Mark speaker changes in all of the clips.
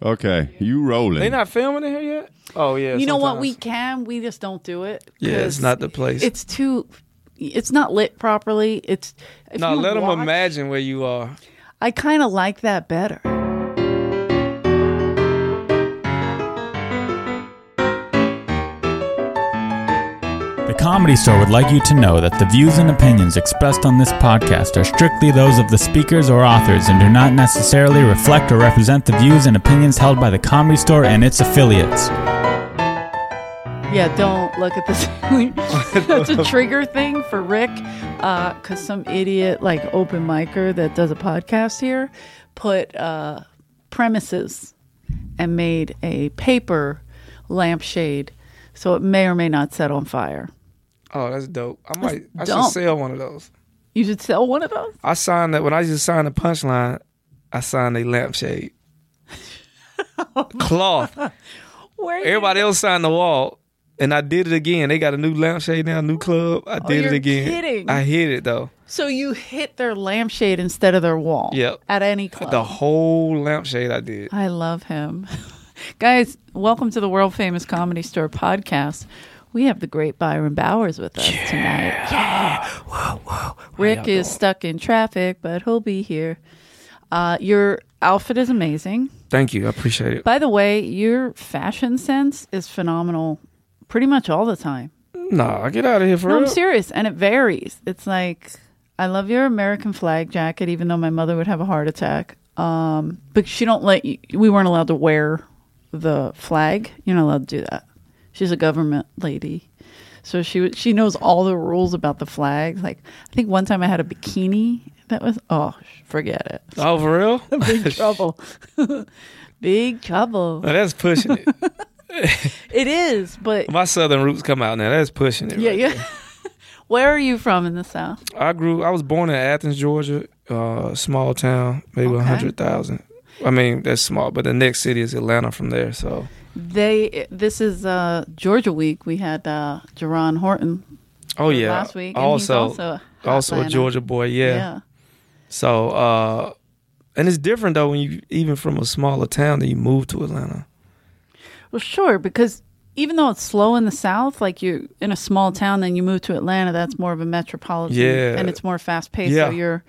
Speaker 1: Okay, you rolling?
Speaker 2: They not filming in here yet? Oh yeah.
Speaker 3: you know what?
Speaker 2: sometimes.
Speaker 3: We can. We just don't do it.
Speaker 4: Yeah, it's
Speaker 3: 'cause
Speaker 4: not the place.
Speaker 3: It's too. It's not lit properly. It's. if
Speaker 2: No,
Speaker 3: you
Speaker 2: let them
Speaker 3: watch-
Speaker 2: imagine where you are.
Speaker 3: I kind of like that better.
Speaker 5: The Comedy Store would like you to know that the views and opinions expressed on this podcast are strictly those of the speakers or authors and do not necessarily reflect or represent the views and opinions held by the Comedy Store and its affiliates.
Speaker 3: Yeah, don't look at this. That's a trigger thing for Rick, because some idiot like open micer that does a podcast here put uh, premises and made a paper lampshade, so it may or may not set on fire.
Speaker 2: Oh, that's dope. I might. I
Speaker 3: dumb.
Speaker 2: should sell one of those.
Speaker 3: You should sell one of those.
Speaker 2: I signed that when I used to sign the punchline. I signed a lampshade. Cloth.
Speaker 3: Where
Speaker 2: Everybody else signed the wall, and I did it again. They got a new lampshade now, new club. I did
Speaker 3: Oh, you're
Speaker 2: it again.
Speaker 3: kidding.
Speaker 2: I hit it though.
Speaker 3: So you hit their lampshade instead of their wall.
Speaker 2: Yep.
Speaker 3: At any club.
Speaker 2: The whole lampshade I did.
Speaker 3: I love him. Guys, welcome to the world famous comedy store podcast. We have the great Byron Bowers with us tonight. Yeah. Whoa, whoa. Rick is stuck in traffic, but he'll be here. Uh, your outfit is amazing.
Speaker 2: Thank you. I appreciate it.
Speaker 3: By the way, your fashion sense is phenomenal pretty much all the time.
Speaker 2: Nah, get out of here for
Speaker 3: No, I'm
Speaker 2: real.
Speaker 3: serious. And it varies. It's like, I love your American flag jacket, even though my mother would have a heart attack. Um, but she don't let you, we weren't allowed to wear the flag. You're not allowed to do that. She's a government lady. So she would- she knows all the rules about the flag. Like I think one time I had a bikini that was oh forget it
Speaker 2: Oh, for real?
Speaker 3: big trouble big trouble
Speaker 2: Now, that's pushing it.
Speaker 3: it is but
Speaker 2: My southern roots come out now. That's pushing it.
Speaker 3: yeah
Speaker 2: right
Speaker 3: yeah where are you from in the south
Speaker 2: there. I grew. I was born in Athens, Georgia, uh, small town, maybe a
Speaker 3: Okay.
Speaker 2: hundred thousand. I mean, that's small, but the next city is Atlanta from there. So
Speaker 3: They this is uh Georgia week. We had uh Jerron Horton
Speaker 2: Oh yeah.
Speaker 3: last week. and he's
Speaker 2: Also,
Speaker 3: also a hot
Speaker 2: also a
Speaker 3: Atlanta.
Speaker 2: Georgia boy. Yeah. So, uh, and it's different though when you even from a smaller town that you move to Atlanta.
Speaker 3: Well, sure, because even though it's slow in the South, like you're in a small town, then you move to Atlanta, that's more of a metropolitan,
Speaker 2: Yeah.
Speaker 3: and it's more fast paced.
Speaker 2: Yeah.
Speaker 3: So you're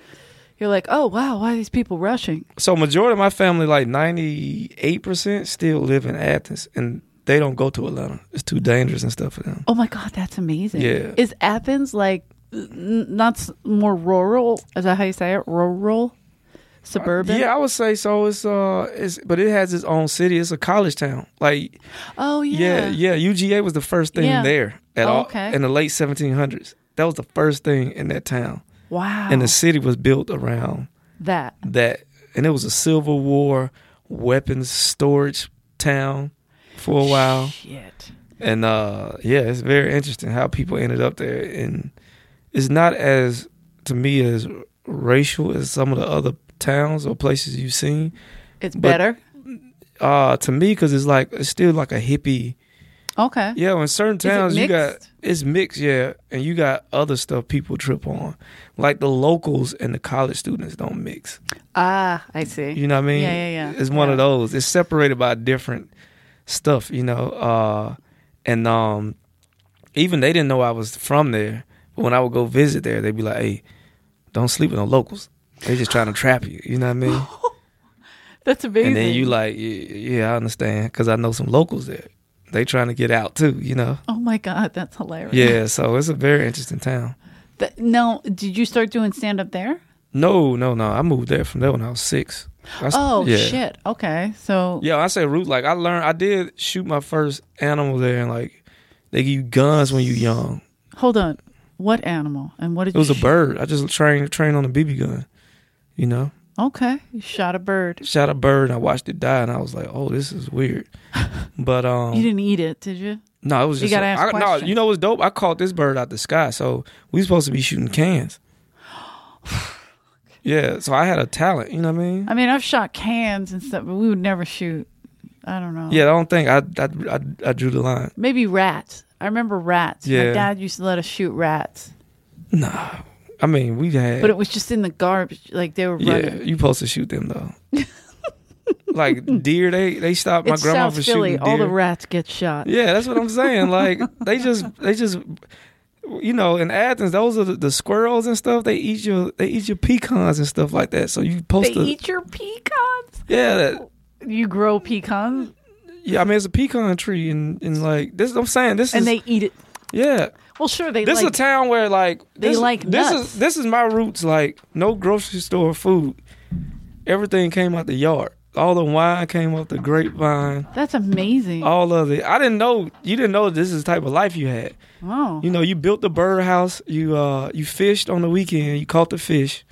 Speaker 3: you're like, oh wow, why are these people rushing?
Speaker 2: So majority of my family, like ninety eight percent, still live in Athens, and they don't go to Atlanta. It's too dangerous and stuff for them.
Speaker 3: Oh my god, that's amazing.
Speaker 2: Yeah.
Speaker 3: is Athens like n- not s- more rural? Is that how you say it? Rural, suburban.
Speaker 2: Yeah, I would say so. It's uh, it's but it has its own city. It's a college town. Like
Speaker 3: Oh
Speaker 2: yeah,
Speaker 3: yeah.
Speaker 2: yeah. UGA was the first thing
Speaker 3: Yeah.
Speaker 2: there at
Speaker 3: Oh,
Speaker 2: all
Speaker 3: okay.
Speaker 2: in the late seventeen hundreds. That was the first thing in that town,
Speaker 3: Wow.
Speaker 2: and the city was built around
Speaker 3: that
Speaker 2: that and it was a Civil War weapons storage town for a while.
Speaker 3: shit.
Speaker 2: And uh yeah, it's very interesting how people ended up there and it's not as to me as racial as some of the other towns or places you've seen.
Speaker 3: It's
Speaker 2: But-
Speaker 3: better.
Speaker 2: Uh to me cuz it's like it's still like a hippie.
Speaker 3: Okay.
Speaker 2: Yeah, in certain
Speaker 3: it
Speaker 2: towns you got
Speaker 3: mixed?
Speaker 2: it's mixed, yeah, and you got other stuff people trip on. Like the locals and the college students don't mix.
Speaker 3: Ah, I see.
Speaker 2: You know what I mean?
Speaker 3: Yeah, yeah, yeah.
Speaker 2: It's one
Speaker 3: Yeah.
Speaker 2: of those. It's separated by different stuff, you know. Uh and um even they didn't know I was from there. But when I would go visit there, they'd be like, Hey, don't sleep with no locals. They just trying to trap you, you know what I mean?
Speaker 3: That's amazing.
Speaker 2: and then you like, "Yeah, yeah, I understand, because I know some locals there. They trying to get out too, you know.
Speaker 3: oh my god, that's hilarious.
Speaker 2: Yeah, so it's a very interesting town.
Speaker 3: Th- now, did you start doing stand up there?
Speaker 2: No, no, no. I moved there from there when I was six. I s-
Speaker 3: Oh
Speaker 2: yeah.
Speaker 3: shit. Okay, so
Speaker 2: Yeah, I say root. Like I learned, I did shoot my first animal there, and like they give you guns when you young.
Speaker 3: hold on. What animal and what did
Speaker 2: It was
Speaker 3: you
Speaker 2: a
Speaker 3: shoot?
Speaker 2: bird. I just trained trained on a BB gun. You know,
Speaker 3: Okay, you shot a bird.
Speaker 2: shot a bird and I watched it die, and I was like, "Oh, this is weird." But um,
Speaker 3: You didn't eat it, did you?
Speaker 2: no, it was
Speaker 3: you
Speaker 2: just
Speaker 3: gotta
Speaker 2: like-
Speaker 3: ask
Speaker 2: I- no.
Speaker 3: questions.
Speaker 2: You know what's dope? I caught this bird out the sky, so we supposed to be shooting cans. yeah, so I had a talent. You know what I mean?
Speaker 3: I mean, I've shot cans and stuff, but we would never shoot. I don't know.
Speaker 2: Yeah, I don't think I I I, I drew the line.
Speaker 3: Maybe rats. I remember rats. My
Speaker 2: Yeah.
Speaker 3: dad used to let us shoot rats,
Speaker 2: Nah, I mean we had.
Speaker 3: but it was just in the garbage. Like they were
Speaker 2: yeah,
Speaker 3: running.
Speaker 2: you supposed to shoot them though. like deer, they they stopped my
Speaker 3: it's
Speaker 2: grandma for
Speaker 3: South Philly.
Speaker 2: shooting
Speaker 3: All the
Speaker 2: deer.
Speaker 3: rats get shot.
Speaker 2: Yeah, that's what I'm saying. Like they just they just you know, in Athens, those are the, the squirrels and stuff. They eat your they eat your pecans and stuff like that. So you
Speaker 3: They
Speaker 2: post to
Speaker 3: eat your pecans.
Speaker 2: yeah, that,
Speaker 3: You grow pecans,
Speaker 2: yeah. I mean, it's a pecan tree, and, and like this. I'm saying this
Speaker 3: and
Speaker 2: is
Speaker 3: they eat it.
Speaker 2: yeah.
Speaker 3: Well, sure they
Speaker 2: This
Speaker 3: like.
Speaker 2: is a town where like
Speaker 3: They
Speaker 2: this,
Speaker 3: like
Speaker 2: this
Speaker 3: nuts.
Speaker 2: is this is my roots. Like no grocery store food. Everything came out the yard. All the wine came off the grapevine.
Speaker 3: that's amazing. Oh,
Speaker 2: All of it. I didn't know. You didn't know this is the type of life you had.
Speaker 3: wow.
Speaker 2: You know, you built the birdhouse. You uh, you fished on the weekend. You caught the fish.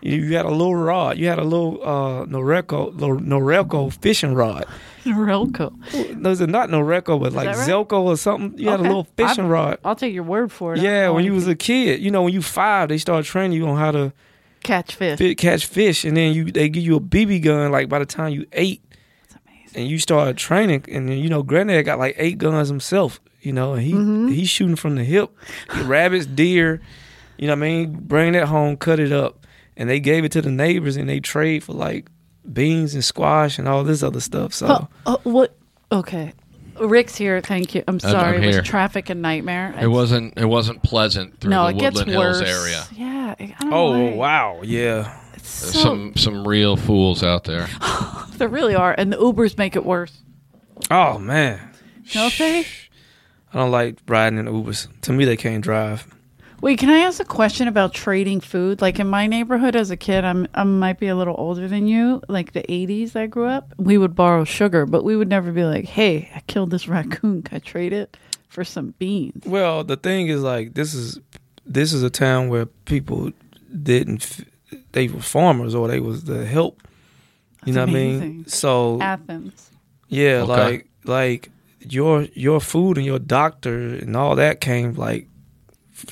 Speaker 2: You, you had a little rod. You had a little uh, Norelco, Lo- Norelco fishing rod.
Speaker 3: Relco.
Speaker 2: No, it's not Norelco, but like
Speaker 3: that right?
Speaker 2: Zelco or something. You had a
Speaker 3: Okay.
Speaker 2: little fishing
Speaker 3: I'm-
Speaker 2: rod.
Speaker 3: I'll take your word for it. I
Speaker 2: Yeah,
Speaker 3: don't
Speaker 2: when
Speaker 3: know
Speaker 2: you was a kid, you know, when you five, they start training you on how to
Speaker 3: catch fish.
Speaker 2: fit, catch fish, and then you they give you a BB gun. Like by the time you eight,
Speaker 3: That's amazing.
Speaker 2: and you start training, and then, you know, granddad got like eight guns himself. You know, and he
Speaker 3: Mm-hmm.
Speaker 2: he's shooting from the hip, rabbits, deer. You know what I mean? Bring that home, cut it up, and they gave it to the neighbors, and they trade for like beans and squash and all this other stuff. So
Speaker 3: Oh, oh, what? Okay. Rick's here. Thank you. I'm sorry. it
Speaker 1: here.
Speaker 3: was traffic and nightmare.
Speaker 1: It wasn't. It wasn't pleasant through
Speaker 3: No,
Speaker 1: the
Speaker 3: it gets
Speaker 1: Woodland Hills
Speaker 3: worse.
Speaker 1: area.
Speaker 3: Yeah. I don't
Speaker 2: oh
Speaker 3: like-
Speaker 2: wow, yeah,
Speaker 3: It's
Speaker 1: There's
Speaker 3: so,
Speaker 1: some some real fools out there.
Speaker 3: there really are, and the Ubers make it worse.
Speaker 2: oh man,
Speaker 3: No they?
Speaker 2: I don't like riding in Ubers. To me, they can't drive.
Speaker 3: Wait, can I ask a question about trading food? Like in my neighborhood as a kid, I'm I might be a little older than you, like the 80s I grew up. We would borrow sugar, but we would never be like, "Hey, I killed this raccoon. Can I trade it for some beans?"
Speaker 2: Well, the thing is, like, this is this is a town where people didn't f- they were farmers or they was the help. You
Speaker 3: That's
Speaker 2: know what I mean?
Speaker 3: amazing.
Speaker 2: So
Speaker 3: Athens.
Speaker 2: yeah,
Speaker 1: Okay.
Speaker 2: like like your your food and your doctor and all that came like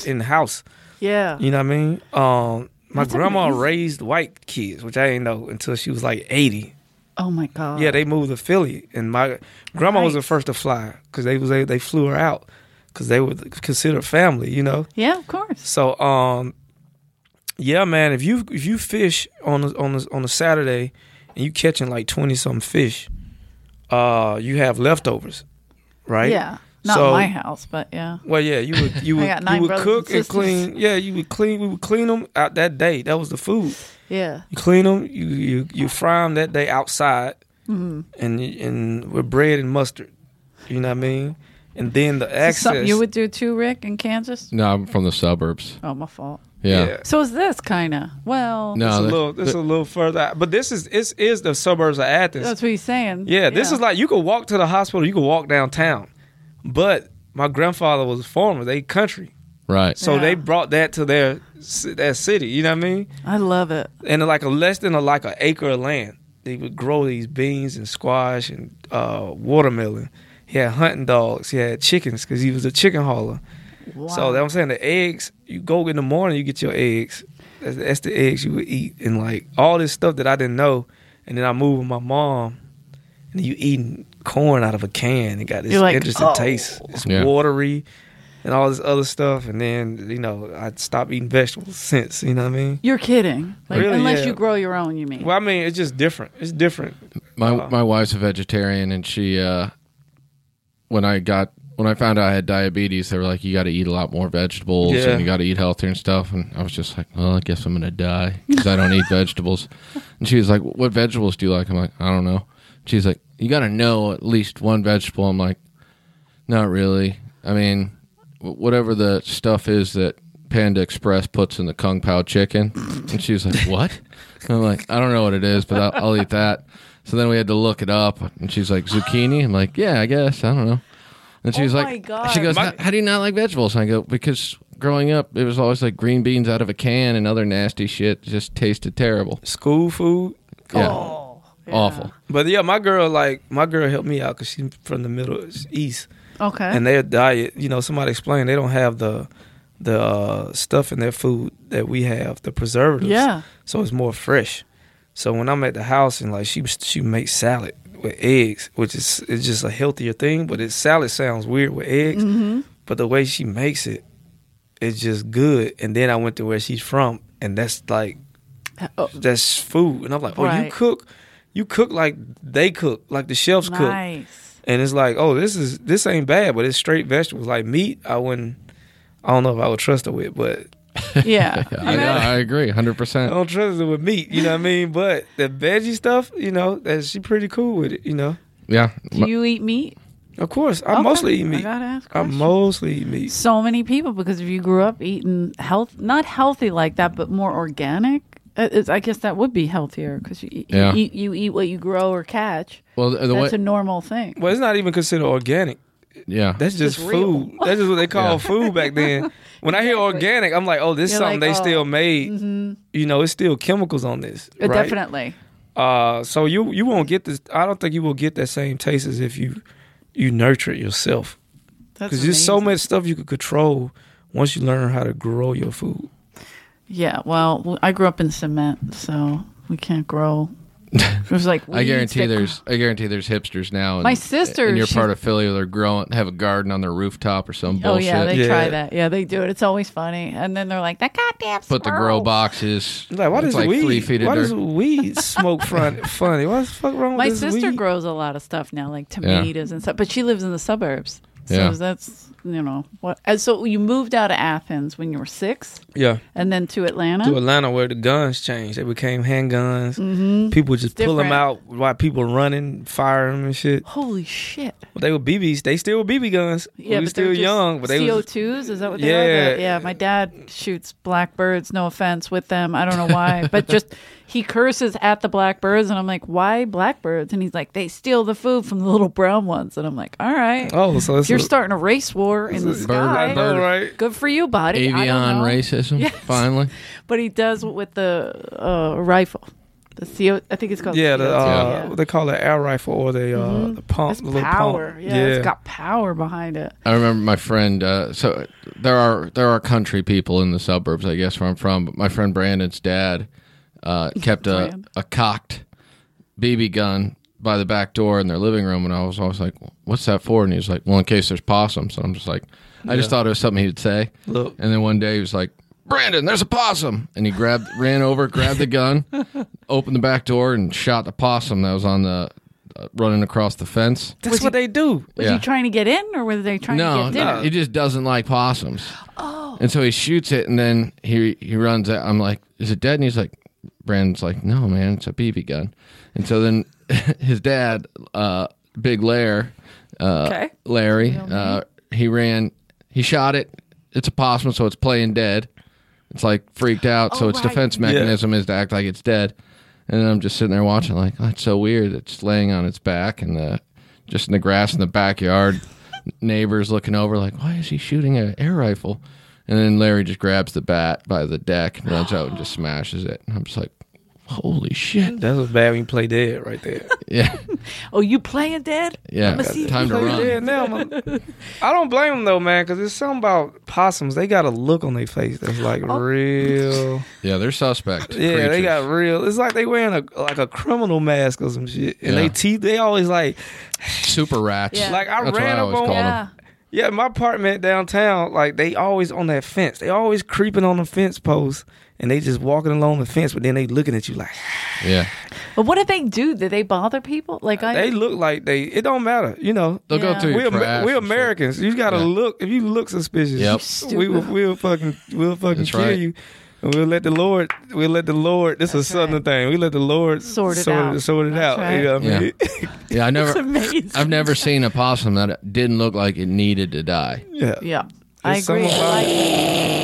Speaker 2: in the house.
Speaker 3: Yeah.
Speaker 2: You know what I mean? Um, my
Speaker 3: That's
Speaker 2: grandma
Speaker 3: amazing.
Speaker 2: raised white kids, which I didn't know until she was like eighty.
Speaker 3: Oh my god.
Speaker 2: Yeah, they moved to Philly, and my grandma was the
Speaker 3: Nice.
Speaker 2: first to fly because they was they, they flew her out because they were considered family. You know.
Speaker 3: Yeah, of course.
Speaker 2: So um, yeah, man. If you if you fish on a, on a, on a Saturday and you catching like twenty something fish, uh, you have leftovers, right?
Speaker 3: Yeah. Not
Speaker 2: So-
Speaker 3: my house, but yeah.
Speaker 2: Well, yeah, you would you
Speaker 3: I
Speaker 2: would
Speaker 3: got
Speaker 2: you
Speaker 3: nine
Speaker 2: would
Speaker 3: brothers
Speaker 2: cook
Speaker 3: and
Speaker 2: and
Speaker 3: sisters.
Speaker 2: clean. Yeah, you would clean. We would clean them out that day. That was the food.
Speaker 3: Yeah.
Speaker 2: You clean them. You you you fry them that day outside,
Speaker 3: Mm-hmm.
Speaker 2: and and with bread and mustard. You know what I mean? And then the
Speaker 3: Is this
Speaker 2: access.
Speaker 3: something you would do too, Rick, in Kansas?
Speaker 1: No, I'm from the suburbs.
Speaker 3: Oh, my fault.
Speaker 1: Yeah.
Speaker 3: So is this kind of well?
Speaker 1: No,
Speaker 2: It's a
Speaker 1: that-
Speaker 2: little, it's
Speaker 1: that-
Speaker 2: a little further, out. but this is this is the suburbs of Athens.
Speaker 3: that's what he's saying.
Speaker 2: yeah, this is like you could walk to the hospital, you could walk downtown, but my grandfather was a farmer; they country,
Speaker 1: right.
Speaker 2: so
Speaker 3: Yeah.
Speaker 2: they brought that to their ci- their city. You know what I mean?
Speaker 3: I love it.
Speaker 2: And like a less than a, like an acre of land, they would grow these beans and squash and uh, watermelon. He had hunting dogs. He had chickens because he was a chicken hauler.
Speaker 3: Wow.
Speaker 2: So that I'm saying the eggs, you go in the morning, you get your eggs. That's, that's the eggs you would eat, and like all this stuff that I didn't know. And then I moved with my mom, and you eating corn out of a can. It got this
Speaker 3: You're like,
Speaker 2: interesting
Speaker 3: "Oh."
Speaker 2: taste. It's
Speaker 1: Yeah.
Speaker 2: watery, and all this other stuff. And then you know I stopped eating vegetables since. You know what I mean?
Speaker 3: You're kidding. Like,
Speaker 2: Really,
Speaker 3: unless
Speaker 2: yeah.
Speaker 3: you grow your own, you mean.
Speaker 2: Well, I mean it's just different. It's different.
Speaker 1: My
Speaker 2: Uh,
Speaker 1: my wife's a vegetarian, and she uh, when I got when I found out I had diabetes, they were like, "You got to eat a lot more vegetables,
Speaker 2: Yeah.
Speaker 1: and you got to eat healthier and stuff." And I was just like, "Well, I guess I'm gonna die because I don't eat vegetables." And she was like, "What vegetables do you like?" I'm like, "I don't know." She's like, "You got to know at least one vegetable." I'm like, "Not really. I mean, wh- whatever the stuff is that." Panda Express puts in the kung pao chicken, and she's like, "What?" And I'm like, "I don't know what it is, but I'll, I'll eat that." So then we had to look it up, and she's like, "Zucchini." I'm like, "Yeah, I guess. I don't know." And she's
Speaker 3: Oh
Speaker 1: like,
Speaker 3: my God.
Speaker 1: "She goes,
Speaker 2: My-
Speaker 1: how, how do you not like vegetables?" And I go, "Because growing up, it was always like green beans out of a can and other nasty shit. Just tasted terrible.
Speaker 2: School food.
Speaker 1: Yeah,
Speaker 3: Oh, yeah.
Speaker 1: awful.
Speaker 2: But yeah, my girl like my girl helped me out because she's from the Middle East,
Speaker 3: Okay.
Speaker 2: and their diet. You know, somebody explained they don't have the the uh, stuff in their food that we have, the preservatives.
Speaker 3: yeah.
Speaker 2: So it's more fresh. So when I'm at the house and like she she makes salad with eggs, which is it's just a healthier thing. But it salad sounds weird with eggs,
Speaker 3: hmm
Speaker 2: but the way she makes it, it's just good. And then I went to where she's from, and that's like
Speaker 3: Oh,
Speaker 2: that's food. And I'm like, oh, you
Speaker 3: Right.
Speaker 2: cook you cook like they cook, like the chefs cook.
Speaker 3: Nice.
Speaker 2: and it's like, oh, this is this ain't bad, but it's straight vegetables. Like meat, I wouldn't. I don't know if I would trust it with, but
Speaker 3: Yeah.
Speaker 1: I, I agree, hundred
Speaker 2: I
Speaker 1: percent.
Speaker 3: Oh.
Speaker 2: don't trust it with meat. You know what I mean? But the veggie stuff, you know, that she pretty cool with it. You know,
Speaker 1: Yeah,
Speaker 3: Do you eat meat?
Speaker 2: of course, I
Speaker 3: Okay.
Speaker 2: mostly eat
Speaker 3: I
Speaker 2: meat. I,
Speaker 3: gotta ask. questions.
Speaker 2: mostly eat meat.
Speaker 3: so many people because if you grew up eating health, not healthy like that, but more organic, uh, it's, I guess that would be healthier because you, eat-
Speaker 1: Yeah.
Speaker 3: you, you eat what you grow or catch.
Speaker 1: well, the, the way,
Speaker 3: That's a normal thing.
Speaker 2: Well, it's not even considered organic.
Speaker 1: yeah,
Speaker 2: That's just
Speaker 3: Just real.
Speaker 2: food. That's just what they call
Speaker 1: Yeah.
Speaker 2: food back then. When I hear organic, I'm like, oh, this is
Speaker 3: You're
Speaker 2: something
Speaker 3: like,
Speaker 2: they
Speaker 3: oh, mm-hmm.
Speaker 2: still made. You know, it's still chemicals on this.
Speaker 3: Uh,
Speaker 2: right?
Speaker 3: Definitely.
Speaker 2: Uh, so you you won't get this. I don't think you will get that same taste as if you you nurture it yourself.
Speaker 3: That's
Speaker 2: Because there's so
Speaker 3: amazing.
Speaker 2: much stuff you could control once you learn how to grow your food.
Speaker 3: Yeah. Well, w- I grew up in cement, so we can't grow. It was like
Speaker 1: I
Speaker 3: weeds
Speaker 1: guarantee
Speaker 3: that grow-
Speaker 1: there's I guarantee there's hipsters now. And,
Speaker 3: My sister,
Speaker 1: and you're
Speaker 3: she-
Speaker 1: part of Philly, where they're growing, have a garden on their rooftop or some
Speaker 3: Oh
Speaker 1: bullshit.
Speaker 3: yeah, they
Speaker 2: Yeah.
Speaker 3: try that. Yeah, they do it. It's always funny. And then they're like, "That goddamn."
Speaker 1: Put the grow
Speaker 3: squirrel."
Speaker 1: boxes.
Speaker 2: Like, why
Speaker 1: it's
Speaker 2: does
Speaker 1: like
Speaker 2: weed?
Speaker 1: three feet of
Speaker 2: why does
Speaker 1: dirt.
Speaker 2: weed smoke front funny? What's the fuck wrong with
Speaker 3: My
Speaker 2: this
Speaker 3: sister
Speaker 2: weed?
Speaker 3: grows a lot of stuff now, like tomatoes and stuff, but she lives in the suburbs. So
Speaker 1: Yeah.
Speaker 3: that's you know what. And so you moved out of Athens when you were six,
Speaker 2: yeah,
Speaker 3: and then to Atlanta.
Speaker 2: to Atlanta where the guns changed. They became handguns. People just pull them
Speaker 3: Mm-hmm. different.
Speaker 2: out while people running, fire them and shit.
Speaker 3: Holy shit!
Speaker 2: Well, they were BBs. They still were BB guns. we were
Speaker 3: they're
Speaker 2: still
Speaker 3: just
Speaker 2: young, but they was
Speaker 3: CO2s. Is that what they are?
Speaker 2: Yeah.
Speaker 3: The- Yeah, my dad shoots blackbirds. No offense with them. I don't know why, but just he curses at the blackbirds, and I'm like, why blackbirds? And he's like, they steal the food from the little brown ones, and I'm like, all right.
Speaker 2: oh, so it's
Speaker 3: You're
Speaker 2: a-
Speaker 3: starting a race war in the
Speaker 1: Bird by
Speaker 3: sky.
Speaker 1: bird.
Speaker 2: All right.
Speaker 3: Good for you, buddy. I don't
Speaker 1: Avion
Speaker 3: know.
Speaker 1: racism.
Speaker 3: Yes.
Speaker 1: Finally,
Speaker 3: But he does with the uh, rifle. The CO, I think it's called.
Speaker 2: Yeah,
Speaker 3: CO,
Speaker 2: the, uh,
Speaker 1: Yeah.
Speaker 2: what they call it air rifle or the, uh, the pump,
Speaker 3: it's
Speaker 2: the little
Speaker 3: Mm-hmm. power.
Speaker 2: pump.
Speaker 3: Yeah, it's got power behind it.
Speaker 1: I remember my friend. Uh, so there are there are country people in the suburbs, I guess, where I'm from. But my friend Brandon's dad uh, kept a,
Speaker 3: Brand.
Speaker 1: a cocked BB gun by the back door in their living room, and I was always like, "What's that for?" And he was like, "Well, in case there's possums." And I'm just like, I just
Speaker 2: Yeah.
Speaker 1: thought it was something he'd say.
Speaker 2: Look.
Speaker 1: And then one day he was like, "Brandon, there's a possum!" And he grabbed, ran over, grabbed the gun, opened the back door, and shot the possum that was on the uh, running across the fence.
Speaker 2: That's what they do.
Speaker 3: Was
Speaker 1: Yeah.
Speaker 3: he trying to get in, or were they trying
Speaker 1: No,
Speaker 3: to get dinner?
Speaker 1: no, he just doesn't like possums. Oh. And so he shoots it, and then he he runs out. I'm like, is it dead? And he's like, Brandon's like, no, man, it's a BB gun. And so then his dad, uh, Big Lair, uh,
Speaker 3: Okay.
Speaker 1: Larry, uh, he ran, he shot it. It's a possum, so it's playing dead. It's like freaked out, so
Speaker 3: Oh,
Speaker 1: its
Speaker 3: right.
Speaker 1: defense mechanism is to act like it's dead. And then I'm just sitting there watching, like, oh, it's so weird. It's laying on its back and the just in the grass in the backyard. Neighbors looking over, like, why is he shooting an air rifle? And then Larry just grabs the bat by the deck, and runs out and just smashes it. And I'm just like, holy shit!
Speaker 2: That's what's bad when you play dead right there.
Speaker 1: Yeah,
Speaker 3: Oh, you playing dead?
Speaker 1: yeah.
Speaker 3: I'ma see if
Speaker 1: Time to
Speaker 3: you-
Speaker 2: Play
Speaker 1: run.
Speaker 2: dead now, man. I don't blame them though, man, because it's something about possums. They got a look on their face that's like
Speaker 3: Oh.
Speaker 2: real.
Speaker 1: Yeah, they're suspect.
Speaker 2: Yeah, they
Speaker 1: creatures.
Speaker 2: got real. It's like they wearing a like a criminal mask or some shit, and
Speaker 1: Yeah.
Speaker 2: they teeth. They always like
Speaker 1: super rats.
Speaker 3: Yeah.
Speaker 2: like I
Speaker 1: That's what
Speaker 2: ran
Speaker 1: I
Speaker 2: up
Speaker 1: always
Speaker 2: on.
Speaker 1: call them.
Speaker 3: Yeah.
Speaker 2: Yeah, my apartment downtown, like they always on that fence. They always creeping on the fence post, and they just walking along the fence, but then they looking at you like
Speaker 1: Yeah,
Speaker 3: But what did they do? Did they bother people? Like I.
Speaker 2: they look like they. It don't matter, you know.
Speaker 1: they'll
Speaker 3: Yeah.
Speaker 1: go through
Speaker 2: We
Speaker 1: your
Speaker 2: Amer-
Speaker 1: trash.
Speaker 2: we
Speaker 1: and shit.
Speaker 2: Americans. You gotta
Speaker 1: Yeah.
Speaker 2: look. If you look suspicious,
Speaker 1: Yep.
Speaker 3: You
Speaker 2: we will,
Speaker 3: stupid.
Speaker 2: we'll fucking we'll fucking
Speaker 1: That's
Speaker 2: kill
Speaker 1: right.
Speaker 2: you. And we'll let the Lord. We'll let the Lord. This is a
Speaker 3: That's right.
Speaker 2: southern thing. We let the Lord
Speaker 3: Sort it out.
Speaker 2: Sort it
Speaker 3: That's
Speaker 2: out. You know what I mean?
Speaker 1: Yeah, I
Speaker 3: it's
Speaker 1: never.
Speaker 3: amazing.
Speaker 1: I've never seen a possum that didn't look like it needed to die.
Speaker 2: yeah.
Speaker 3: Yeah, I
Speaker 2: There's some
Speaker 3: agree.
Speaker 2: about
Speaker 3: Like-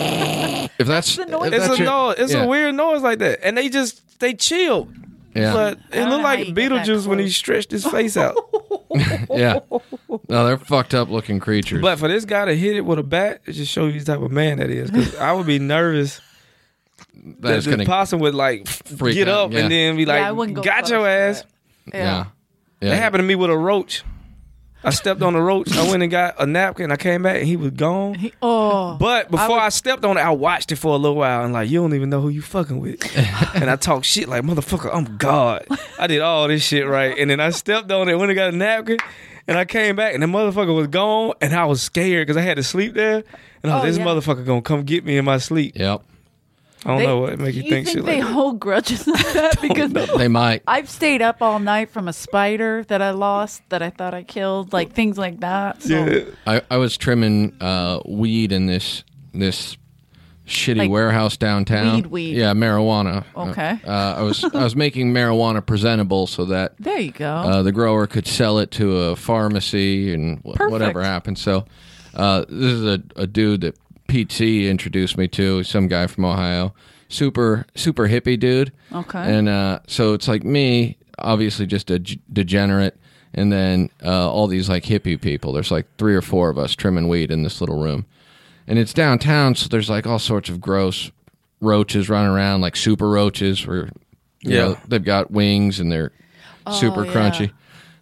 Speaker 1: If that's,
Speaker 3: the noise.
Speaker 1: if
Speaker 2: It's
Speaker 1: that's
Speaker 2: a
Speaker 1: your-
Speaker 2: noise. It's
Speaker 1: yeah,
Speaker 2: a weird noise like that, and they just they chill.
Speaker 1: Yeah,
Speaker 2: But it
Speaker 3: I don't know
Speaker 2: looked
Speaker 3: how
Speaker 2: like
Speaker 3: you get that
Speaker 2: Beetlejuice when he
Speaker 3: close.
Speaker 2: stretched his face out.
Speaker 1: yeah. No, they're fucked up looking creatures.
Speaker 2: But for this guy to hit it with a bat, it just shows you the type of man that is. 'Cause I would be nervous that
Speaker 1: that's
Speaker 2: this
Speaker 1: gonna.
Speaker 2: possum would like
Speaker 1: Freak
Speaker 2: get
Speaker 1: out,
Speaker 2: up
Speaker 1: yeah.
Speaker 2: and then be like,
Speaker 3: I wouldn't go
Speaker 2: "Got
Speaker 3: close
Speaker 2: your
Speaker 3: to
Speaker 2: ass."
Speaker 3: it.
Speaker 1: yeah. yeah.
Speaker 2: That happened to me with a roach. I stepped on a roach. I went and got a napkin. I came back and he was gone.
Speaker 3: He- oh,
Speaker 2: But before I,
Speaker 3: would-
Speaker 2: stepped on it, I watched it for a little while and like, you don't even know who you fucking with. and I talk shit like, motherfucker, I'm God. I did all this shit right. And then I stepped on it, went and got a napkin, and I came back and the motherfucker was gone. And I was scared because I had to sleep there. And I was,
Speaker 3: Oh,
Speaker 2: this
Speaker 3: yeah.
Speaker 2: motherfucker gonna come get me in my sleep.
Speaker 1: Yep.
Speaker 2: I don't
Speaker 3: They-
Speaker 2: know what make you, think, shit
Speaker 3: they
Speaker 2: like that.
Speaker 3: hold grudges like that because
Speaker 1: They might.
Speaker 3: I've stayed up all night from a spider that I lost that I thought I killed, like things like that. So
Speaker 2: Yeah.
Speaker 1: I, I was trimming uh, weed in this this shitty
Speaker 3: Like
Speaker 1: warehouse downtown.
Speaker 3: weed weed.
Speaker 1: Yeah, marijuana.
Speaker 3: Okay.
Speaker 1: Uh, uh, I was I was making marijuana presentable so that
Speaker 3: there you go.
Speaker 1: uh, the grower could sell it to a pharmacy and wh-
Speaker 3: Perfect.
Speaker 1: whatever happened. So uh, this is a, a dude that Pete C introduced me to. He's some guy from Ohio, super super hippie dude.
Speaker 3: Okay.
Speaker 1: and uh, so it's like me, obviously just a g- degenerate. And then uh, all these like hippie people. There's like three or four of us trimming weed in this little room, and it's downtown, so there's like all sorts of gross roaches running around, like super roaches. Where you
Speaker 2: Yeah.
Speaker 1: know, they've got wings and they're super
Speaker 3: Oh, yeah.
Speaker 1: crunchy.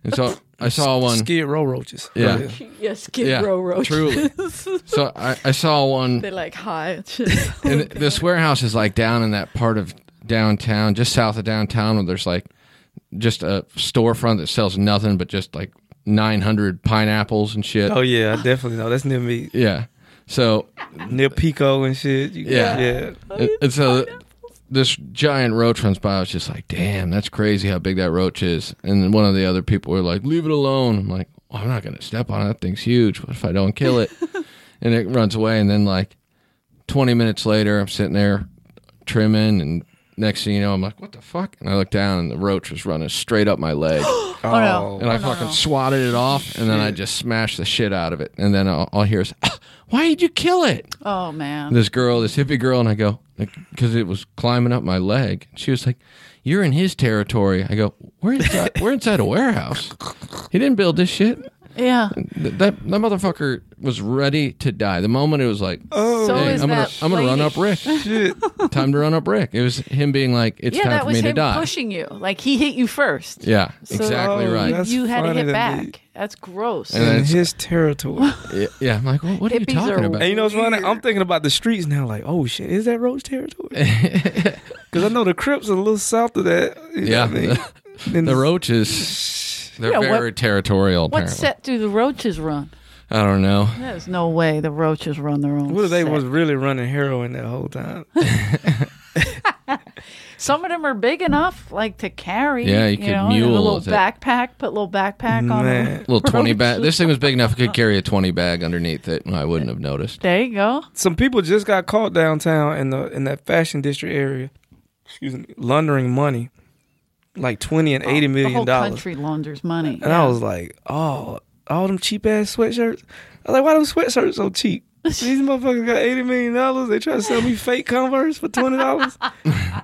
Speaker 1: And so I saw one.
Speaker 2: Skid row roaches.
Speaker 1: Yeah.
Speaker 3: yes, Skid
Speaker 1: yeah,
Speaker 3: Row roaches.
Speaker 1: truly. So I, I saw one.
Speaker 3: They like high.
Speaker 1: And this warehouse is like down in that part of downtown, just south of downtown, where there's like just a storefront that sells nothing but just like 900 pineapples and shit.
Speaker 2: Oh yeah, I definitely know. That's near me,
Speaker 1: yeah. So
Speaker 2: near Pico and shit. You-
Speaker 1: Yeah.
Speaker 2: yeah.
Speaker 1: And, and so this giant roach runs by. I was just like, damn, that's crazy how big that roach is. And then one of the other people were like, leave it alone. I'm like, "Oh, I'm not going to step on it. That thing's huge. What if I don't kill it? and it runs away. And then, like, 20 minutes later, I'm sitting there trimming. And next thing you know, I'm like, what the fuck? And I look down, and the roach was running straight up my leg.
Speaker 2: Oh,
Speaker 3: no.
Speaker 1: And I fucking swatted it off, and then I
Speaker 2: Shit.
Speaker 1: just smashed the shit out of it. And then all, all I hear is, why did you kill it?
Speaker 3: oh man.
Speaker 1: this girl, this hippie girl, and I go because it was climbing up my leg. She was like, "You're in his territory." I go, "We're inside. we're inside a warehouse. He didn't build this shit.
Speaker 3: Yeah.
Speaker 1: Th- that that motherfucker was ready to die the moment it was like."
Speaker 2: Oh,
Speaker 3: So
Speaker 1: "Hey,
Speaker 3: is
Speaker 1: I'm gonna,
Speaker 3: that
Speaker 1: I'm gonna run
Speaker 3: lady-
Speaker 1: up Rick.
Speaker 2: shit.
Speaker 1: Time to run up Rick. It was him being like, "It's
Speaker 3: yeah,
Speaker 1: time
Speaker 3: that
Speaker 1: for
Speaker 3: was
Speaker 1: me to
Speaker 3: him
Speaker 1: die."
Speaker 3: pushing you. Like he hit you first.
Speaker 1: Yeah,
Speaker 3: So oh,
Speaker 1: exactly
Speaker 3: you-
Speaker 1: right.
Speaker 2: That's
Speaker 3: You had to
Speaker 2: funny
Speaker 3: hit
Speaker 2: to
Speaker 3: back.
Speaker 2: me.
Speaker 3: That's gross.
Speaker 1: And then
Speaker 2: in
Speaker 1: it's-
Speaker 2: his territory.
Speaker 1: Yeah, yeah, I'm like, "What, what are you
Speaker 3: Hippies
Speaker 1: talking
Speaker 3: are
Speaker 1: about?"
Speaker 2: And you know what's funny? I'm thinking about the streets now. Like, oh shit, is that Roach territory? Because I know the Crips are a little south of that. you know
Speaker 1: Yeah,
Speaker 2: what I mean? And
Speaker 1: the roaches, they're
Speaker 3: Yeah, what-
Speaker 1: very territorial.
Speaker 3: what
Speaker 1: Apparently,
Speaker 3: set do the roaches run?
Speaker 1: I don't know.
Speaker 3: There's no way the roaches run their own.
Speaker 2: What if they
Speaker 3: set.
Speaker 2: was really running heroin that whole time?
Speaker 3: Some of them are big enough, like to carry.
Speaker 1: Yeah, you could
Speaker 3: know,
Speaker 1: mule
Speaker 3: and a little
Speaker 1: it.
Speaker 3: backpack. Put a little backpack on
Speaker 2: Man.
Speaker 3: them.
Speaker 1: little 20
Speaker 3: Roach.
Speaker 1: bag. This thing was big enough it could carry a 20 bag underneath it, and I wouldn't have noticed.
Speaker 3: There you go.
Speaker 2: Some people just got caught downtown in the in that fashion district area. Excuse me, laundering money, like twenty and eighty
Speaker 3: Oh,
Speaker 2: million
Speaker 3: the whole
Speaker 2: dollars. Uh,
Speaker 3: country launders money.
Speaker 2: And I was like, oh, all them cheap ass sweatshirts. I was like, why them sweatshirts so cheap? These motherfuckers got eighty million dollars. They try to sell me fake Converse for twenty dollars.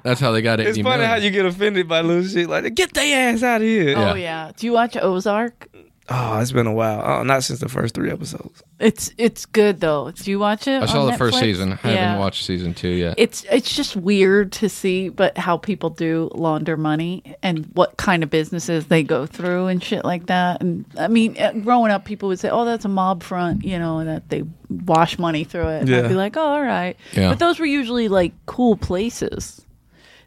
Speaker 1: That's how they got it.
Speaker 2: It's funny how you get offended by little shit like that. Get their ass out of here.
Speaker 3: Oh yeah. Do you watch Ozark?
Speaker 2: Oh, it's been a while. Oh, not since the first three episodes.
Speaker 3: It's it's good though. Do you watch it?
Speaker 1: I saw
Speaker 3: on
Speaker 1: the first
Speaker 3: Netflix?
Speaker 1: season. I
Speaker 3: Yeah.
Speaker 1: haven't watched season two yet.
Speaker 3: It's it's just weird to see, but how people do launder money and what kind of businesses they go through and shit like that. And I mean, uh, growing up, people would say, "Oh, that's a mob front," you know, and that they wash money through it. And
Speaker 2: Yeah.
Speaker 3: I'd be like, "Oh, all right."
Speaker 1: Yeah.
Speaker 3: But those were usually like cool places.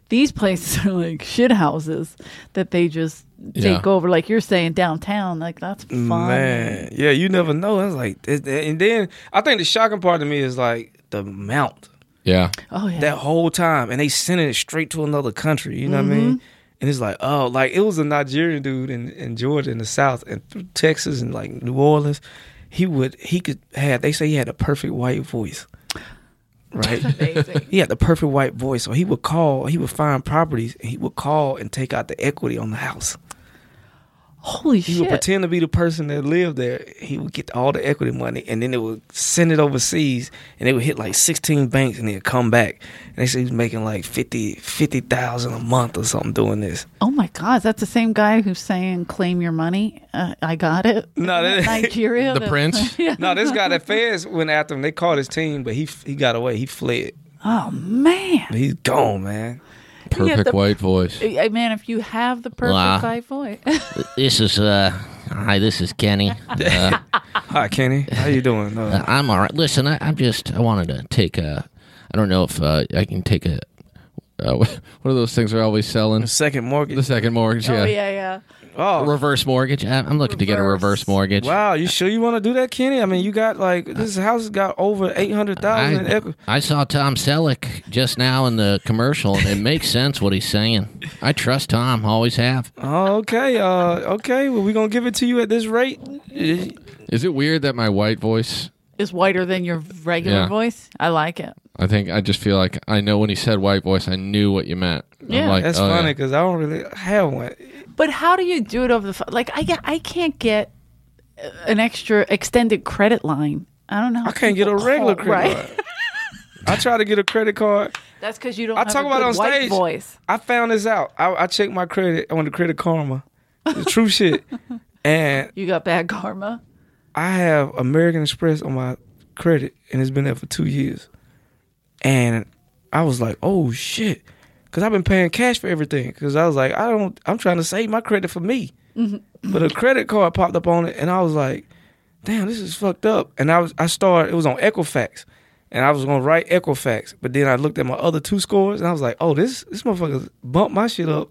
Speaker 3: These places are like shit houses that they just
Speaker 1: Yeah.
Speaker 3: take over, like you're saying downtown. Like that's fun.
Speaker 2: Man, yeah, you never know. I was like, it- and then I think the shocking part to me is like the amount
Speaker 1: yeah.
Speaker 3: Oh yeah.
Speaker 2: that whole time, and they sending it straight to another country. You know what I mean? And it's like, oh, like it was a Nigerian dude in, in Georgia, in the South, and through Texas, and like New Orleans. He would, he could have. They say he had a perfect white voice, right?
Speaker 3: Amazing.
Speaker 2: he had the perfect white voice. So he would call, he would find properties, and he would call and take out the equity on the house.
Speaker 3: Holy
Speaker 2: He
Speaker 3: shit.
Speaker 2: would pretend to be the person that lived there. He would get all the equity money, and then they would send it overseas, and they would hit like 16 banks, and they'd come back. And they said he was making like 50 50,000 a month or something doing this.
Speaker 3: Oh my God, that's the same guy who's saying "claim your money." Uh, I got it.
Speaker 2: No, that-
Speaker 3: Isn't that Nigeria.
Speaker 1: The
Speaker 3: that-
Speaker 1: prince?
Speaker 3: yeah.
Speaker 2: No, this guy, the feds went after him. They caught his team, but he he got away. He fled.
Speaker 3: Oh man.
Speaker 2: But he's gone, man.
Speaker 1: Perfect
Speaker 3: the-
Speaker 1: white voice.
Speaker 3: I man, if you have the perfect
Speaker 4: Wow.
Speaker 3: white voice,
Speaker 4: This is uh, hi. This is Kenny. Uh,
Speaker 2: Hi, Kenny. How you doing? Uh,
Speaker 4: I'm all right. Listen, I, I'm just. I wanted to take a. I don't know if uh, I can take a
Speaker 1: uh, what are those things they're always selling?
Speaker 2: The second mortgage.
Speaker 1: The second mortgage,
Speaker 3: Oh
Speaker 1: yeah.
Speaker 3: yeah, yeah.
Speaker 1: A
Speaker 2: Oh,
Speaker 1: Reverse mortgage. I- I'm looking to get a reverse
Speaker 3: Reverse.
Speaker 1: mortgage.
Speaker 2: wow. You sure you want to do that, Kenny? I mean, you got like this house got over eight hundred thousand in
Speaker 1: I,
Speaker 2: equity.
Speaker 1: I saw Tom Selleck just now in the commercial, and it makes sense what he's saying. I trust Tom, always have.
Speaker 2: Oh, okay. Uh, okay. Well, we gonna give it to you at this rate. Eh,
Speaker 1: Is it weird that my white voice?
Speaker 3: It's whiter than your regular
Speaker 1: Yeah.
Speaker 3: voice. I like it.
Speaker 1: I think I just feel like I know when he said white voice, I knew what you meant. I'm
Speaker 3: Yeah.
Speaker 1: like,
Speaker 2: That's
Speaker 1: oh,
Speaker 2: funny
Speaker 1: yeah.
Speaker 2: because I don't really have one.
Speaker 3: But how do you do it over the phone? Like I get, I can't get uh, an extra extended credit line. I don't know. how
Speaker 2: I can't get a
Speaker 3: people
Speaker 2: regular
Speaker 3: call-
Speaker 2: credit
Speaker 3: Right?
Speaker 2: card. I try to get a credit card.
Speaker 3: That's because you don't.
Speaker 2: I
Speaker 3: have
Speaker 2: talk
Speaker 3: a
Speaker 2: about
Speaker 3: good
Speaker 2: it on
Speaker 3: white
Speaker 2: stage.
Speaker 3: Voice.
Speaker 2: I found this out. I, I checked my credit on the credit karma. The true shit. And
Speaker 3: You got bad karma.
Speaker 2: I have American Express on my credit, and it's been there for two years. And I was like, oh shit, because I've been paying cash for everything. Because I was like, I don't, I'm trying to save my credit for me. But a credit card popped up on it, and I was like, damn, this is fucked up. And I was, I started, it was on Equifax, and I was gonna write Equifax, but then I looked at my other two scores, and I was like, oh, this, this motherfucker bumped my shit up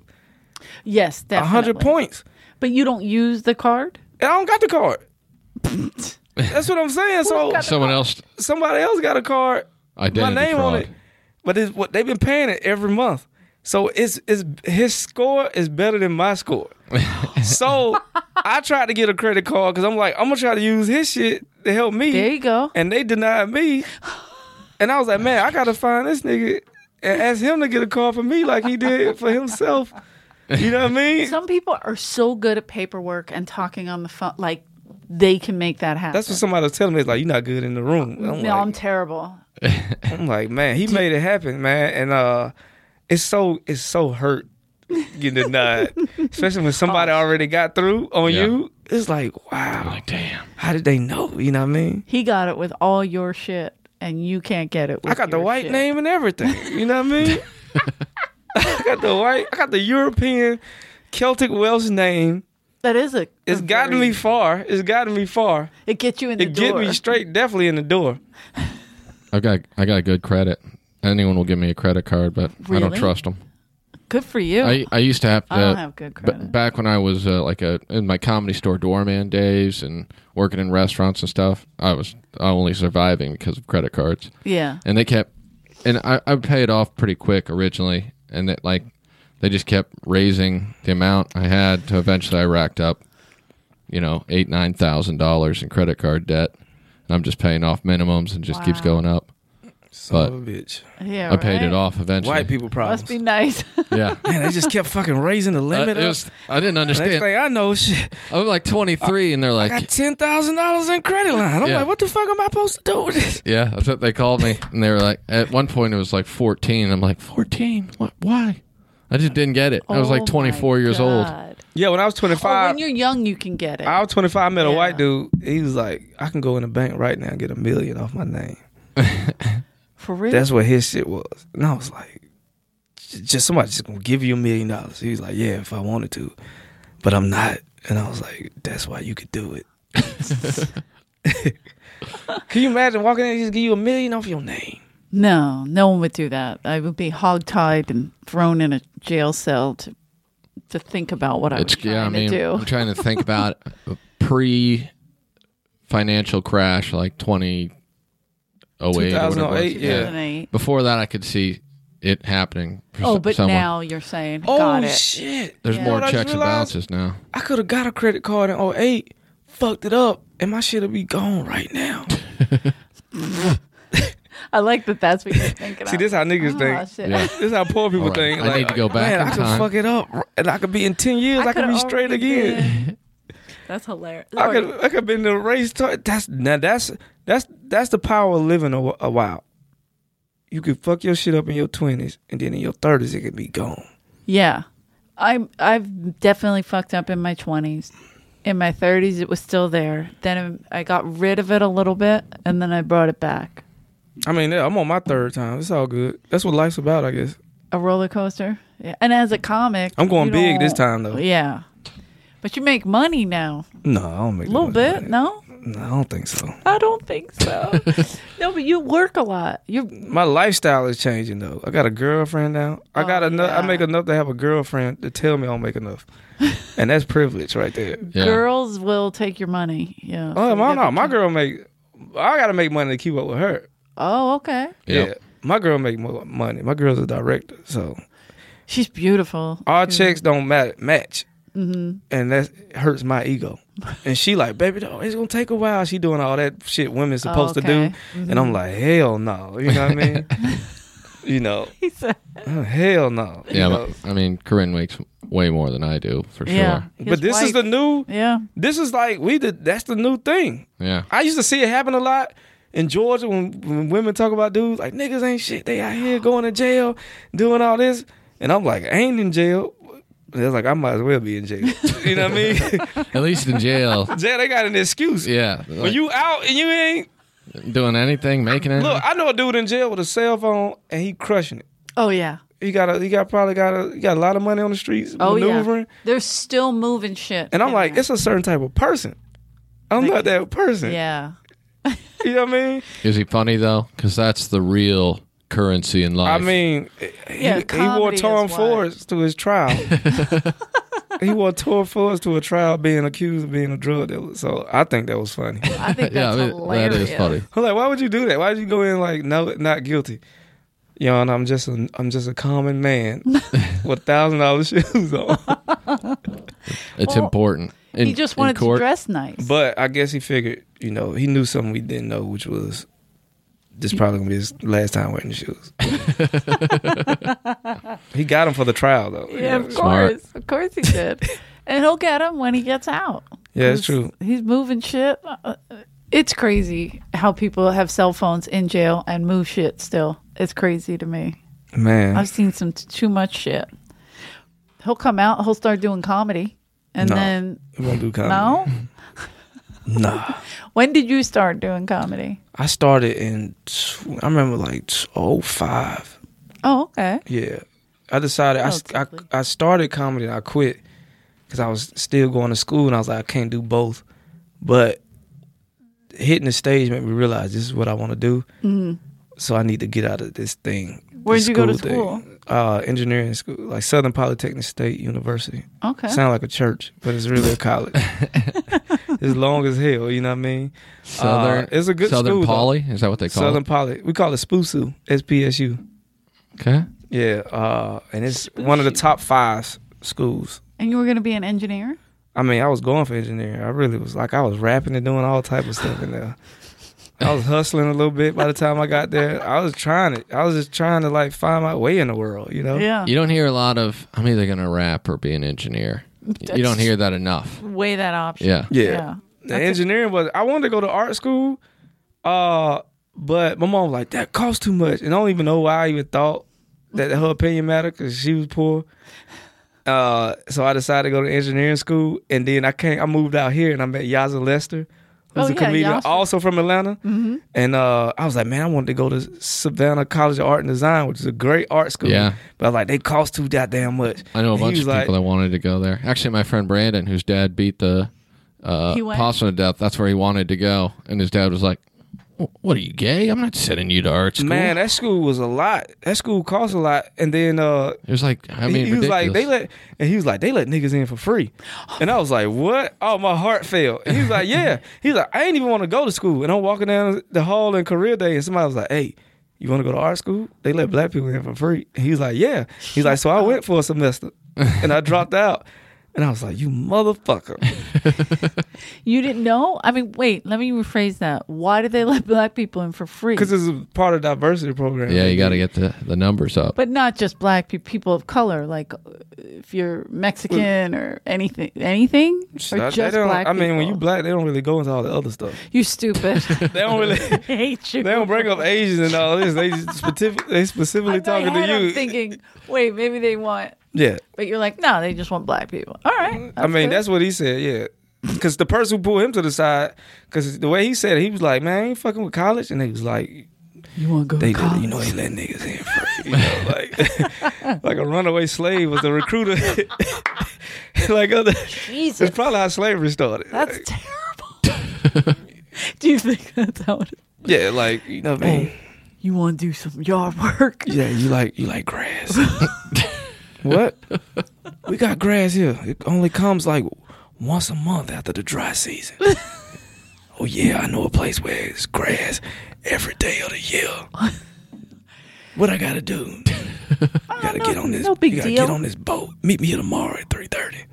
Speaker 3: Yes, definitely.
Speaker 2: hundred points,
Speaker 3: But you don't use the card.
Speaker 2: and I don't got the card. That's what I'm saying. So
Speaker 1: Someone else.
Speaker 2: somebody else got a card,
Speaker 1: Identity
Speaker 2: my name
Speaker 1: fraud.
Speaker 2: on it, but it's what they've been paying it every month. So it's it's his score is better than my score. so I tried to get a credit card because I'm like I'm gonna try to use his shit to help me,
Speaker 3: There you go.
Speaker 2: and they denied me. And I was like, man, I gotta find this nigga and ask him to get a card for me like he did for himself. You know what I mean?
Speaker 3: Some people are so good at paperwork and talking on the phone, like they can make that happen.
Speaker 2: That's what somebody was telling me. It's like you're not good in the room. I'm
Speaker 3: no,
Speaker 2: like,
Speaker 3: I'm terrible.
Speaker 2: I'm like, man, he made it happen, man. And uh it's so it's so hurt getting denied. Especially when somebody already got through on
Speaker 1: Yeah.
Speaker 2: you. It's like,
Speaker 1: I'm
Speaker 2: wow,
Speaker 1: like, damn.
Speaker 2: how did they know? You know what I mean?
Speaker 3: He got it with all your shit, and you can't get it. With
Speaker 2: I got the
Speaker 3: your
Speaker 2: white
Speaker 3: shit.
Speaker 2: name and everything. You know what I mean? I got the white I got the European Celtic Welsh name.
Speaker 3: That is a.
Speaker 2: It's
Speaker 3: a
Speaker 2: gotten
Speaker 3: very-
Speaker 2: me far. It's gotten me far.
Speaker 3: It gets you in the
Speaker 2: It
Speaker 3: door.
Speaker 2: get me straight definitely in the door.
Speaker 1: I've got I got good credit. Anyone will give me a credit card, but I don't
Speaker 3: Really?
Speaker 1: trust them.
Speaker 3: Good for you.
Speaker 1: I, uh, I used to have. To,
Speaker 3: I don't have good
Speaker 1: b-
Speaker 3: credit.
Speaker 1: back when I was uh, like a in my comedy store doorman days and working in restaurants and stuff, I was only surviving because of credit cards.
Speaker 3: yeah.
Speaker 1: and they kept and I, I would pay it off pretty quick originally and that like they just kept raising the amount i had to eventually i racked up you know eight nine thousand dollars in credit card debt and i'm just paying off minimums and just keeps
Speaker 3: Wow.
Speaker 1: going up
Speaker 2: Son
Speaker 1: But-
Speaker 2: of a bitch.
Speaker 3: Yeah.
Speaker 1: i paid
Speaker 3: right?
Speaker 1: it off eventually
Speaker 2: White people problems.
Speaker 3: Must be nice.
Speaker 1: yeah
Speaker 2: Man, they just kept fucking raising the
Speaker 1: I,
Speaker 2: limit.
Speaker 1: it
Speaker 2: up.
Speaker 1: was, I didn't
Speaker 2: Next
Speaker 1: understand
Speaker 2: thing I know, shit,
Speaker 1: i was like 23 and they're
Speaker 2: I
Speaker 1: like
Speaker 2: got ten thousand dollars in credit line. I'm
Speaker 1: Yeah.
Speaker 2: like, what the fuck am I supposed to do with this?
Speaker 1: yeah that's what they called me and they were like at one point it was like 14 i'm like 14 what why i just didn't get it i was
Speaker 3: Oh
Speaker 1: like
Speaker 3: my
Speaker 1: 24 years old
Speaker 3: God.
Speaker 2: Yeah, when I was
Speaker 3: Oh,
Speaker 2: 25,
Speaker 3: when you're young, you can get it.
Speaker 2: I was 25. I met a
Speaker 3: Yeah.
Speaker 2: white dude. He was like, I can go in the bank right now and get a million off my name.
Speaker 3: for real.
Speaker 2: That's what his shit was. And I was like, j- just somebody just gonna give you a million dollars. He was like, yeah, if I wanted to, but I'm not. And I was like, that's why you could do it. can you imagine walking in and just give you a million off your name?
Speaker 3: no, no one would do that. I would be hogtied and thrown in a jail cell to to think about what I was
Speaker 1: It's
Speaker 3: trying
Speaker 1: yeah. I mean,
Speaker 3: to do.
Speaker 1: I'm trying to think about pre financial crash, like 2008. or whatever it
Speaker 2: 2008,
Speaker 1: was.
Speaker 2: yeah.
Speaker 3: Resonate.
Speaker 1: Before that, I could see it happening. For
Speaker 3: Oh,
Speaker 1: so-
Speaker 3: but
Speaker 1: someone.
Speaker 3: now you're saying,
Speaker 2: Oh
Speaker 3: got it.
Speaker 2: shit!
Speaker 1: there's
Speaker 3: Yeah.
Speaker 1: more
Speaker 2: What I just
Speaker 1: checks and
Speaker 2: realized-
Speaker 1: balances now.
Speaker 2: I could have got a credit card in 08, fucked it up, and my shit'll be gone right now.
Speaker 3: I like that. That's what you're thinking.
Speaker 2: See,
Speaker 3: of.
Speaker 2: this how niggas
Speaker 3: Ah,
Speaker 2: think.
Speaker 3: shit.
Speaker 1: Yeah.
Speaker 2: This how poor people
Speaker 1: All right.
Speaker 2: think.
Speaker 1: I need to go back
Speaker 2: Man,
Speaker 1: in
Speaker 2: I could
Speaker 1: time."
Speaker 2: fuck it up, and I could be in ten years. I, could
Speaker 3: coulda
Speaker 2: be straight
Speaker 3: already
Speaker 2: again.
Speaker 3: been. That's hilarious.
Speaker 2: I could,
Speaker 3: Sorry.
Speaker 2: I could be in the race. To, that's now that's that's that's the power of living a, wh- a while. You could fuck your shit up in your twenties, and then in your thirties it could be gone.
Speaker 3: Yeah. I'm I've definitely fucked up in my 20s. In my 30s it was still there. Then I got rid of it a little bit and then I brought it back.
Speaker 2: I mean, yeah, I'm on my third time. It's all good. That's what life's about, I guess.
Speaker 3: A roller coaster. Yeah. And as a comic,
Speaker 2: I'm going
Speaker 3: you
Speaker 2: big this time
Speaker 3: don't-
Speaker 2: though.
Speaker 3: Yeah. But you make money now.
Speaker 2: No, I don't make
Speaker 3: A
Speaker 2: that
Speaker 3: little
Speaker 2: much
Speaker 3: bit,
Speaker 2: money.
Speaker 3: no?
Speaker 2: No, I don't think so.
Speaker 3: I don't think so. no, but you work a lot. You're
Speaker 2: My lifestyle is changing though. I got a girlfriend now. I
Speaker 3: Oh,
Speaker 2: got enough. I
Speaker 3: yeah.
Speaker 2: make enough to have a girlfriend to tell me I don't make enough, and that's privilege right there.
Speaker 1: Yeah.
Speaker 3: girls will take your money. Yeah.
Speaker 2: Oh
Speaker 3: So
Speaker 2: my
Speaker 3: you
Speaker 2: no,
Speaker 3: get
Speaker 2: my
Speaker 3: the-
Speaker 2: girl make. I gotta make money to keep up with her.
Speaker 3: Oh, okay.
Speaker 1: Yep.
Speaker 2: Yeah, my girl make more money. My girl's a director, so
Speaker 3: She's beautiful.
Speaker 2: our
Speaker 3: She-
Speaker 2: checks don't mat- match,
Speaker 3: Mhm.
Speaker 2: and that hurts my ego. And she like, baby, no, it's gonna take a while. She doing all that shit women supposed to
Speaker 3: Oh, okay.
Speaker 2: do, and I'm like, hell no, you know what I mean? you know,
Speaker 3: He said,
Speaker 2: hell no. you
Speaker 1: Yeah,
Speaker 2: know?
Speaker 1: but, I mean, Corinne makes way more than I do for sure.
Speaker 3: yeah.
Speaker 1: Yeah,
Speaker 3: his
Speaker 2: But this is the
Speaker 3: wife-
Speaker 2: new.
Speaker 3: Yeah.
Speaker 2: This is like we did. That's the new thing. I used to see it happen a lot in Georgia when, when women talk about dudes like niggas ain't shit. They out here going to jail, doing all this, and I'm like, I ain't in jail. They're like, I might as well be in jail. you know what I mean?
Speaker 1: at least in jail.
Speaker 2: jail, they got an excuse.
Speaker 1: Yeah,
Speaker 2: When
Speaker 1: like,
Speaker 2: you out and you ain't
Speaker 1: doing anything, making anything.
Speaker 2: look, I know a dude in jail with a cell phone and he crushing it.
Speaker 3: Oh yeah.
Speaker 2: He got a, he got probably got a, he got a lot of money on the streets
Speaker 3: Oh
Speaker 2: maneuvering.
Speaker 3: yeah. They're still moving shit.
Speaker 2: And I'm
Speaker 3: in
Speaker 2: like,
Speaker 3: there.
Speaker 2: it's a certain type of person. I'm not that person.
Speaker 3: yeah.
Speaker 2: You know what I mean?
Speaker 1: Is he funny though? Because that's the real currency in
Speaker 2: I
Speaker 1: life.
Speaker 2: mean,
Speaker 3: Yeah,
Speaker 2: he, he wore
Speaker 3: comedy is
Speaker 2: torn
Speaker 3: wild.
Speaker 2: Fords to his trial. he wore torn Fords to a trial being accused of being a drug dealer. So I think that was funny.
Speaker 3: I think
Speaker 1: yeah,
Speaker 3: that's
Speaker 1: I mean,
Speaker 3: hilarious.
Speaker 1: that is funny.
Speaker 2: I'm like, why would you do that? Why did you go in like no, not guilty? You know, and I'm just a, I'm just a common man with thousand dollar shoes on.
Speaker 1: It's
Speaker 3: Well,
Speaker 1: important. In,
Speaker 3: he just
Speaker 1: in
Speaker 3: wanted to
Speaker 1: court,
Speaker 3: dress nice.
Speaker 2: But I guess he figured, you know, he knew something we didn't know, which was this probably gonna be his last time wearing the shoes. he got him for the trial though. you
Speaker 3: yeah,
Speaker 2: know.
Speaker 3: of
Speaker 1: Smart.
Speaker 3: course, of course he did, and he'll get him when he gets out.
Speaker 2: yeah, it's
Speaker 3: 'Cause
Speaker 2: true.
Speaker 3: He's moving shit. Uh, It's crazy how people have cell phones in jail and move shit. Still, it's crazy to me.
Speaker 2: Man,
Speaker 3: I've seen some t- too much shit. He'll come out. He'll start doing comedy, and
Speaker 2: No. Um,
Speaker 3: then
Speaker 2: We won't do comedy.
Speaker 3: no.
Speaker 2: No, nah.
Speaker 3: When did you start doing comedy?
Speaker 2: I started in tw- I remember like t- oh five.
Speaker 3: Oh, okay.
Speaker 2: Yeah, I decided I, s- I
Speaker 3: Relatively.
Speaker 2: I started comedy and I quit because I was still going to school and I was like I can't do both. But hitting the stage made me realize this is what I want to do.
Speaker 3: Mhm.
Speaker 2: So I need to get out of this thing. this
Speaker 3: Where'd you go to
Speaker 2: thing.
Speaker 3: school?
Speaker 2: Uh, engineering school, like Southern Polytechnic State University.
Speaker 3: Okay.
Speaker 2: Sound like a church, but it's really a college. it's long as hell. You know what I mean?
Speaker 1: Southern.
Speaker 2: Uh, it's a good
Speaker 1: Southern
Speaker 2: school, though.
Speaker 1: Poly. Is that what they call
Speaker 2: Southern
Speaker 1: it?
Speaker 2: Poly. We call it SPUSU. S P S U.
Speaker 1: Okay.
Speaker 2: Yeah. Uh, and it's one of the
Speaker 3: SPSU.
Speaker 2: top five schools.
Speaker 3: and you were going to be an engineer?
Speaker 2: I mean, I was going for engineering. I really was like, I was rapping and doing all type of stuff in there. I was hustling a little bit by the time I got there. I was trying it. I was just trying to like find my way in the world, you know?
Speaker 3: Yeah.
Speaker 1: You don't hear a lot of. I'm either gonna rap or be an engineer. You don't
Speaker 3: That's-
Speaker 1: hear that enough.
Speaker 3: Weigh that option.
Speaker 1: Yeah.
Speaker 2: Yeah.
Speaker 3: Yeah.
Speaker 2: The engineering was I wanted to go to art school, uh, but my mom was like, that costs too much. And I don't even know why I even thought that her opinion mattered because she was poor. Uh, so I decided to go to engineering school, and then I came. I moved out here, and I met Yaza Lester, who's
Speaker 3: Oh,
Speaker 2: a
Speaker 3: yeah,
Speaker 2: comedian,
Speaker 3: Yaza.
Speaker 2: also from Atlanta.
Speaker 3: Mhm.
Speaker 2: And uh, I was like, man, I wanted to go to Savannah College of Art and Design, which is a great art school.
Speaker 1: Yeah.
Speaker 2: But I was like, they cost too goddamn much.
Speaker 1: I know a
Speaker 2: He
Speaker 1: bunch
Speaker 2: was
Speaker 1: of people
Speaker 2: like-
Speaker 1: that wanted to go there. Actually, my friend Brandon, whose dad beat the uh,
Speaker 3: He went?
Speaker 1: possum to death, that's where he wanted to go, and his dad was like, "Wh- "What are you gay? I'm not sending you to art school."
Speaker 2: Man, that school was a lot. That school cost a lot. And then uh,
Speaker 1: it was like, I
Speaker 2: He-
Speaker 1: mean,
Speaker 2: he, was like
Speaker 1: ridiculous.
Speaker 2: they let, and he was like they let niggas in for free, and I was like, what? Oh, my heart fell. And he was like, yeah. He was like, I ain't even want to go to school, and I'm walking down the hall in career day, and somebody was like, hey, you want to go to art school? They let black people in for free. And he was like, yeah. He's like, so I went for a semester, and I dropped out, and I was like, you motherfucker.
Speaker 3: You didn't know? I mean, wait, let me rephrase that. Why did they let black people in for free?
Speaker 2: Because it's a part of diversity program.
Speaker 1: yeah, you got to
Speaker 2: to
Speaker 1: get the, the numbers up.
Speaker 3: but not just black people, people of color, like uh, if you're Mexican or anything, anything, or just black.
Speaker 2: I mean, when
Speaker 3: people?
Speaker 2: you black, they don't really go into all the other stuff.
Speaker 3: you stupid.
Speaker 2: They don't really.
Speaker 3: I hate you.
Speaker 2: They don't bring up Asians and all this. They just specific, they specifically
Speaker 3: In my
Speaker 2: talking to
Speaker 3: head,
Speaker 2: you.
Speaker 3: I'm thinking, wait, maybe they want,
Speaker 2: yeah,
Speaker 3: but you're like, no, they just want black people. All right.
Speaker 2: Mm, I mean
Speaker 3: good.
Speaker 2: that's what he said. Yeah, because the person who pulled him to the side, because the way he said it, he was like, "Man, I ain't fucking with college," and they was like,
Speaker 3: you want to go
Speaker 2: "They,
Speaker 3: to college.
Speaker 2: you know, they let niggas in, free. you know, like like a runaway slave was a recruiter." like other,
Speaker 3: Jesus,
Speaker 2: it's probably how slavery started.
Speaker 3: that's
Speaker 2: Like,
Speaker 3: terrible. Do you think that's how it is?
Speaker 2: Yeah, like you know what I mean.
Speaker 3: You want to do some yard work?
Speaker 2: Yeah, you like you like grass. what? We got grass here. It only comes like once a month after the dry season. oh yeah, I know a place where it's grass every day of the year. what I gotta do? You gotta get on this.
Speaker 3: no big
Speaker 2: you gotta
Speaker 3: deal.
Speaker 2: get on this boat. Meet me here tomorrow at three thirty.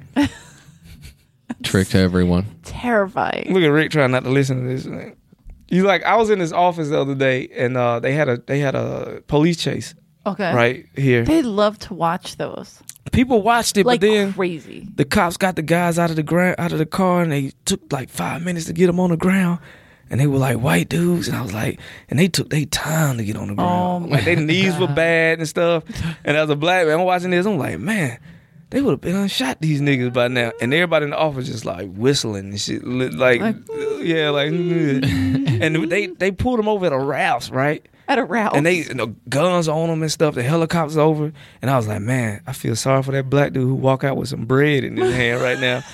Speaker 1: Tricked everyone.
Speaker 3: Terrifying.
Speaker 2: Look at Rick trying not to listen to this. Man. You like I was in his office the other day and uh, they had a they had a police chase
Speaker 3: Okay.
Speaker 2: right here.
Speaker 3: They love to watch those
Speaker 2: People watched it,
Speaker 3: like
Speaker 2: but then
Speaker 3: crazy.
Speaker 2: the cops got the guys out of the ground out of the car and they took like five minutes to get them on the ground and they were like white dudes and i was like and they took their time to get on the ground
Speaker 3: my
Speaker 2: like their knees were bad and stuff and as a black man i'm watching this i'm like man they would have been unshot these niggas by now and everybody in the office just like whistling and shit li- like,
Speaker 3: Like,
Speaker 2: yeah like and they they pulled them over at a ralph's right
Speaker 3: At a route.
Speaker 2: and they you know, guns on them and stuff. The helicopters over, and I was like, man, I feel sorry for that black dude who walk out with some bread in his hand right now.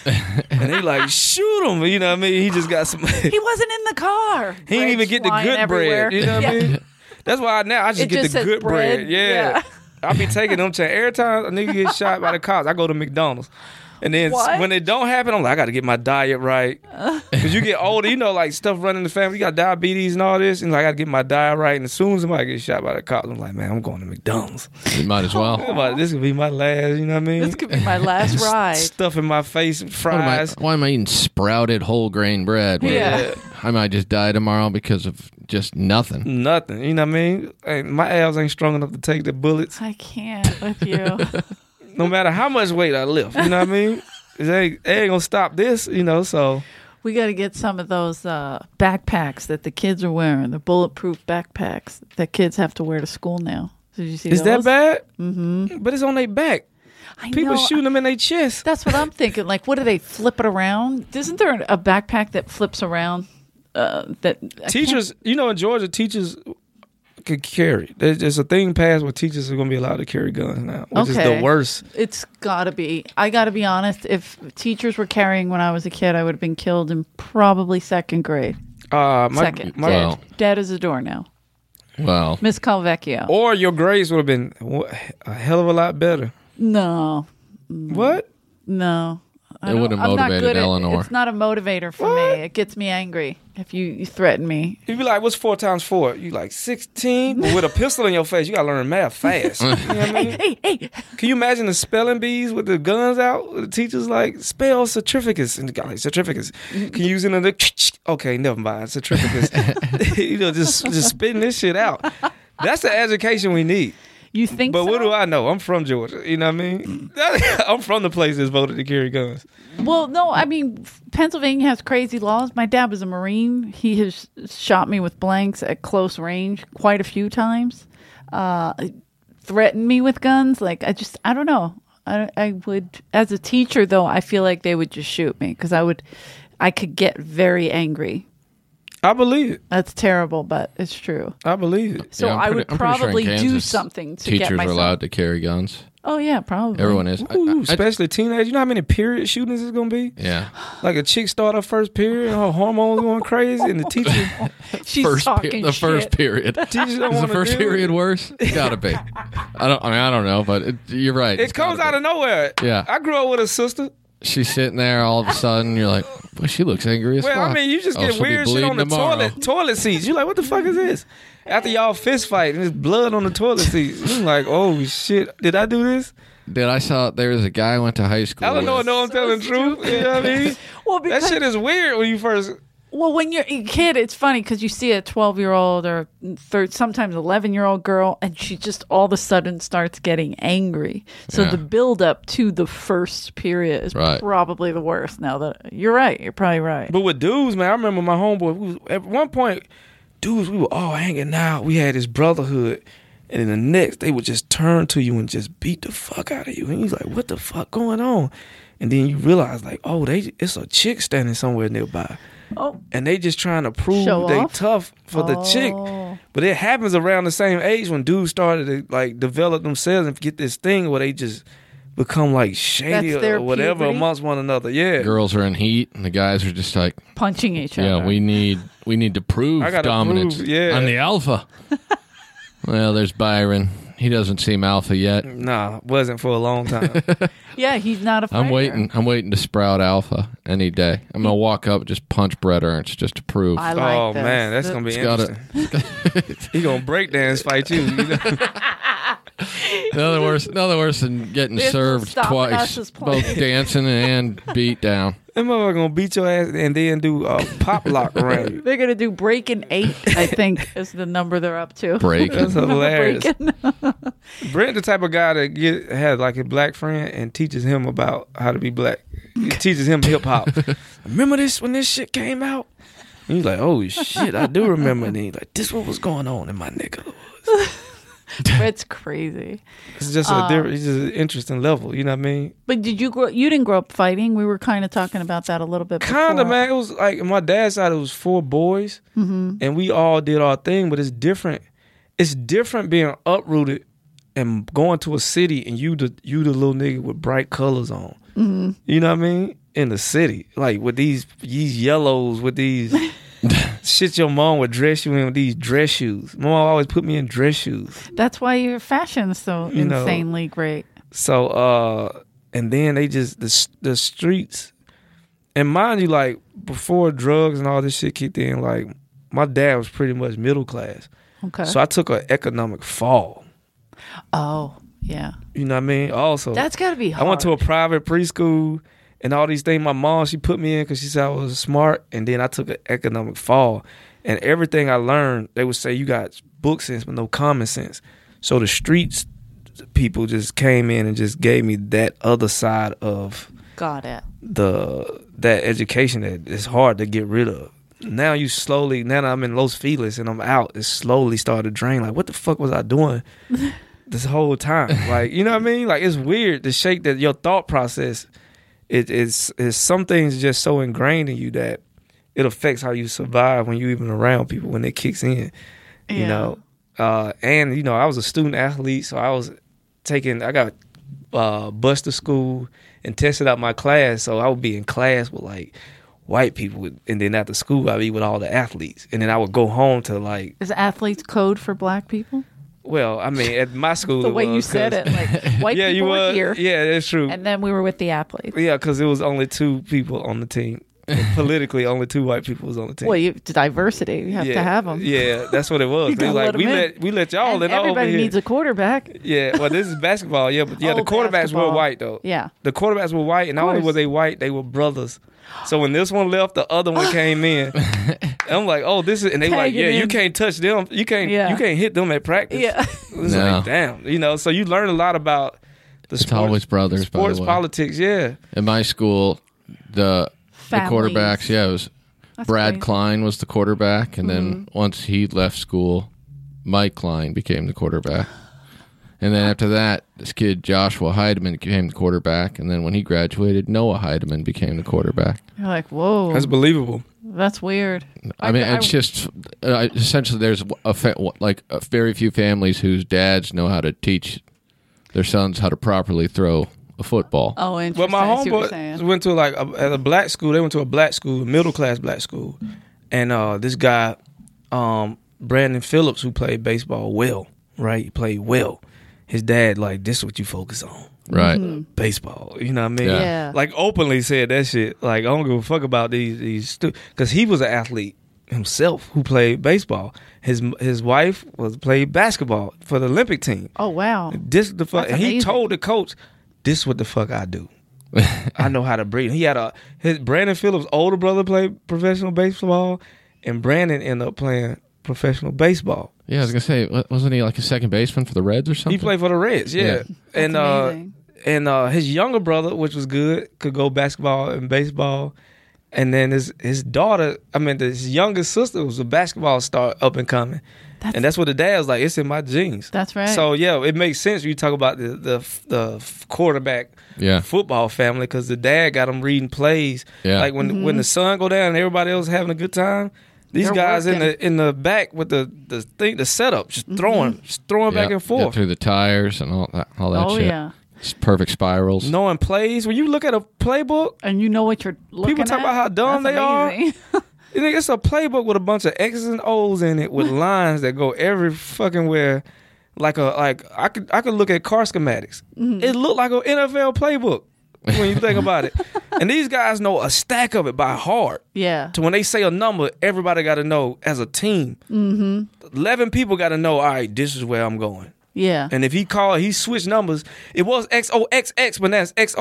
Speaker 2: and they like shoot him, you know what I mean? He just got some. he
Speaker 3: He wasn't in the car. He
Speaker 2: didn't even get the good bread, you know what I mean? That's why I, now I just
Speaker 3: It
Speaker 2: get
Speaker 3: just
Speaker 2: the
Speaker 3: says
Speaker 2: good bread.
Speaker 3: bread, yeah.
Speaker 2: Yeah, I be taking them to every time a nigga gets shot by the cops. I go to McDonald's. And then s-
Speaker 3: What?
Speaker 2: when it don't happen, I'm like, I got to get my diet right. Cause you get older, you know, like stuff running in the family. You got diabetes and all this, and like, I got to get my diet right. And as soon as somebody gets shot by the cops, I'm like, man, I'm going to McDonald's.
Speaker 1: You might as well.
Speaker 2: I'm like, this could be my last. You know what I mean?
Speaker 3: This could be my last ride.
Speaker 2: Stuff in my face,
Speaker 1: What am I-
Speaker 2: fries.
Speaker 1: why am I eating sprouted whole grain bread? when
Speaker 3: Yeah.
Speaker 1: I might just die tomorrow because of just nothing.
Speaker 2: Nothing, you know what I mean? Hey, my abs ain't strong enough to take the bullets,
Speaker 3: I can't with you.
Speaker 2: no matter how much weight I lift. You know what I mean? It ain't, it ain't gonna stop this, you know. So
Speaker 3: We got to get some of those uh, backpacks that the kids are wearing, the bulletproof backpacks that kids have to wear to school now. Did you see
Speaker 2: Is that
Speaker 3: those?
Speaker 2: bad? Mm-hmm. But it's on their back.
Speaker 3: I
Speaker 2: People
Speaker 3: know.
Speaker 2: shooting them in their chest.
Speaker 3: That's what I'm thinking. Like, what do they flip it around? Isn't there a backpack that flips around? Uh, that I can't-
Speaker 2: Teachers, you know, in Georgia, teachers could carry. There's, there's a thing passed where teachers are going to be allowed to carry guns now, which is
Speaker 3: Okay.
Speaker 2: the worst.
Speaker 3: It's gotta be. I gotta be honest. If teachers were carrying when I was a kid, I would have been killed in probably second grade.
Speaker 2: Uh, my,
Speaker 3: Second.
Speaker 2: my-
Speaker 1: Wow.
Speaker 3: Dead as a doornail.
Speaker 2: Mm.
Speaker 1: Well,
Speaker 3: Miss Calvecchio.
Speaker 1: Oh.
Speaker 2: Or your grades would have been wha- a hell of a lot better.
Speaker 3: No, Mm-hmm.
Speaker 2: What?
Speaker 3: no. I
Speaker 1: It
Speaker 3: don't-
Speaker 1: would've
Speaker 3: I'm not
Speaker 1: motivated
Speaker 3: good at-
Speaker 1: Eleanor.
Speaker 3: it's not a motivator for me. It gets me angry if you, you threaten me.
Speaker 2: You'd be like, what's four times four? You like 16? But with a pistol in your face, you got to learn math fast. You know what I mean?
Speaker 3: Hey, hey.
Speaker 2: Can you imagine the spelling bees with the guns out? The teacher's like, spell certificates. And the guy like, certificates. Can you use it in the... Okay, never mind. Certificates. you know, just, just spitting this shit out. That's the education we need.
Speaker 3: You think?
Speaker 2: But
Speaker 3: so?
Speaker 2: what do I know? I'm from Georgia. You know what I mean? I'm from the place that's voted to carry guns.
Speaker 3: Well, no, I mean Pennsylvania has crazy laws. My dad was a Marine. He has shot me with blanks at close range quite a few times. Uh, threatened me with guns. Like I just, I don't know. I, I would, as a teacher though, I feel like they would just shoot me because I would, I could get very angry.
Speaker 2: I believe it.
Speaker 3: That's terrible, but it's true.
Speaker 2: I believe it.
Speaker 3: So
Speaker 1: Yeah, I'm
Speaker 3: I would
Speaker 1: pretty- I'm pretty sure in
Speaker 3: probably do
Speaker 1: Kansas,
Speaker 3: something to
Speaker 1: teachers
Speaker 3: get
Speaker 1: are
Speaker 3: myself.
Speaker 1: allowed to carry guns.
Speaker 3: Oh yeah, probably.
Speaker 1: Everyone is. I-
Speaker 2: Ooh,
Speaker 1: I- I-
Speaker 2: especially teenage. You know how many period shootings it's going to be?
Speaker 1: yeah.
Speaker 2: Like a chick start her first period, her hormones going crazy, and the teacher
Speaker 3: She's
Speaker 1: First,
Speaker 3: talking
Speaker 1: pe- the first
Speaker 3: shit.
Speaker 1: period.
Speaker 2: teachers don't
Speaker 1: Is
Speaker 2: want
Speaker 1: the
Speaker 2: to
Speaker 1: first
Speaker 2: do
Speaker 1: period
Speaker 2: It,
Speaker 1: worse? Gotta be. I don't. I mean, I don't know, but it, you're right.
Speaker 2: it comes out of nowhere.
Speaker 1: Yeah.
Speaker 2: I grew up with a sister.
Speaker 1: She's sitting there all of a sudden. You're like, well, she looks angry as
Speaker 2: Well,
Speaker 1: fuck.
Speaker 2: I mean, you just
Speaker 1: Oh,
Speaker 2: get
Speaker 1: she'll be
Speaker 2: weird shit
Speaker 1: bleeding
Speaker 2: on the
Speaker 1: tomorrow.
Speaker 2: toilet toilet seats. You're like, what the fuck is this? After y'all fist fight and there's blood on the toilet seats, you're like, oh shit, did I do this?
Speaker 1: Dude, I saw there was a guy I went to high school.
Speaker 2: Eleanor,
Speaker 1: with.
Speaker 2: know I'm telling the truth. You know what I mean?
Speaker 3: Well,
Speaker 2: That
Speaker 3: because
Speaker 2: shit is weird when you first.
Speaker 3: Well, when you're a kid, it's funny because you see a 12 year old or thir sometimes 11 year old girl, and she just all of a sudden starts getting angry. So
Speaker 1: Yeah.
Speaker 3: the build up to the first period is
Speaker 1: Right.
Speaker 3: probably the worst. Now that you're right, you're probably right.
Speaker 2: But with dudes, man, I remember my homeboy. We was, at one point, dudes, we were all hanging out. We had this brotherhood, and then the next, they would just turn to you and just beat the fuck out of you. And you was like, "What the fuck going on?" And then you realize, like, oh, they it's a chick standing somewhere nearby,
Speaker 3: oh,
Speaker 2: and they just trying to prove
Speaker 3: Show
Speaker 2: they
Speaker 3: off?
Speaker 2: tough for the chick.
Speaker 3: Oh.
Speaker 2: But it happens around the same age when dudes started to like develop themselves and get this thing where they just become like shady
Speaker 3: That's their
Speaker 2: or whatever
Speaker 3: puberty?
Speaker 2: amongst one another. Yeah,
Speaker 1: girls are in heat, and the guys are just like,
Speaker 3: Punching each other.
Speaker 1: yeah, we need We need to prove
Speaker 2: I gotta
Speaker 1: dominance.
Speaker 2: prove, yeah.
Speaker 1: I'm the alpha. well, there's Byron. He doesn't seem alpha yet.
Speaker 2: Nah, wasn't for a long time.
Speaker 3: Yeah, he's not a
Speaker 1: I'm
Speaker 3: fighter.
Speaker 1: waiting. I'm waiting to sprout alpha any day. I'm gonna walk up and just punch Brett Ernst just to prove.
Speaker 3: I like
Speaker 2: oh
Speaker 3: this.
Speaker 2: man, that's
Speaker 3: Th-
Speaker 2: gonna be
Speaker 1: It's gotta-
Speaker 2: interesting. he gonna break dance fight you. you know?
Speaker 1: Nothing worse. Nothing worse than getting
Speaker 3: It's
Speaker 1: served
Speaker 3: stopping us
Speaker 1: twice,
Speaker 3: is
Speaker 1: both
Speaker 3: playing.
Speaker 1: dancing and beat down.
Speaker 2: That motherfucker gonna beat your ass and then do a pop lock around you.
Speaker 3: They're gonna do break and eight. I think is the number they're up to.
Speaker 1: Break.
Speaker 2: That's hilarious.
Speaker 3: Breaking.
Speaker 2: Brent, the type of guy that get has like a black friend and teaches him about how to be black. He teaches him hip hop. remember this when this shit came out? And he's like, oh shit, I do remember. And he's like, this what was going on in my nigga.
Speaker 3: Brett's crazy.
Speaker 2: It's just a different, it's just an interesting level. You know what I mean?
Speaker 3: But did you grow? You didn't grow up fighting. We were kind of talking about that a little bit.
Speaker 2: Kinda,
Speaker 3: before.
Speaker 2: man. It was like my dad's side. It was four boys,
Speaker 3: Mm-hmm.
Speaker 2: and we all did our thing. But it's different. It's different being uprooted and going to a city, and you the you the little nigga with bright colors on.
Speaker 3: Mm-hmm.
Speaker 2: You know what I mean? In the city, like with these these yellows, with these shit. Your mom would dress you in with these dress shoes. My Mom always put me in dress shoes.
Speaker 3: That's why your fashion's so
Speaker 2: You know.
Speaker 3: insanely great.
Speaker 2: So uh and then they just the s- the streets. And mind you like before drugs and all this shit kicked in like my dad was pretty much middle class.
Speaker 3: Okay.
Speaker 2: So I took an economic fall.
Speaker 3: oh yeah,
Speaker 2: You know what I mean? Also
Speaker 3: that's got to be.
Speaker 2: I
Speaker 3: Hard.
Speaker 2: went to a private preschool and all these things my mom she put me in cuz she said I was smart and then I took an economic fall. And everything I learned, they would say you got book sense but no common sense. So the streets people just came in and just gave me that other side of
Speaker 3: got it.
Speaker 2: the that education that is hard to get rid of. Now you slowly now that I'm in Los Feliz and I'm out, it slowly started to drain. Like what the fuck was I doing this whole time? Like you know what I mean? Like it's weird to shake that your thought process it is is some things just so ingrained in you that it affects how you survive when you even around people when it kicks in. You
Speaker 3: Yeah.
Speaker 2: know. Uh and you know, I was a student athlete, so I was taking I got uh bus to school and tested out my class. So I would be in class with like white people with, and then after school I'd be with all the athletes. And then I would go home to like
Speaker 3: Is athletes code for black people?
Speaker 2: well, I mean at my school
Speaker 3: The
Speaker 2: it
Speaker 3: way you
Speaker 2: was,
Speaker 3: said
Speaker 2: 'cause-
Speaker 3: it, like white
Speaker 2: yeah, you
Speaker 3: people were
Speaker 2: was.
Speaker 3: here,
Speaker 2: Yeah, that's true.
Speaker 3: and then we were with the athletes.
Speaker 2: Yeah, because it was only two people on the team. And Politically, only two white people was on the team.
Speaker 3: Well, you, diversity. You have
Speaker 2: yeah,
Speaker 3: to have them.
Speaker 2: Yeah, that's what it was.
Speaker 3: You
Speaker 2: They
Speaker 3: gotta
Speaker 2: like
Speaker 3: let 'em
Speaker 2: we
Speaker 3: in.
Speaker 2: let we let y'all
Speaker 3: And
Speaker 2: in all over
Speaker 3: everybody
Speaker 2: here.
Speaker 3: needs a quarterback.
Speaker 2: yeah, well, this is basketball. Yeah, but yeah,
Speaker 3: Oh,
Speaker 2: the quarterbacks
Speaker 3: basketball.
Speaker 2: were white though.
Speaker 3: Yeah.
Speaker 2: the quarterbacks were white, and not only
Speaker 3: course.
Speaker 2: were they white, they were brothers. So when this one left, the other one came in. I'm like, oh, this is, and they like,
Speaker 3: Tagging
Speaker 2: yeah, you
Speaker 3: in.
Speaker 2: can't touch them. You can't,
Speaker 3: Yeah.
Speaker 2: you can't hit them at practice.
Speaker 3: Yeah.
Speaker 2: It's
Speaker 1: No.
Speaker 2: like, damn, you know. So you learn a lot about the
Speaker 1: It's always brothers, by the
Speaker 2: sports
Speaker 1: way.
Speaker 2: politics. Yeah,
Speaker 1: In my school, the
Speaker 3: Families.
Speaker 1: the quarterbacks, yeah, it was
Speaker 3: That's Mm-hmm.
Speaker 1: Brad
Speaker 3: crazy.
Speaker 1: Klein was the quarterback, and then once he left school, Mike Klein became the quarterback. And then after that, this kid Joshua Heideman became the quarterback, and then when he graduated, Noah Heideman became the quarterback.
Speaker 3: You're like, whoa, that's,
Speaker 2: that's believable.
Speaker 3: weird.
Speaker 1: I mean,
Speaker 3: I-
Speaker 1: it's just uh, essentially there's a fa- like a very few families whose dads know how to teach their sons how to properly throw a football.
Speaker 3: Oh,
Speaker 2: Well,
Speaker 3: interesting.
Speaker 2: my
Speaker 3: I see what you're
Speaker 2: homeboy
Speaker 3: saying.
Speaker 2: went to like a, at a black school. They went to a black school, middle class black school, and uh, this guy, um, Brandon Phillips, who played baseball well, right? He played well. His dad like this: is what you focus on,
Speaker 1: Right.
Speaker 3: Mm-hmm.
Speaker 2: baseball. You know what I mean?
Speaker 1: Yeah.
Speaker 3: Yeah.
Speaker 2: Like openly said that shit. Like I don't give a fuck about these these because he was an athlete himself who played baseball. His his wife was played basketball for the Olympic team.
Speaker 3: Oh, wow.
Speaker 2: This the fuck.
Speaker 3: That's
Speaker 2: and he
Speaker 3: amazing.
Speaker 2: told the coach, "This what the fuck I do. I know how to breathe." He had a his Brandon Phillips' older brother played professional baseball, and Brandon ended up playing professional baseball.
Speaker 1: Yeah, I was gonna say, wa- wasn't he like a second baseman for the Reds or
Speaker 2: He
Speaker 1: something?
Speaker 2: played for the Reds, yeah.
Speaker 1: Yeah.
Speaker 2: And
Speaker 3: That's
Speaker 2: uh,
Speaker 3: amazing.
Speaker 2: and uh, his younger brother, which was good, could go basketball and baseball. And then his his daughter, I mean, his youngest sister was a basketball star up and coming. and that's what the dad was like. It's in my genes.
Speaker 3: That's right.
Speaker 2: So yeah, it makes sense. when You talk about the the, the quarterback
Speaker 1: Yeah.
Speaker 2: football family because the dad got him reading plays.
Speaker 1: Yeah.
Speaker 2: Like when when the sun go down and everybody else having a good time, these
Speaker 3: Mm-hmm. They're
Speaker 2: guys in
Speaker 3: working. Mm-hmm.
Speaker 2: the in the back with the the thing the setup just throwing just throwing
Speaker 1: Yeah,
Speaker 2: back and
Speaker 1: yeah,
Speaker 2: forth.
Speaker 1: through the tires and all that. All that
Speaker 3: oh,
Speaker 1: shit.
Speaker 3: yeah.
Speaker 1: It's perfect spirals.
Speaker 2: knowing plays. When you look at a playbook,
Speaker 3: And you know what you're looking
Speaker 2: talk
Speaker 3: at?
Speaker 2: about how dumb
Speaker 3: That's
Speaker 2: they are.
Speaker 3: amazing.
Speaker 2: You think It's a playbook with a bunch of X's and O's in it with lines that go every fucking where. Like a like I could I could look at car schematics. It looked like an NFL playbook when you think about it. and these guys know a stack of it by heart.
Speaker 3: Yeah.
Speaker 2: To when they say a number, everybody got to know as a team. Mm-hmm. Eleven people got to know. All right, this is where I'm going.
Speaker 3: Yeah.
Speaker 2: And if he called, he switched numbers. It was XOXX, but now it's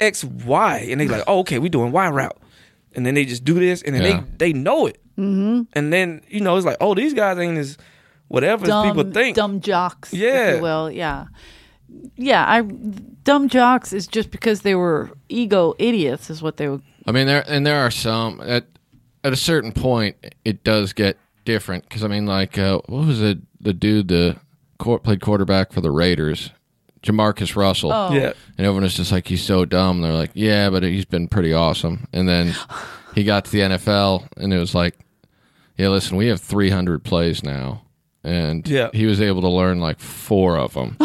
Speaker 2: XOXXY. And they like, oh, okay, we doing Y route. And then they just do this, and then
Speaker 1: Yeah.
Speaker 2: they they know it. Mm-hmm. And then you know it's like, oh, these guys ain't as whatever
Speaker 3: dumb,
Speaker 2: as people think.
Speaker 3: dumb jocks. If
Speaker 2: Yeah.
Speaker 3: you will. Yeah. Yeah. I dumb jocks is just because they were ego idiots is what they were.
Speaker 1: I mean, there and there are some at at a certain point it does get different because I mean, like uh, what was it? The dude the court played quarterback for the Raiders, Jamarcus Russell.
Speaker 3: Oh.
Speaker 2: Yeah,
Speaker 1: And everyone was just like, he's so dumb. They're like, yeah, but he's been pretty awesome. And then he got to the NFL, and it was like, yeah, listen, we have 300 plays now. And
Speaker 2: Yeah.
Speaker 1: he was able to learn like four of them.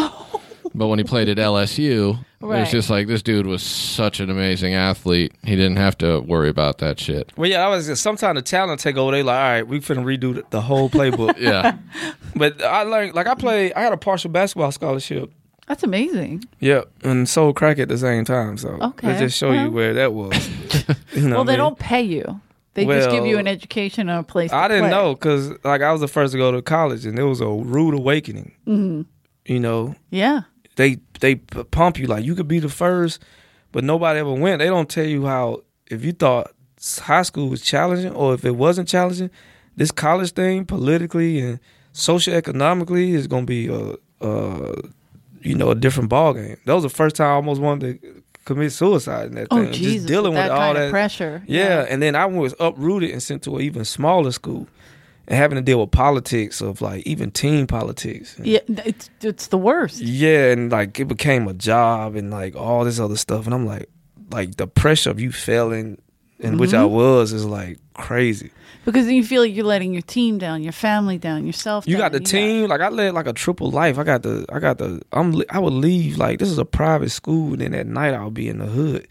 Speaker 1: but when he played at LSU, it
Speaker 3: Right.
Speaker 1: was just like, this dude was such an amazing athlete. He didn't have to worry about that shit.
Speaker 2: well, yeah, I was just sometimes the talent take over. They like, all right, we finna redo the, the whole playbook.
Speaker 1: Yeah.
Speaker 2: but I learned, like, I played, I had a partial basketball scholarship.
Speaker 3: That's amazing.
Speaker 2: Yeah, and sold crack at the same time. So
Speaker 3: Okay.
Speaker 2: it just show
Speaker 3: Well.
Speaker 2: you where that was. You know
Speaker 3: well,
Speaker 2: what I
Speaker 3: they
Speaker 2: mean?
Speaker 3: don't pay you. They just give you
Speaker 2: Well,
Speaker 3: an education and a place.
Speaker 2: I
Speaker 3: to
Speaker 2: didn't
Speaker 3: play.
Speaker 2: know because like I was the first to go to college, and it was a rude awakening. Mm-hmm. You know,
Speaker 3: Yeah.
Speaker 2: they they p- pump you like you could be the first, but nobody ever went. They don't tell you how if you thought s- high school was challenging or if it wasn't challenging, this college thing politically and socioeconomically is gonna be a, a you know a different ball game. That was the first time I almost wanted to commit suicide in that
Speaker 3: Oh
Speaker 2: thing.
Speaker 3: Jesus.
Speaker 2: Just dealing with
Speaker 3: that
Speaker 2: all
Speaker 3: kind
Speaker 2: that
Speaker 3: of pressure.
Speaker 2: yeah, and then I was uprooted and sent to an even smaller school, and having to deal with politics of like even teen politics.
Speaker 3: Yeah. It's it's the worst.
Speaker 2: Yeah, and like it became a job and like all this other stuff, and I'm like, like the pressure of you failing, in which I was, is like crazy.
Speaker 3: Because then you feel like you're letting your team down, your family down, yourself.
Speaker 2: You
Speaker 3: down,
Speaker 2: got the
Speaker 3: and
Speaker 2: team, like I led like a triple life. I got the, I got the, I'm, li- I would leave like this is a private school, and then at night I'll be in the hood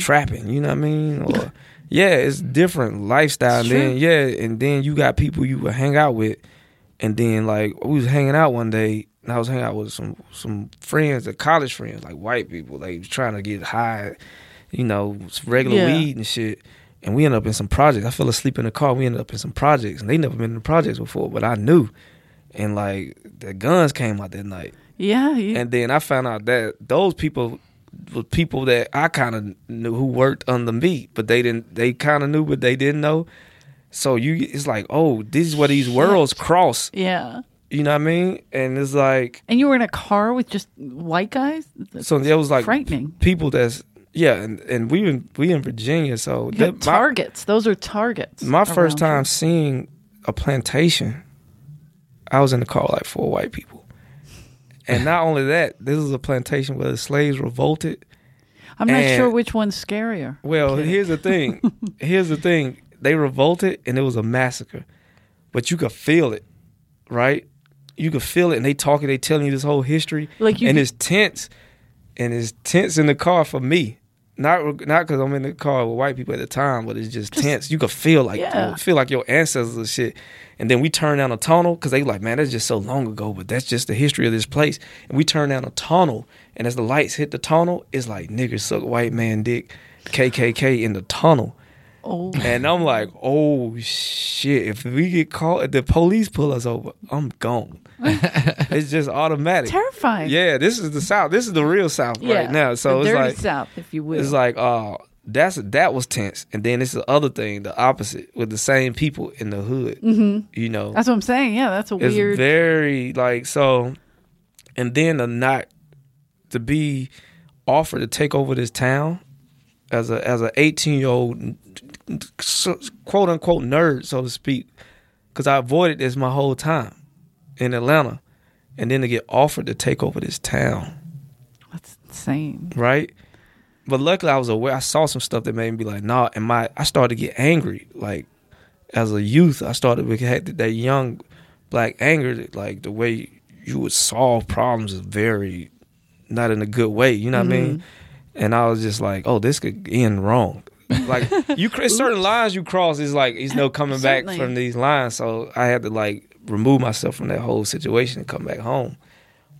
Speaker 2: trapping. You know what I mean? Or yeah, it's different lifestyle.
Speaker 3: It's
Speaker 2: and then yeah, and then you got people you would hang out with, and then like we was hanging out one day, and I was hanging out with some some friends, the college friends, like white people, like trying to get high, you know, regular
Speaker 3: Yeah.
Speaker 2: weed and shit. And we ended up in some projects. I fell asleep in the car. We ended up in some projects, and they never been in projects before, but I knew. And like the guns came out that night.
Speaker 3: Yeah. You,
Speaker 2: And then I found out that those people were people that I kind of knew who worked under me, but they didn't. They kind of knew, but they didn't know. So you, it's like, oh, this is where these worlds cross.
Speaker 3: yeah.
Speaker 2: You know what I mean? And it's like,
Speaker 3: And you were in a car with just white guys. That's
Speaker 2: so there was like
Speaker 3: frightening.
Speaker 2: people that's yeah, and and we in we in Virginia, so
Speaker 3: You had
Speaker 2: that- my,
Speaker 3: targets. Those are targets.
Speaker 2: my first
Speaker 3: around
Speaker 2: time seeing a plantation, I was in the car with like four white people. And not only that, this is a plantation where the slaves revolted.
Speaker 3: you. I'm not
Speaker 2: and-
Speaker 3: sure which one's scarier.
Speaker 2: Well,
Speaker 3: Kidding.
Speaker 2: here's the thing. here's the thing. They revolted and it was a massacre. But you could feel it, right? You could feel it and they talking, they telling you this whole history.
Speaker 3: Like you
Speaker 2: and
Speaker 3: could-
Speaker 2: it's tense. And it's tense in the car for me. Not not because I'm in the car with white people at the time, but it's just, tense. You could feel like
Speaker 3: Yeah.
Speaker 2: feel like your ancestors and shit. And then we turn down a tunnel because they like, man, that's just so long ago, but that's just the history of this place. And we turn down a tunnel, and as the lights hit the tunnel, it's like niggas suck white man dick, KKK in the tunnel.
Speaker 3: Oh,
Speaker 2: And I'm like, oh shit! If we get caught, if the police pull us over, I'm gone. it's just automatic.
Speaker 3: terrifying.
Speaker 2: Yeah, this is the South. This is the real South
Speaker 3: Yeah.
Speaker 2: right now. So it's
Speaker 3: the dirty
Speaker 2: like
Speaker 3: south, if you will.
Speaker 2: it's like uh that's that was tense. And then it's the other thing, the opposite, with the same people in the hood. Mm-hmm. You know.
Speaker 3: that's what I'm saying. Yeah, that's a
Speaker 2: it's
Speaker 3: weird.
Speaker 2: very like so and then to not to be offered to take over this town as a as a 18 year old quote unquote nerd so to speak because i avoided this my whole time in atlanta and then to get offered to take over this town
Speaker 3: that's insane.
Speaker 2: right? But luckily, I was aware. I saw some stuff that made me be like, nah. And my, I started to get angry. Like, as a youth, I started to get that- that young black anger. That, like the way you would solve problems is very not in a good way. You know what I mean? And I was just like, oh, this could end wrong. Like you, cr- certain lines you cross is like he's no coming back
Speaker 3: Certainly.
Speaker 2: from these lines. So I had to like remove myself from that whole situation and come back home.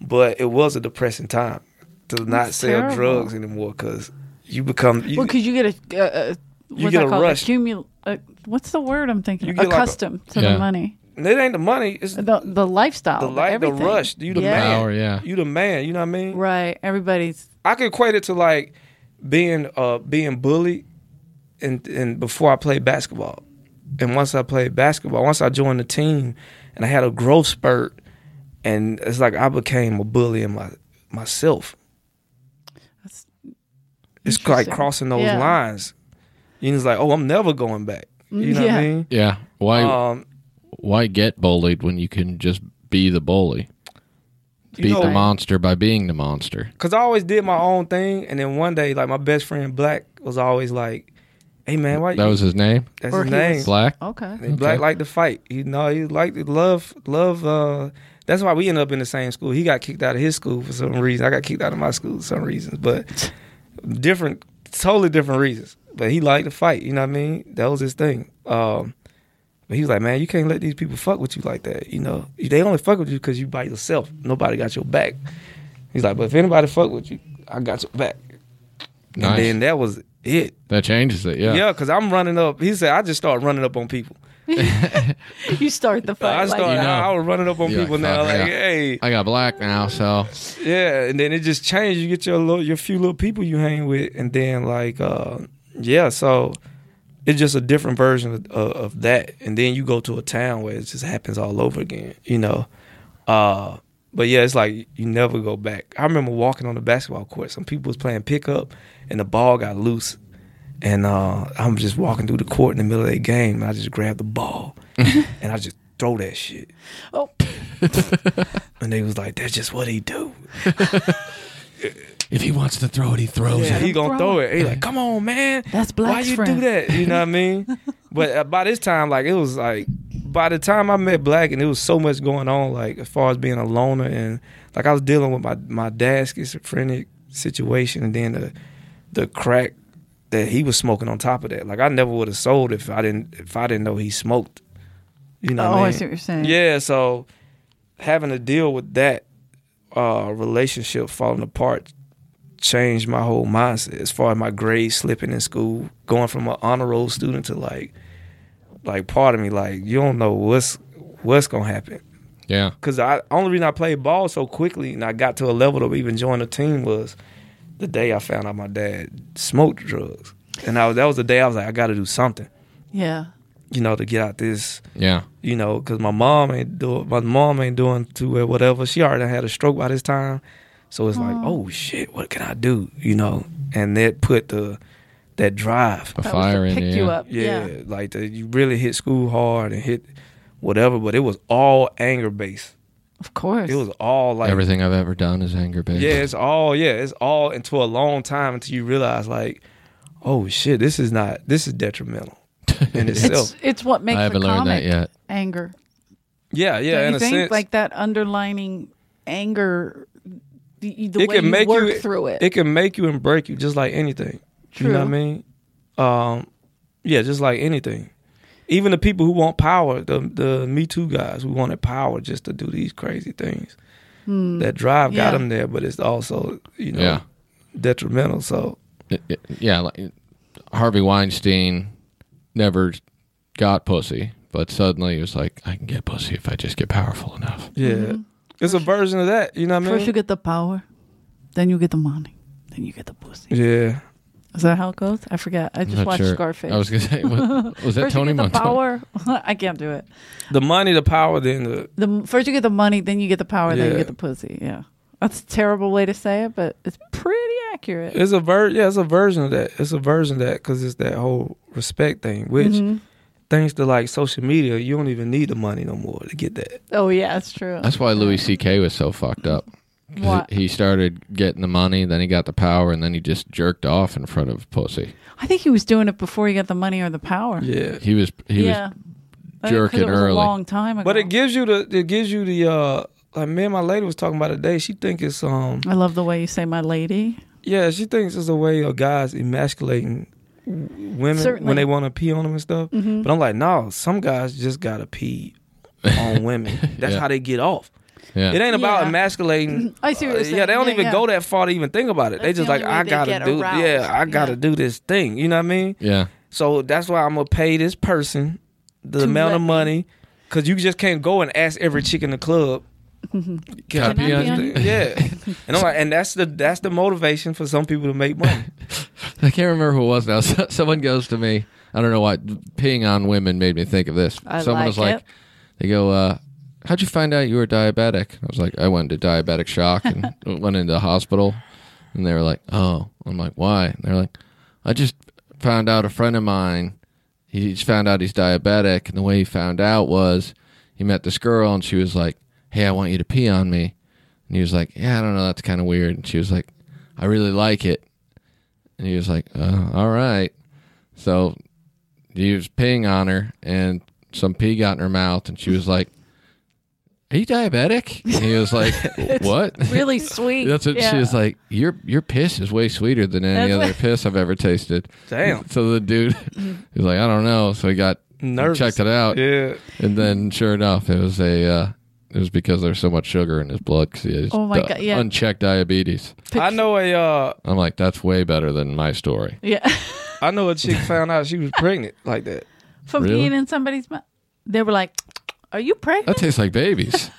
Speaker 2: But it was a depressing time to not
Speaker 3: That's
Speaker 2: sell
Speaker 3: terrible.
Speaker 2: drugs anymore because you become you,
Speaker 3: Well, because you get a, uh, uh, what's
Speaker 2: get
Speaker 3: that
Speaker 2: a
Speaker 3: called?
Speaker 2: rush.
Speaker 3: Accumul- uh, what's the word I'm thinking?
Speaker 2: You
Speaker 3: of?
Speaker 2: get like a-
Speaker 3: Accustomed to
Speaker 1: Yeah.
Speaker 3: the money,
Speaker 2: it ain't the money. It's
Speaker 3: the the lifestyle,
Speaker 2: the life, the
Speaker 3: everything.
Speaker 2: rush. You the
Speaker 3: Yeah.
Speaker 2: man.
Speaker 1: Power, yeah.
Speaker 2: You the man. You know what I mean?
Speaker 3: Right. Everybody's
Speaker 2: I could equate it to like being uh being bullied, and and before I played basketball, and once I played basketball, once I joined the team, and I had a growth spurt, and it's like I became a bully in my myself.
Speaker 3: That's
Speaker 2: It's like
Speaker 3: interesting.
Speaker 2: crossing those
Speaker 3: Yeah.
Speaker 2: lines. You know, it's like, oh, I'm never going back. You know what
Speaker 3: Yeah.
Speaker 2: I mean?
Speaker 1: Yeah. Why
Speaker 2: Um,
Speaker 1: why get bullied when you can just be the bully?
Speaker 2: You
Speaker 1: Beat the
Speaker 2: know-
Speaker 1: monster by being the monster.
Speaker 2: Cause I always did my own thing, and then one day, like my best friend Black was always like, "Hey man, why you?"
Speaker 1: That was his name?
Speaker 2: that's
Speaker 3: Or
Speaker 2: his
Speaker 3: he
Speaker 2: name.
Speaker 3: was-
Speaker 1: Black?
Speaker 3: okay.
Speaker 2: And Black
Speaker 1: Okay.
Speaker 2: liked to fight. You know, he liked to love, love. Uh, that's why we ended up in the same school. He got kicked out of his school for some reason. I got kicked out of my school for some reasons, but different, totally different reasons. But he liked to fight. You know what I mean? That was his thing. Um, but he was like, man, you can't let these people fuck with you like that. You know, they only fuck with you because you by yourself. Nobody got your back. He's like, but if anybody fuck with you, I got your back.
Speaker 1: Nice.
Speaker 2: And then that was it.
Speaker 1: That changes it, yeah.
Speaker 2: Yeah, because I'm running up. He said, I just started running up on people.
Speaker 3: You start the fight.
Speaker 2: I
Speaker 3: like
Speaker 2: started,
Speaker 3: that.
Speaker 2: I, I was running up on
Speaker 1: You're
Speaker 2: people
Speaker 1: like,
Speaker 2: now,
Speaker 1: "Fuck,
Speaker 2: like,
Speaker 1: yeah."
Speaker 2: hey,
Speaker 1: I got black now, so
Speaker 2: yeah. And then it just changed. You get your little, your few little people you hang with, and then like, uh, yeah. So it's just a different version of, of, of that. And then you go to a town where it just happens all over again, you know. Uh, but yeah, it's like you never go back. I remember walking on the basketball court. Some people was playing pickup, and the ball got loose. And uh, I'm just walking through the court in the middle of the game, and I just grabbed the ball, and I just throw that shit.
Speaker 3: Oh.
Speaker 2: and they was like, "That's just what he do.
Speaker 1: if he wants to throw it, he throws
Speaker 2: Yeah,
Speaker 1: it.
Speaker 2: he gonna
Speaker 3: throw
Speaker 2: throw it." He like, "Come on, man,
Speaker 3: That's
Speaker 2: why
Speaker 3: Black's
Speaker 2: you do
Speaker 3: friend.
Speaker 2: that?" You know what I mean? but uh, by this time, like, it was like, by the time I met Black, and it was so much going on, like, as far as being a loner, and like I was dealing with my my dad's schizophrenic situation, and then the the crack that he was smoking on top of that. Like, I never would have sold if I didn't if I didn't know he smoked. You know?
Speaker 3: oh,
Speaker 2: what I
Speaker 3: I
Speaker 2: mean?
Speaker 3: see what you're saying.
Speaker 2: Yeah, so having to deal with that uh, relationship falling apart changed my whole mindset as far as my grades slipping in school, going from an honor roll student to like, like part of me like you don't know what's what's gonna happen.
Speaker 1: Yeah.
Speaker 2: Cause I only reason I played ball so quickly and I got to a level to even join a team was the day I found out my dad smoked drugs, and I was, that was the day I was like I got to do something,
Speaker 3: Yeah.
Speaker 2: you know, to get out this
Speaker 1: Yeah.
Speaker 2: you know, because my mom ain't do my mom ain't doing too well, whatever. She already had a stroke by this time, so it's like, oh shit, what can I do? You know, and that put the that drive,
Speaker 1: A
Speaker 3: That
Speaker 1: fire
Speaker 3: was to
Speaker 1: in
Speaker 3: pick
Speaker 1: the
Speaker 3: you
Speaker 1: air.
Speaker 3: up.
Speaker 2: yeah,
Speaker 3: Yeah.
Speaker 2: like the, you really hit school hard and hit whatever, but it was all anger based.
Speaker 3: Of course.
Speaker 2: It was all like
Speaker 1: Everything I've ever done is anger based.
Speaker 2: yeah, it's all yeah, it's all into a long time until you realize like, oh shit, this is not this is detrimental in itself.
Speaker 3: It's, it's what makes
Speaker 1: I
Speaker 3: a
Speaker 1: haven't learned that
Speaker 3: comic
Speaker 1: yet.
Speaker 3: anger.
Speaker 2: yeah, yeah,
Speaker 3: Don't
Speaker 2: in
Speaker 3: you
Speaker 2: a
Speaker 3: think?
Speaker 2: sense,
Speaker 3: Like that underlining anger, the, the
Speaker 2: It
Speaker 3: way
Speaker 2: can
Speaker 3: you
Speaker 2: make
Speaker 3: work
Speaker 2: you-
Speaker 3: through it.
Speaker 2: it can make you and break you just like anything.
Speaker 3: True.
Speaker 2: You know what I mean? Um, yeah, just like anything. Even the people who want power, the the Me Too guys who wanted power just to do these crazy things.
Speaker 3: Hmm.
Speaker 2: That drive got
Speaker 3: Yeah.
Speaker 2: them there, but it's also you know
Speaker 1: Yeah.
Speaker 2: detrimental. So
Speaker 1: It- it- yeah, like Harvey Weinstein never got pussy, but suddenly he was like, I can get pussy if I just get powerful enough.
Speaker 2: yeah,
Speaker 3: Mm-hmm.
Speaker 2: it's a version of that. You know what I
Speaker 3: First you
Speaker 2: mean?
Speaker 3: get the power, then you get the money, then you get the pussy.
Speaker 2: Yeah,
Speaker 3: Is that how it goes? I forget. I just
Speaker 1: Not
Speaker 3: watched
Speaker 1: sure.
Speaker 3: Scarface.
Speaker 1: I was gonna say, what, was that
Speaker 3: first
Speaker 1: Tony
Speaker 3: you get the
Speaker 1: Montana?
Speaker 3: power. I can't do it.
Speaker 2: the money, the power, then the
Speaker 3: The first you get the money, then you get the power, then you
Speaker 2: Yeah.
Speaker 3: get the pussy. Yeah, that's a terrible way to say it, but it's pretty accurate.
Speaker 2: it's a ver yeah, it's a version of that. It's a version of that because it's that whole respect thing. Which
Speaker 3: Mhm.
Speaker 2: thanks to like social media, you don't even need the money no more to get that.
Speaker 3: Oh yeah, it's true.
Speaker 1: That's why Louis C.K. was so fucked up. 'Cause
Speaker 3: Why-
Speaker 1: He started getting the money, then he got the power, and then he just jerked off in front of pussy.
Speaker 3: I think he was doing it before he got the money or the power.
Speaker 2: Yeah,
Speaker 1: He was
Speaker 3: yeah.
Speaker 1: he was
Speaker 3: I think 'cause
Speaker 1: jerking
Speaker 3: it was
Speaker 1: early.
Speaker 3: A long time ago.
Speaker 2: But it gives you the it gives you the uh like me and my lady was talking about it today. She think it's um
Speaker 3: I love the way you say "my lady."
Speaker 2: yeah, she thinks it's a way of guys emasculating women
Speaker 3: Certainly. Mm-hmm.
Speaker 2: when they want to pee on them and stuff. But I'm like, no, some guys just gotta pee on women. That's
Speaker 1: Yeah.
Speaker 2: how they get off.
Speaker 1: Yeah.
Speaker 2: It ain't about
Speaker 3: Yeah.
Speaker 2: emasculating. uh,
Speaker 3: I see what you're
Speaker 2: Yeah, they
Speaker 3: saying.
Speaker 2: don't
Speaker 3: Yeah,
Speaker 2: even
Speaker 3: yeah.
Speaker 2: go that far to even think about it. they
Speaker 3: That's
Speaker 2: just
Speaker 3: the
Speaker 2: like,
Speaker 3: only way
Speaker 2: I
Speaker 3: they
Speaker 2: gotta
Speaker 3: get
Speaker 2: do.
Speaker 3: aroused.
Speaker 2: Yeah, I gotta
Speaker 3: Yeah.
Speaker 2: do this thing. You know what I mean?
Speaker 1: yeah.
Speaker 2: So that's why I'm gonna pay this person the
Speaker 3: To
Speaker 2: amount
Speaker 3: let
Speaker 2: of
Speaker 3: me-
Speaker 2: money, cause you just can't go and ask every chick in the club.
Speaker 1: Can I
Speaker 2: pee
Speaker 1: pee
Speaker 2: on
Speaker 1: on
Speaker 2: this
Speaker 1: you?
Speaker 2: thing? Yeah, and I'm like, and that's the that's the motivation for some people to make money.
Speaker 1: I can't remember who it was now. So- Someone goes to me. I don't know why peeing on women made me think of this.
Speaker 3: I
Speaker 1: Someone
Speaker 3: like
Speaker 1: was like,
Speaker 3: it.
Speaker 1: they go, uh, "How'd you find out you were diabetic?" I was like, "I went into diabetic shock and went into the hospital." And they were like, "Oh," I'm like, "Why?" And they're like, "I just found out a friend of mine. He just found out he's diabetic, and the way he found out was he met this girl, and she was like, "Hey, I want you to pee on me," and he was like, "Yeah, I don't know, that's kind of weird," and she was like, "I really like it." And he was like, uh, all right. So he was peeing on her, and some pee got in her mouth, and she was like, Are you diabetic? And he was like, What?
Speaker 3: Really sweet.
Speaker 1: That's what she
Speaker 3: Yeah.
Speaker 1: was like. Your your piss is way sweeter than any
Speaker 3: That's
Speaker 1: other
Speaker 3: what-
Speaker 1: piss I've ever tasted.
Speaker 2: Damn.
Speaker 1: So the dude he's like, I don't know. So he got
Speaker 2: Nervous.
Speaker 1: checked it out,
Speaker 2: Yeah,
Speaker 1: and then sure enough, it was a uh, it was because there's so much sugar in his blood because he has
Speaker 3: Oh my
Speaker 1: di-
Speaker 3: God, yeah.
Speaker 1: unchecked diabetes.
Speaker 2: I know a uh,
Speaker 1: I'm like, that's way better than my story.
Speaker 3: Yeah.
Speaker 2: I know a chick found out she was pregnant like that.
Speaker 3: From
Speaker 1: Really?
Speaker 3: being in somebody's mouth. They were like, Are you
Speaker 1: That
Speaker 3: pregnant?
Speaker 1: tastes like babies.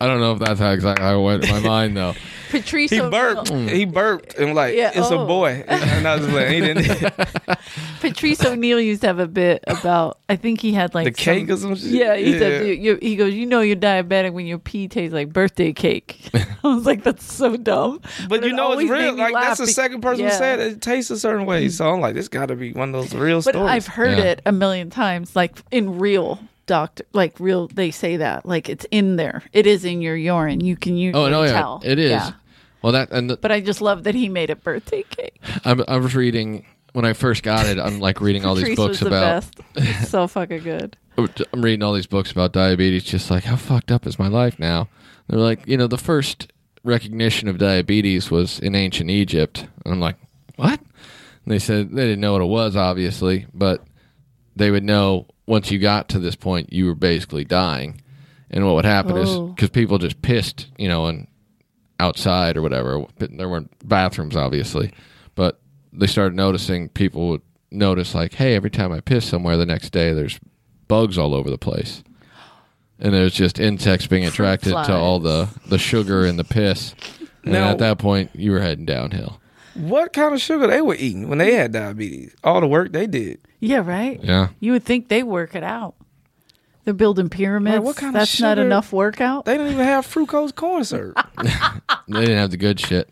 Speaker 1: I don't know if that's how exactly how it went in my mind though.
Speaker 3: Patrice.
Speaker 2: He
Speaker 3: O'Neill.
Speaker 2: burped. He burped and like
Speaker 3: Yeah,
Speaker 2: it's a
Speaker 3: oh.
Speaker 2: boy. And I was like, he didn't
Speaker 3: Patrice O'Neill used to have a bit about, I think he had like
Speaker 2: the cake
Speaker 3: some-
Speaker 2: or some shit.
Speaker 3: Yeah, he said you, you, he goes. You know you're diabetic when your pee tastes like birthday cake. I was like, that's so dumb.
Speaker 2: But,
Speaker 3: it
Speaker 2: you know
Speaker 3: always
Speaker 2: it's
Speaker 3: made
Speaker 2: real.
Speaker 3: me
Speaker 2: Like
Speaker 3: laugh
Speaker 2: that's the
Speaker 3: be-
Speaker 2: second person who
Speaker 3: yeah.
Speaker 2: said it tastes a certain way. So I'm like, this got to be one of those real
Speaker 3: But
Speaker 2: stories.
Speaker 3: I've heard
Speaker 1: Yeah.
Speaker 3: it a million times, like in real doctor, like real. They say that, like it's in there. It is in your urine. You can usually
Speaker 1: Oh no, yeah,
Speaker 3: tell.
Speaker 1: it is.
Speaker 3: Yeah.
Speaker 1: Well, that and the,
Speaker 3: But I just love that he made a birthday cake.
Speaker 1: I'm, I was reading when I first got it. I'm like reading all these
Speaker 3: Patrice was
Speaker 1: books
Speaker 3: the
Speaker 1: about.
Speaker 3: best. It's so fucking good.
Speaker 1: I'm reading all these books about diabetes. Just like how fucked up is my life now? They're like, you know, the first recognition of diabetes was in ancient Egypt, and I'm like, what? And they said they didn't know what it was, obviously, but they would know once you got to this point, you were basically dying. And what would happen is
Speaker 3: Oh.
Speaker 1: because people just pissed, you know, and outside or whatever. But there weren't bathrooms, obviously, but they started noticing people would notice like, hey, every time I piss somewhere, the next day there's bugs all over the place, and there's just insects being attracted
Speaker 3: flies.
Speaker 1: to all the the sugar and the piss. And
Speaker 2: Now-
Speaker 1: at that point, you were heading downhill.
Speaker 2: what kind of sugar they were eating when they
Speaker 3: Mm.
Speaker 2: had diabetes? All the work they did.
Speaker 3: Yeah, right.
Speaker 1: Yeah,
Speaker 3: You would think they work it out. They're building pyramids.
Speaker 2: what kind of
Speaker 3: That's not
Speaker 2: sugar-
Speaker 3: enough workout.
Speaker 2: They didn't even have fructose corn syrup.
Speaker 1: they didn't have the good shit.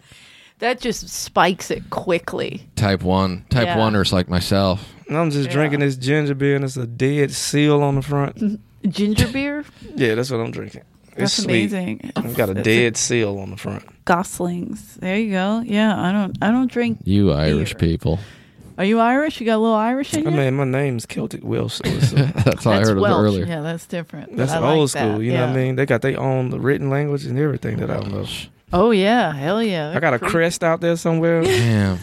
Speaker 3: That just spikes it quickly.
Speaker 1: Type one, type
Speaker 3: Yeah.
Speaker 1: oneers like myself.
Speaker 2: And I'm just drinking this ginger beer and it's a dead seal on the front.
Speaker 3: Ginger beer.
Speaker 2: yeah, that's what I'm drinking.
Speaker 3: Mm-hmm. That's
Speaker 2: it's sweet.
Speaker 3: amazing.
Speaker 2: I've got a
Speaker 3: It's
Speaker 2: dead seal on the front.
Speaker 3: Goslings. There you go. Yeah, I don't. I don't drink.
Speaker 1: You Irish
Speaker 3: Beer.
Speaker 1: people.
Speaker 3: Are you Irish? You got a little Irish in
Speaker 2: I
Speaker 3: you.
Speaker 2: mean, my name's Celtic Welsh, so it's a-
Speaker 1: That's how Oh, I
Speaker 3: That's
Speaker 1: heard
Speaker 3: Welsh.
Speaker 1: of it earlier.
Speaker 3: Yeah, that's different. but
Speaker 2: That's
Speaker 3: I like
Speaker 2: old
Speaker 3: that.
Speaker 2: school, you know what I
Speaker 3: Yeah.
Speaker 2: mean? They got their own written language and everything that I don't know.
Speaker 3: Oh yeah, hell yeah.
Speaker 2: I got a crest out there somewhere. as
Speaker 1: Damn.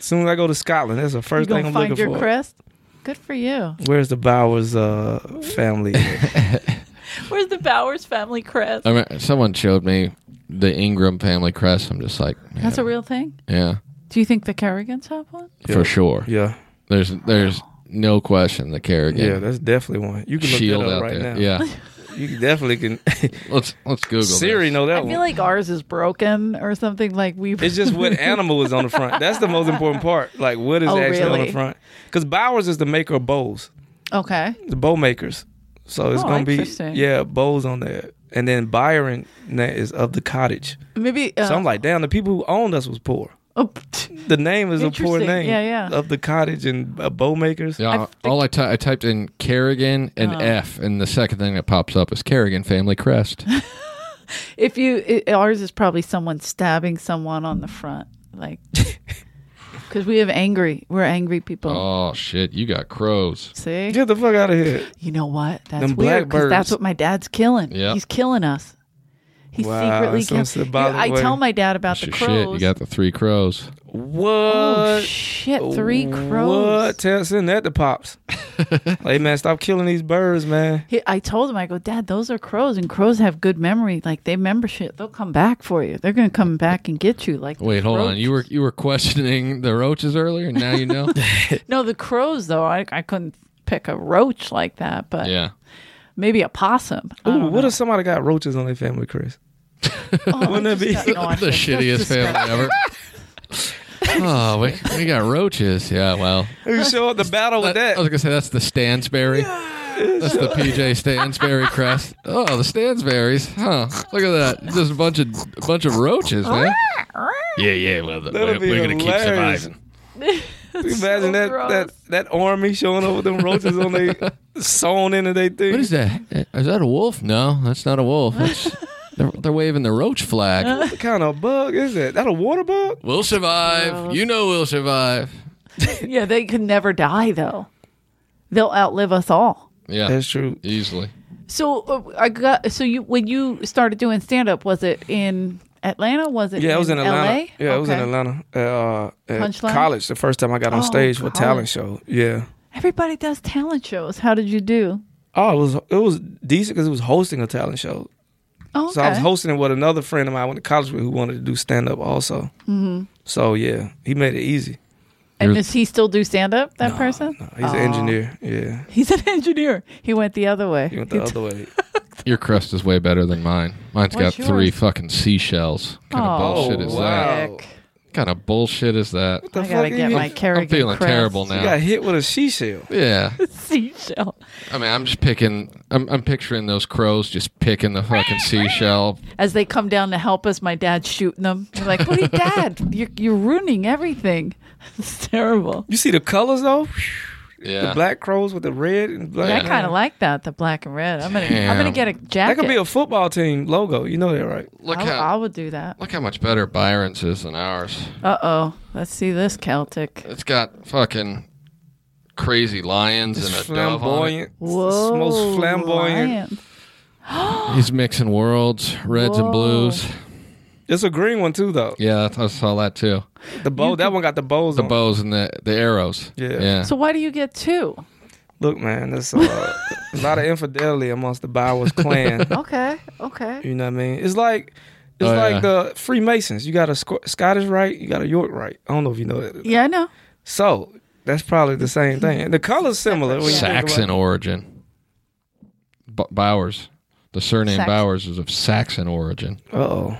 Speaker 2: soon as I go to Scotland, that's the
Speaker 3: You
Speaker 2: first thing
Speaker 3: gonna
Speaker 2: I'm
Speaker 3: find
Speaker 2: looking
Speaker 3: your
Speaker 2: for.
Speaker 3: crest? Good for you.
Speaker 2: Where's the Bowers uh, family?
Speaker 3: Where's the Bowers family crest?
Speaker 1: I mean, someone showed me the Ingram family crest. I'm just like, man,
Speaker 3: That's a real thing.
Speaker 1: yeah,
Speaker 3: Do you think the Kerrigans have one?
Speaker 2: Yeah.
Speaker 1: for sure.
Speaker 2: yeah,
Speaker 1: There's there's no question the
Speaker 2: yeah,
Speaker 1: Kerrigan
Speaker 2: that's definitely one. You can look
Speaker 1: shield
Speaker 2: that up
Speaker 1: out
Speaker 2: right
Speaker 1: there.
Speaker 2: now.
Speaker 1: Yeah,
Speaker 2: you definitely can.
Speaker 1: let's let's Google
Speaker 2: Siri
Speaker 1: this.
Speaker 2: know that
Speaker 3: I
Speaker 2: one.
Speaker 3: feel like ours is broken or something. Like we.
Speaker 2: it's just what animal is on the front. That's the most important part. Like what is
Speaker 3: Oh,
Speaker 2: actually on the
Speaker 3: really?
Speaker 2: front? Because Bowers is the maker of bows,
Speaker 3: okay.
Speaker 2: the bow makers. So it's
Speaker 3: Oh,
Speaker 2: gonna be
Speaker 3: interesting.
Speaker 2: yeah bows on there, and then Byron that is of the cottage.
Speaker 3: Maybe. Uh,
Speaker 2: So I'm like, damn, the people who owned us was poor.
Speaker 3: oh, pfft.
Speaker 2: The name is a poor
Speaker 3: Interesting.
Speaker 2: name.
Speaker 3: Yeah, yeah.
Speaker 2: Of the cottage and uh, bow makers.
Speaker 1: Yeah,
Speaker 3: I Oh.
Speaker 1: all I, ty- I typed in Kerrigan and F, and the second thing that pops up is Kerrigan family crest.
Speaker 3: if you it, ours is probably someone stabbing someone on the front, like because we have angry. We're angry people.
Speaker 1: oh shit, you got crows.
Speaker 3: See.
Speaker 2: Get the fuck out of here.
Speaker 3: You know what? That's
Speaker 2: Them
Speaker 3: weird 'cause
Speaker 2: blackbirds.
Speaker 3: that's what my dad's killing.
Speaker 1: Yeah.
Speaker 3: He's killing us. He's
Speaker 2: Wow,
Speaker 3: secretly
Speaker 2: sounds
Speaker 3: killing.
Speaker 2: symbolic
Speaker 3: I
Speaker 2: way.
Speaker 3: tell my dad about
Speaker 1: Shit,
Speaker 3: the
Speaker 1: shit, you
Speaker 3: crows.
Speaker 1: got the three crows.
Speaker 2: What?
Speaker 3: Oh shit! Three
Speaker 2: What?
Speaker 3: crows.
Speaker 2: Tell send that to pops. hey man, stop killing these birds, man.
Speaker 3: He, I told him, I go, Dad, those are crows, and crows have good memory. Like they remember shit. They'll come back for you. They're gonna come back and get you. Like the
Speaker 1: Wait, hold on.
Speaker 3: roaches."
Speaker 1: You were you were questioning the roaches earlier, and now you know.
Speaker 3: no the crows though. I I couldn't pick a roach like that, but
Speaker 1: yeah.
Speaker 3: maybe a possum. I
Speaker 2: Ooh,
Speaker 3: don't
Speaker 2: what
Speaker 3: know.
Speaker 2: if somebody got roaches on their family, Chris?
Speaker 3: Oh, I
Speaker 2: wouldn't it
Speaker 3: just
Speaker 2: be-
Speaker 3: got
Speaker 1: the
Speaker 3: nauseous.
Speaker 1: shittiest
Speaker 3: That's
Speaker 1: family ever. oh, we, we got roaches. Yeah, well,
Speaker 2: Who show up to battle with
Speaker 1: I
Speaker 2: that?
Speaker 1: was gonna say that's the Stansberry. That's the PJ Stansberry crest. Oh, the Stansberries, huh? Look at that, just a bunch of a bunch of roaches, man. Yeah, yeah. Well, the,
Speaker 2: That'll
Speaker 1: we're,
Speaker 2: be
Speaker 1: we're gonna keep
Speaker 2: hilarious.
Speaker 1: surviving.
Speaker 2: Can you imagine that,
Speaker 3: gross.
Speaker 2: that that army showing up with them roaches on they sewn into their thing.
Speaker 1: What is that? Is that a wolf? No, that's not a wolf. That's, they're, they're waving the roach flag.
Speaker 2: What kind of bug is that? That a water bug?
Speaker 1: We'll survive. You know we'll survive.
Speaker 3: Yeah, they could never die though. They'll outlive us all.
Speaker 1: Yeah,
Speaker 2: That's true.
Speaker 1: easily.
Speaker 3: So uh, I got so you when you started doing stand up was it in Atlanta? Was it?
Speaker 2: Yeah, I was in Atlanta.
Speaker 3: LA?
Speaker 2: Yeah, I was in
Speaker 3: Okay.
Speaker 2: Atlanta at, uh, at
Speaker 3: Punchline?
Speaker 2: college. The first time I got on
Speaker 3: Oh,
Speaker 2: stage for a talent show.
Speaker 3: college.
Speaker 2: Yeah.
Speaker 3: Everybody does talent shows. How did you do?
Speaker 2: Oh, it was it was decent because it was hosting a talent show.
Speaker 3: Oh,
Speaker 2: So I was
Speaker 3: okay.
Speaker 2: hosting it with another friend of mine I went to college with who wanted to do stand up also. Mm-hmm. So yeah, he made it easy.
Speaker 3: and does he still do stand up? That person?
Speaker 2: No, he's an engineer. Yeah,
Speaker 3: He's an engineer. He went the other way.
Speaker 2: he went the other way.
Speaker 1: Your crest is way better than mine. Mine's
Speaker 3: What's
Speaker 1: got three
Speaker 3: yours?
Speaker 1: fucking seashells. What kind
Speaker 3: Oh,
Speaker 1: of bullshit is that?
Speaker 2: Wow.
Speaker 3: Heck.
Speaker 1: What kind of bullshit is that?
Speaker 2: The
Speaker 3: I gotta
Speaker 2: fuck you
Speaker 3: get
Speaker 2: mean?
Speaker 3: my Kerrigan
Speaker 1: I'm feeling
Speaker 3: crest.
Speaker 1: terrible
Speaker 2: You
Speaker 1: now.
Speaker 2: got hit with a she shell.
Speaker 1: Yeah.
Speaker 3: Seashell.
Speaker 1: I mean, I'm just picking. I'm, I'm picturing those crows just picking the fucking seashell.
Speaker 3: As they come down to help us, my dad's shooting them. They're like, "What, are you, Dad? You're you're ruining everything. it's terrible."
Speaker 2: You see the colors though?
Speaker 1: Yeah.
Speaker 2: The black crows with the red and black.
Speaker 1: Yeah.
Speaker 3: I kind of like that, the black and red. I'm gonna, I'm gonna
Speaker 1: Damn.
Speaker 3: get a
Speaker 2: That
Speaker 3: jacket.
Speaker 2: could be a football team logo. You know that, right?
Speaker 1: Look
Speaker 3: I,
Speaker 1: how
Speaker 3: I would do that.
Speaker 1: look how much better Byron's is than ours.
Speaker 3: Uh oh, let's see this Celtic.
Speaker 1: It's got fucking crazy lions
Speaker 2: It's
Speaker 1: and a dove on it.
Speaker 2: flamboyant.
Speaker 3: Whoa,
Speaker 2: It's the most flamboyant.
Speaker 3: lion.
Speaker 1: He's mixing worlds, reds
Speaker 3: Whoa.
Speaker 1: and blues.
Speaker 2: It's a green one too, though.
Speaker 1: Yeah, I saw that too.
Speaker 2: The bow. That one got the bows
Speaker 1: The
Speaker 2: on.
Speaker 1: bows and the the arrows.
Speaker 2: Yeah.
Speaker 1: yeah.
Speaker 3: So why do you get two?
Speaker 2: Look, man, there's uh, a lot of infidelity amongst the Bowers clan.
Speaker 3: Okay, okay.
Speaker 2: You know what I mean? It's like it's
Speaker 1: Oh,
Speaker 2: like
Speaker 1: yeah.
Speaker 2: the Freemasons. You got a Sc- Scottish right, you got a York right. I don't know if you know that.
Speaker 3: Yeah, I know.
Speaker 2: So that's probably the same thing. And the color's similar. When you think about-
Speaker 1: Saxon origin. B- Bowers. The surname
Speaker 3: Saxon.
Speaker 1: Bowers is of Saxon origin.
Speaker 2: Uh-oh.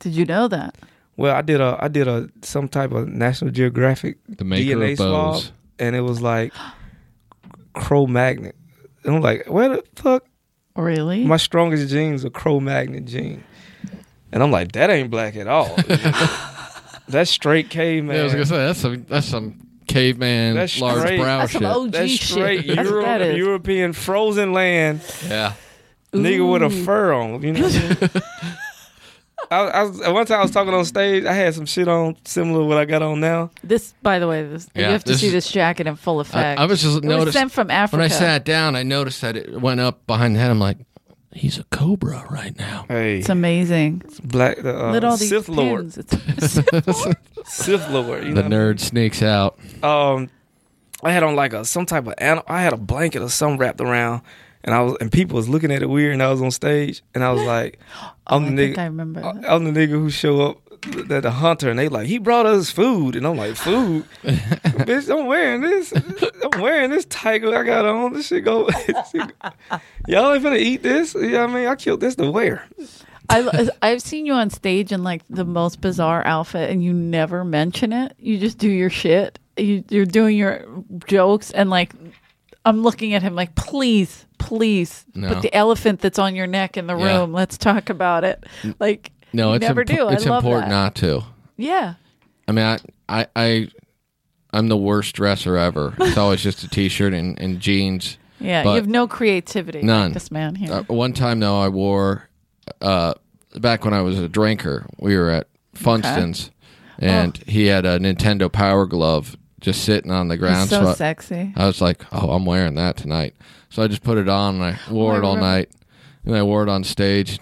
Speaker 3: Did you know that?
Speaker 2: Well, I did a I did a some type of National Geographic
Speaker 1: The maker
Speaker 2: DNA
Speaker 1: of bows.
Speaker 2: swab, and it was like Crow Magnet. And I'm like, where the fuck?
Speaker 3: Really?
Speaker 2: My strongest genes are Crow Magnet gene. And I'm like, that ain't black at all. that's straight caveman.
Speaker 1: Yeah, I was gonna say that's some that's some caveman
Speaker 2: That's
Speaker 1: large
Speaker 2: straight.
Speaker 1: brow
Speaker 3: That's
Speaker 1: shit.
Speaker 3: some OG
Speaker 2: That's straight
Speaker 3: shit. That's
Speaker 2: Euro-
Speaker 3: what that is.
Speaker 2: European frozen land
Speaker 1: Yeah.
Speaker 2: nigga with a fur on. You know. What I, mean? I, I was, at one time I was talking on stage. I had some shit on similar to what I got on now.
Speaker 3: This, by the way, this,
Speaker 1: Yeah,
Speaker 3: you have to
Speaker 1: this
Speaker 3: see
Speaker 1: is-
Speaker 3: this jacket in full
Speaker 1: I,
Speaker 3: effect.
Speaker 1: I was just
Speaker 3: it was
Speaker 1: noticed
Speaker 3: sent from Africa.
Speaker 1: when I sat down, I noticed that it went up behind the head. I'm like, he's a cobra right now.
Speaker 2: Hey,
Speaker 3: It's amazing.
Speaker 2: black the
Speaker 3: Look at
Speaker 2: uh,
Speaker 3: all these
Speaker 2: Sith Lord,
Speaker 3: pins. It's,
Speaker 2: Sith Lord. You
Speaker 1: The
Speaker 2: know?
Speaker 1: nerd sneaks out.
Speaker 2: Um, I had on like a some type of animal. I had a blanket or something wrapped around, and I was and people was looking at it weird. And I was on stage, and I was like,
Speaker 3: oh,
Speaker 2: I'm
Speaker 3: I
Speaker 2: the
Speaker 3: think I
Speaker 2: nigga. Uh,
Speaker 3: remember.
Speaker 2: I-
Speaker 3: that.
Speaker 2: I'm the nigga who show up that the hunter and they like he brought us food and I'm like food, bitch. I'm wearing this. I'm wearing this tiger I got on. This shit go. Y'all ain't finna eat this. You know what I mean? I killed this to wear.
Speaker 3: I, uh, I've seen you on stage in like the most bizarre outfit, and you never mention it. You just do your shit. You, you're doing your jokes, and like I'm looking at him like, please, please,
Speaker 1: No.
Speaker 3: but the elephant that's on your neck in the
Speaker 1: Yeah.
Speaker 3: room. Let's talk about it. Like,
Speaker 1: No,
Speaker 3: you
Speaker 1: it's
Speaker 3: never
Speaker 1: impo-
Speaker 3: do.
Speaker 1: It's
Speaker 3: I love
Speaker 1: important
Speaker 3: that.
Speaker 1: not to.
Speaker 3: yeah,
Speaker 1: I mean, I, I, I, I'm the worst dresser ever. It's always just a t-shirt and, and jeans.
Speaker 3: yeah.
Speaker 1: But-
Speaker 3: you have no creativity. like
Speaker 1: None.
Speaker 3: this man here.
Speaker 1: Uh, one time though, I wore, uh, back when I was a drinker, we were at Funston's, and he had a Nintendo Power Glove just sitting on the ground.
Speaker 3: Oh. He's so
Speaker 1: I-
Speaker 3: sexy.
Speaker 1: I was like, oh, I'm wearing that tonight. So I just put it on and I wore
Speaker 3: Oh, I
Speaker 1: it all
Speaker 3: remember.
Speaker 1: night. And I wore it on stage.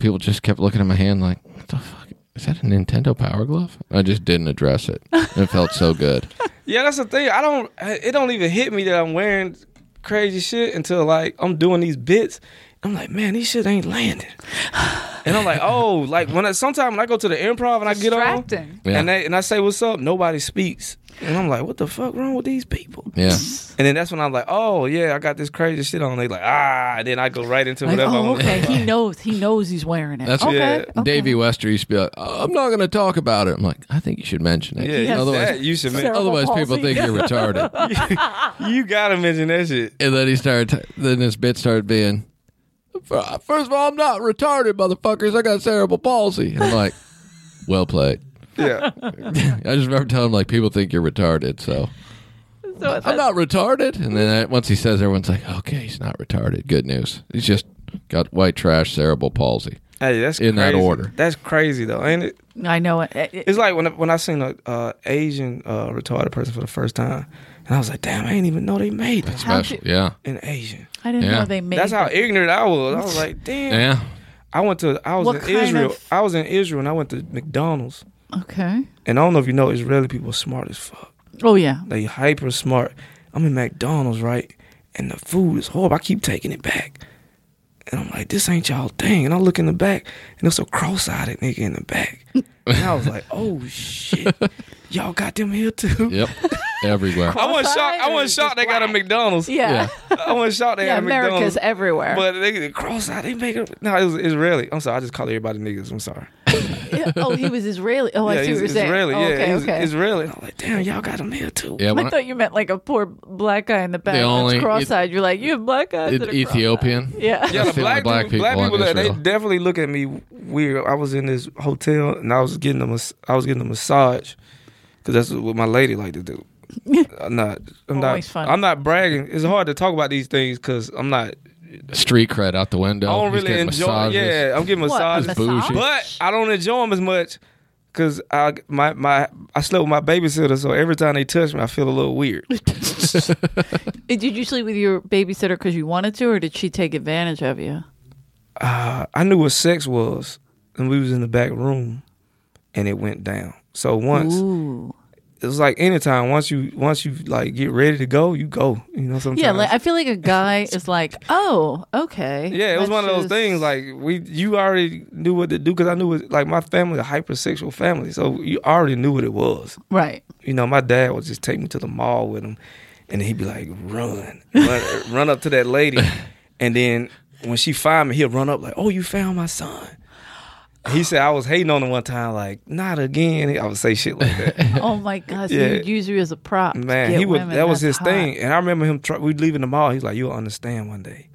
Speaker 1: People just kept looking at my hand like, what the fuck? is that a Nintendo Power Glove? I just didn't address it. It felt so good.
Speaker 2: Yeah, that's the thing. I don't. It don't even hit me that I'm wearing crazy shit until like I'm doing these bits. I'm like, man, these shit ain't landing. And I'm like, oh, like when I, sometime when I go to the improv and I get on
Speaker 3: Distracting.
Speaker 1: Yeah.
Speaker 2: and they, and I say what's up, nobody speaks. And I'm like, what the fuck wrong with these people?
Speaker 1: Yeah.
Speaker 2: And then that's when I'm like, oh yeah, I got this crazy shit on. They like, ah. And then I go right into
Speaker 3: Like,
Speaker 2: whatever. I'm
Speaker 3: oh,
Speaker 2: okay.
Speaker 3: okay. He knows. He knows he's wearing it.
Speaker 1: That's-
Speaker 3: okay.
Speaker 2: yeah.
Speaker 3: okay.
Speaker 1: Davey Wester used to be like, oh, I'm not going to talk about it. I'm like, I think you should mention it.
Speaker 2: Yeah, you-
Speaker 1: otherwise,
Speaker 2: that you should.
Speaker 3: Sarah-
Speaker 2: Men-
Speaker 1: otherwise people
Speaker 3: Palsy.
Speaker 1: think you're retarded.
Speaker 2: you gotta mention that shit.
Speaker 1: and then he started, t- then his bit started being, first of all, I'm not retarded, motherfuckers. I got cerebral palsy. And I'm like, well played.
Speaker 2: Yeah.
Speaker 1: I just remember telling him, like, people think you're retarded. So
Speaker 3: So
Speaker 1: I'm not retarded. And then I, once he says, everyone's like, okay, he's not retarded. Good news. He's just got white trash cerebral palsy.
Speaker 2: Hey, that's
Speaker 1: In that
Speaker 2: crazy.
Speaker 1: order.
Speaker 2: That's crazy though, ain't it?
Speaker 3: I know it. It- it-
Speaker 2: It's like when I, when I seen a uh, Asian uh, retarded person for the first time, and I was like, damn, I didn't even know they made it
Speaker 3: How'd
Speaker 1: Special.
Speaker 3: you-
Speaker 1: yeah.
Speaker 2: in Asian.
Speaker 3: I didn't
Speaker 1: Yeah.
Speaker 3: know they made.
Speaker 2: That's how
Speaker 3: it.
Speaker 2: ignorant I was. I was like, damn.
Speaker 1: Yeah.
Speaker 2: I went to I was
Speaker 3: What
Speaker 2: in
Speaker 3: kind
Speaker 2: Israel.
Speaker 3: of-
Speaker 2: I was in Israel and I went to McDonald's.
Speaker 3: Okay.
Speaker 2: And I don't know if you know, Israeli people are smart as fuck.
Speaker 3: Oh yeah.
Speaker 2: They hyper smart. I'm in McDonald's right, and the food is horrible. I keep taking it back. And I'm like, this ain't y'all thing. And I look in the back, and there's a cross-eyed nigga in the back. And I was like, oh shit, y'all got them here too.
Speaker 1: Yep. Everywhere.
Speaker 2: I wasn't
Speaker 3: Cross-eyed
Speaker 2: shocked. I
Speaker 3: or
Speaker 2: wasn't shocked.
Speaker 3: just
Speaker 2: They got a
Speaker 3: black?
Speaker 2: McDonald's.
Speaker 3: Yeah.
Speaker 2: I wasn't shocked. They
Speaker 3: Yeah.
Speaker 2: had a McDonald's.
Speaker 3: America's everywhere.
Speaker 2: But they, they cross eyed They make it. No, it was Israeli. I'm sorry. I just call everybody niggas. I'm sorry.
Speaker 3: Yeah. Oh, he was Israeli. Oh, I
Speaker 2: he's
Speaker 3: see what you're saying.
Speaker 2: Israeli.
Speaker 3: Oh,
Speaker 2: yeah,
Speaker 3: okay.
Speaker 2: he's
Speaker 3: okay.
Speaker 2: Israeli. And I'm like, damn, y'all got him here too.
Speaker 1: Yeah. when
Speaker 3: I
Speaker 1: I-
Speaker 3: thought you meant like a poor black guy in the back.
Speaker 1: only-
Speaker 3: that's cross-eyed. You're like, you have black eyes.
Speaker 1: It-
Speaker 3: that are
Speaker 1: Ethiopian.
Speaker 3: cross-eyed. Yeah.
Speaker 2: Yeah,
Speaker 1: I
Speaker 2: the
Speaker 1: feel
Speaker 2: black,
Speaker 1: like black
Speaker 2: people, black
Speaker 1: people
Speaker 2: people,
Speaker 1: in
Speaker 2: they
Speaker 1: Israel.
Speaker 2: definitely look at me weird. I was in this hotel and I was getting a mas- I was getting a massage because that's what my lady like to do. I'm not. I'm not.
Speaker 3: Always fun.
Speaker 2: I'm not bragging. It's hard to talk about these things because I'm not.
Speaker 1: Street cred out the window.
Speaker 2: I don't
Speaker 1: He's
Speaker 2: really
Speaker 1: getting
Speaker 2: enjoy.
Speaker 1: massages.
Speaker 2: Yeah, I'm getting
Speaker 3: What,
Speaker 2: massages.
Speaker 3: massage?
Speaker 1: bougie.
Speaker 2: But I don't enjoy them as much because I my my I slept with my babysitter, so every time they touch me, I feel a little weird.
Speaker 3: Did you sleep with your babysitter because you wanted to, or did she take advantage of you?
Speaker 2: Uh, I knew what sex was, and we was in the back room, and it went down. So once
Speaker 3: Ooh.
Speaker 2: it was like anytime once you once you like get ready to go, you go. You know sometimes.
Speaker 3: Yeah, like, I feel like a guy is like, oh, okay.
Speaker 2: yeah, it was
Speaker 3: let's
Speaker 2: one of those
Speaker 3: just-
Speaker 2: things like we you already knew what to do because I knew it, like my family a hypersexual family, so you already knew what it was.
Speaker 3: Right.
Speaker 2: you know, my dad would just take me to the mall with him, and he'd be like, "Run, run, run up to that lady," and then when she find me, he'll run up like, "Oh, you found my son." He said I was hating on him one time, like not again. I would say shit like that.
Speaker 3: Oh my God. So
Speaker 2: Yeah.
Speaker 3: you'd use you as a prop. to
Speaker 2: Man,
Speaker 3: get
Speaker 2: he would.
Speaker 3: women.
Speaker 2: That was his
Speaker 3: That's hot.
Speaker 2: thing, and I remember him. Try, we'd leave in the mall. He's like, "You'll understand one day."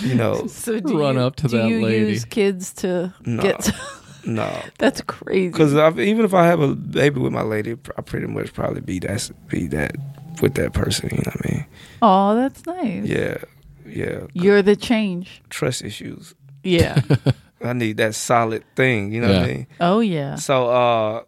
Speaker 2: you know,
Speaker 3: So do
Speaker 1: Run
Speaker 3: you,
Speaker 1: up to
Speaker 3: do
Speaker 1: that
Speaker 3: you
Speaker 1: lady.
Speaker 3: use kids to
Speaker 2: No.
Speaker 3: get? To,
Speaker 2: no,
Speaker 3: that's crazy.
Speaker 2: because even if I have a baby with my lady, I pretty much probably be that be that with that person. You know what I mean?
Speaker 3: Oh, that's nice.
Speaker 2: Yeah, yeah.
Speaker 3: You're the change.
Speaker 2: trust issues.
Speaker 3: Yeah.
Speaker 2: I need that solid thing, you know what I
Speaker 1: Yeah.
Speaker 2: mean?
Speaker 3: oh yeah.
Speaker 2: So uh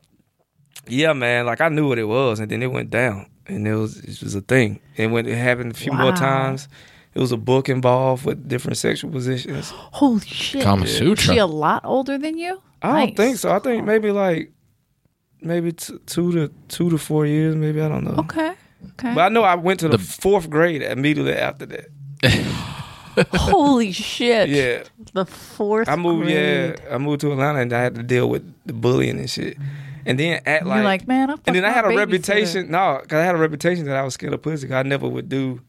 Speaker 2: yeah, man, like I knew what it was and then it went down and it was it was a thing. And when it happened a few
Speaker 3: Wow.
Speaker 2: more times, it was a book involved with different sexual positions.
Speaker 3: Holy shit.
Speaker 1: Kama
Speaker 3: Is
Speaker 1: Sutra.
Speaker 3: she a lot older than you?
Speaker 2: I don't
Speaker 3: Nice.
Speaker 2: think so. I think maybe like maybe t- 2 to 2 to 4 years, maybe I don't know.
Speaker 3: Okay. Okay.
Speaker 2: But I know I went to the,
Speaker 1: The-
Speaker 2: 4th grade immediately after that.
Speaker 3: Holy shit.
Speaker 2: Yeah.
Speaker 3: The fourth.
Speaker 2: I moved
Speaker 3: grade.
Speaker 2: yeah, I moved to Atlanta and I had to deal with the bullying and shit. And then act
Speaker 3: You're like, man, I'm.
Speaker 2: And then I had a reputation. No, because I had a reputation that I was scared of pussy. 'cause I never would do.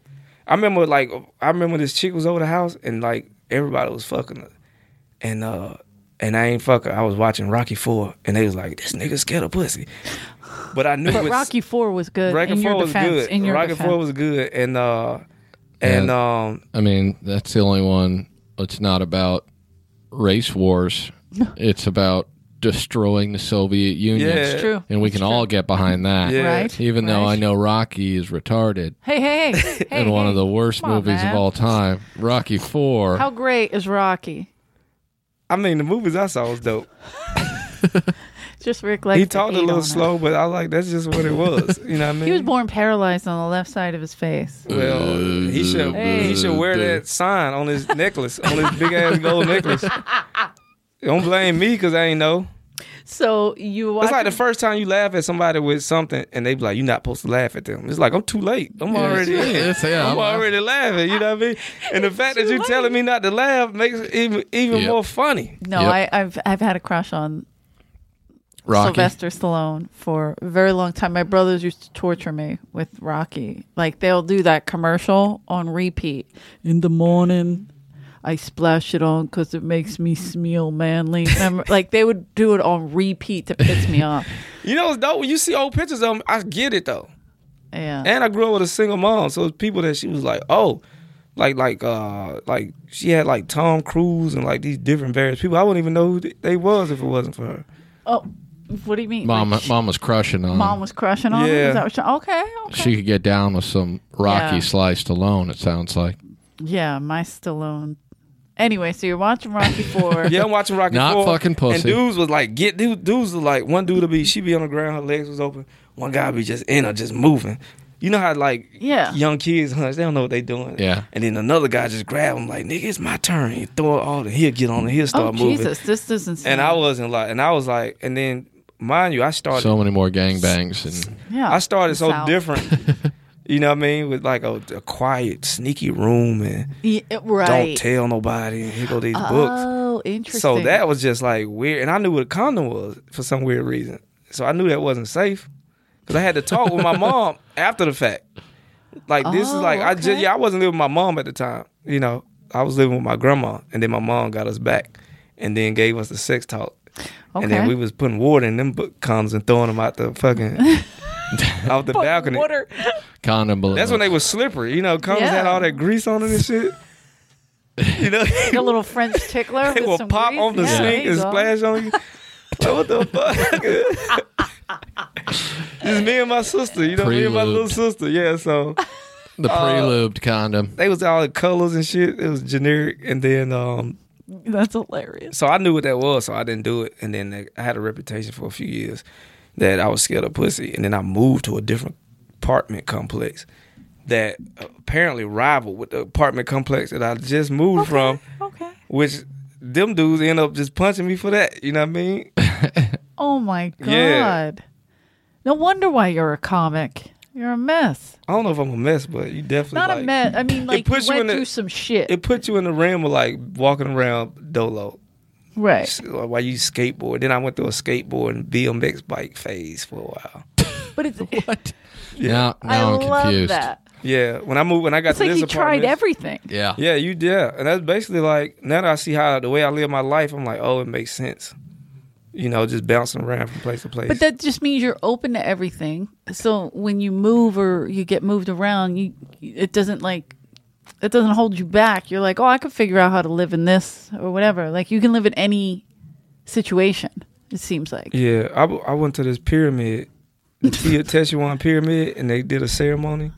Speaker 2: I remember like I remember this chick was over the house and like everybody was fucking her, and uh and I ain't fuck her. I was watching Rocky Four and they was like this nigga scared of pussy, but I knew.
Speaker 3: But
Speaker 2: it's-
Speaker 3: Rocky Four was good.
Speaker 2: Rocky
Speaker 3: in your
Speaker 2: Four was
Speaker 3: defense,
Speaker 2: good.
Speaker 3: In your
Speaker 2: Rocky
Speaker 3: defense.
Speaker 2: Four was good, and uh and um
Speaker 1: I mean, that's the only one. It's not about race wars. it's about destroying the Soviet Union.
Speaker 2: Yeah.
Speaker 3: It's true.
Speaker 1: And we
Speaker 3: It's
Speaker 1: can
Speaker 3: true.
Speaker 1: all get behind that.
Speaker 2: Yeah.
Speaker 3: Right.
Speaker 1: Even though
Speaker 3: right.
Speaker 1: I know Rocky is retarded
Speaker 3: Hey, hey, hey! hey
Speaker 1: and one
Speaker 3: hey.
Speaker 1: of the worst
Speaker 3: Come on,
Speaker 1: movies
Speaker 3: man.
Speaker 1: of all time, Rocky 4.
Speaker 3: How great is Rocky?
Speaker 2: I mean the movies I saw was dope.
Speaker 3: Just Rick likes
Speaker 2: he
Speaker 3: to
Speaker 2: talked a
Speaker 3: hate on
Speaker 2: little
Speaker 3: it.
Speaker 2: slow, but I like that's just what it was. you know what I mean?
Speaker 3: He was born paralyzed on the left side of his face.
Speaker 2: Well, he should
Speaker 3: Hey.
Speaker 2: he should wear that sign on his necklace, on his big ass gold necklace. Don't blame me because I ain't know.
Speaker 3: So you watch
Speaker 2: It's like the first time you laugh at somebody with something and they be like, you're not supposed to laugh at them. It's like, I'm too late. I'm already
Speaker 1: it's-
Speaker 2: in.
Speaker 1: it's- yeah,
Speaker 2: I'm,
Speaker 1: I'm-
Speaker 2: already laughing. You know what I mean? And the fact that
Speaker 3: too
Speaker 2: you're
Speaker 3: late.
Speaker 2: telling me not to laugh makes it even, even
Speaker 1: Yep.
Speaker 2: more funny.
Speaker 3: no,
Speaker 1: Yep.
Speaker 3: I, I've I've had a crush on
Speaker 1: Rocky.
Speaker 3: Sylvester Stallone for a very long time. My brothers used to torture me with Rocky. Like they'll do that commercial on repeat. In the morning, I splash it on because it makes me smell manly. Remember- like they would do it on repeat to piss me off.
Speaker 2: You know, it's dope when you see old pictures of them. I get it though.
Speaker 3: Yeah.
Speaker 2: And I grew up with a single mom, so it's people that she was like, oh, like like uh like she had like Tom Cruise and like these different various people. I wouldn't even know who th- they was if it wasn't for her.
Speaker 3: oh, what do you mean?
Speaker 1: Mom,
Speaker 3: Like, sh-
Speaker 1: mom was crushing on.
Speaker 3: mom
Speaker 1: Mom
Speaker 3: was crushing on him?
Speaker 2: Yeah.
Speaker 3: Is that what you- okay. okay.
Speaker 1: she could get down with some Rocky
Speaker 3: Yeah.
Speaker 1: sliced alone. It sounds like
Speaker 3: yeah, my Stallone. Anyway, so you're watching Rocky Four.
Speaker 2: Yeah, I'm watching Rocky
Speaker 1: Not
Speaker 2: Four.
Speaker 1: fucking pussy.
Speaker 2: And dudes was like, get dude, dudes was like, one dude would be she be on the ground, her legs was open. One guy be just in her, just moving. You know how like
Speaker 3: Yeah.
Speaker 2: young kids hunch, they don't know what they doing.
Speaker 1: Yeah.
Speaker 2: And then another guy just grab him like, nigga, it's my turn. He throw it all the he'll get on and he'll start
Speaker 3: Oh
Speaker 2: moving.
Speaker 3: Jesus, this is insane.
Speaker 2: And I wasn't like and I was like, and then mind you, I started
Speaker 1: so many more gangbangs and
Speaker 3: yeah,
Speaker 2: I started so
Speaker 3: South.
Speaker 2: different. you know what I mean? With like a, a quiet, sneaky room and
Speaker 3: Yeah, E, right.
Speaker 2: don't tell nobody. And here go these books.
Speaker 3: Oh, interesting.
Speaker 2: So that was just like weird. And I knew what a condom was for some weird reason. So I knew that wasn't safe because I had to talk with my mom after the fact. Like this is
Speaker 3: Oh,
Speaker 2: like I just
Speaker 3: okay.
Speaker 2: yeah I wasn't living with my mom at the time. You know I was living with my grandma, and then my mom got us back, and then gave us the sex talk. And then
Speaker 3: Okay.
Speaker 2: we was putting water in them book condoms and throwing them out the fucking out the balcony.
Speaker 3: Water.
Speaker 1: condom balloons.
Speaker 2: That's when they was slippery. You know, condoms had
Speaker 3: Yeah.
Speaker 2: all that grease on it and shit. You know,
Speaker 3: Your little French tickler.
Speaker 2: it
Speaker 3: with
Speaker 2: will
Speaker 3: some
Speaker 2: pop
Speaker 3: grease.
Speaker 2: on the
Speaker 3: Yeah, there
Speaker 2: sink
Speaker 3: you
Speaker 2: and
Speaker 3: go.
Speaker 2: splash on you. Like, what the fuck? It's me and my sister. You know, me and my little
Speaker 1: Pre-lubed.
Speaker 2: sister. Yeah, so
Speaker 1: the
Speaker 2: uh,
Speaker 1: pre-lubed condom.
Speaker 2: they was all in colors and shit. It was generic, and then um,
Speaker 3: That's hilarious.
Speaker 2: so I knew what that was, so I didn't do it. And then I had a reputation for a few years that I was scared of pussy. And then I moved to a different apartment complex that apparently rivaled with the apartment complex that I just moved from,
Speaker 3: Okay.
Speaker 2: which them dudes end up just punching me for that. You know what I mean?
Speaker 3: Oh my god.
Speaker 2: Yeah.
Speaker 3: No wonder why you're a comic. You're a mess.
Speaker 2: I don't know if I'm a mess, but you definitely
Speaker 3: Not
Speaker 2: like-
Speaker 3: a mess. I mean, like you
Speaker 2: puts
Speaker 3: went
Speaker 2: you in the-
Speaker 3: through some shit.
Speaker 2: It puts you in the realm of like walking around dolo uh,
Speaker 3: right.
Speaker 2: while you skateboard. Then I went through a skateboard and BMX bike phase for a while.
Speaker 3: But it's what?
Speaker 1: Now,
Speaker 3: I
Speaker 1: now I'm
Speaker 3: love
Speaker 1: confused.
Speaker 3: that.
Speaker 2: Yeah, when I moved, when I got
Speaker 3: It's
Speaker 2: to
Speaker 3: like
Speaker 2: this
Speaker 3: you tried
Speaker 2: apartment-
Speaker 3: everything.
Speaker 1: Yeah.
Speaker 2: Yeah, you yeah, and that's basically like now that I see how the way I live my life, I'm like, oh, it makes sense. You know, just bouncing around from place to place.
Speaker 3: But that just means you're open to everything. So when you move or you get moved around, you it doesn't like it doesn't hold you back. You're like, oh, I could figure out how to live in this or whatever. Like you can live in any situation. It seems like
Speaker 2: yeah, I, w- I went to this pyramid, the Tia Techuan pyramid, and they did a ceremony,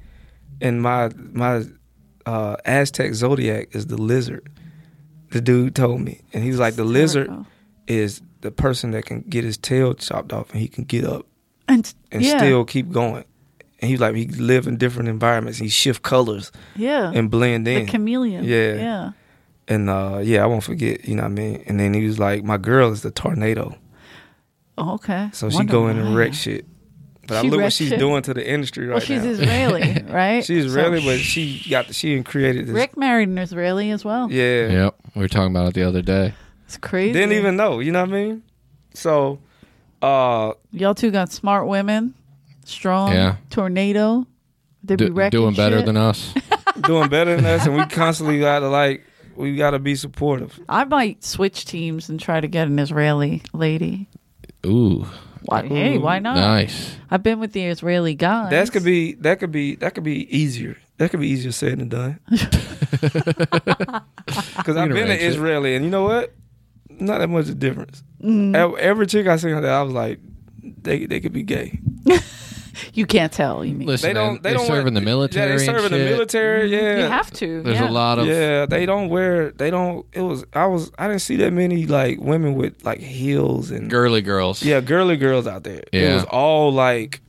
Speaker 2: and my my uh, Aztec zodiac is the lizard. The dude told me, and he's like, the lizard
Speaker 3: Hysterical.
Speaker 2: is the person that can get his tail chopped off and he can get up
Speaker 3: and,
Speaker 2: and
Speaker 3: yeah,
Speaker 2: still keep going. And he like he live in different environments. He shift colors
Speaker 3: yeah,
Speaker 2: and blend
Speaker 3: the
Speaker 2: in.
Speaker 3: chameleon.
Speaker 2: Yeah.
Speaker 3: yeah.
Speaker 2: And uh, yeah, I won't forget, you know what I mean? And then he was like, My girl is the tornado.
Speaker 3: Oh, okay.
Speaker 2: So she
Speaker 3: Wonder
Speaker 2: go in and
Speaker 3: why.
Speaker 2: wreck shit. But I
Speaker 3: She
Speaker 2: look what
Speaker 3: wrecked
Speaker 2: she's
Speaker 3: shit?
Speaker 2: doing to the industry right
Speaker 3: Well, she's
Speaker 2: now.
Speaker 3: Israeli, right?
Speaker 2: she's
Speaker 3: So-
Speaker 2: really, but she got the, she and created this.
Speaker 3: Rick married an Israeli as well.
Speaker 2: Yeah.
Speaker 1: Yep. We were talking about it the other day.
Speaker 3: It's crazy.
Speaker 2: Didn't even know, you know what I mean? So uh
Speaker 3: y'all two got smart women, strong.
Speaker 1: Yeah.
Speaker 3: tornado. They
Speaker 1: Do-
Speaker 3: be wrecking
Speaker 1: doing better
Speaker 3: shit.
Speaker 1: than us.
Speaker 2: doing better than us and we constantly gotta like we gotta be supportive.
Speaker 3: I might switch teams and try to get an Israeli lady.
Speaker 1: Ooh,
Speaker 3: Why, hey, why not?
Speaker 1: nice.
Speaker 3: I've been with the Israeli guys.
Speaker 2: That could be that could be that could be easier. That could be easier said than done. Because I've
Speaker 1: can
Speaker 2: been an
Speaker 1: arrange it.
Speaker 2: Israeli, and you know what? Not that much of a difference.
Speaker 3: Mm.
Speaker 2: Ev- Every chick I seen that I was like, they they could be gay.
Speaker 3: You can't tell. You mean
Speaker 1: Listen,
Speaker 2: They don't. They
Speaker 1: are
Speaker 2: don't
Speaker 1: serving
Speaker 2: wear,
Speaker 1: the military.
Speaker 2: Yeah, they serve
Speaker 1: and
Speaker 2: in the
Speaker 1: shit. Mm-hmm.
Speaker 2: military. Yeah,
Speaker 3: you have to?
Speaker 1: There's
Speaker 3: yeah.
Speaker 1: a lot of
Speaker 2: yeah, they don't wear. They don't. It was. I was. I didn't see that many like women with like heels and
Speaker 1: girly girls.
Speaker 2: yeah, girly girls out there. It
Speaker 1: Yeah.
Speaker 2: was all like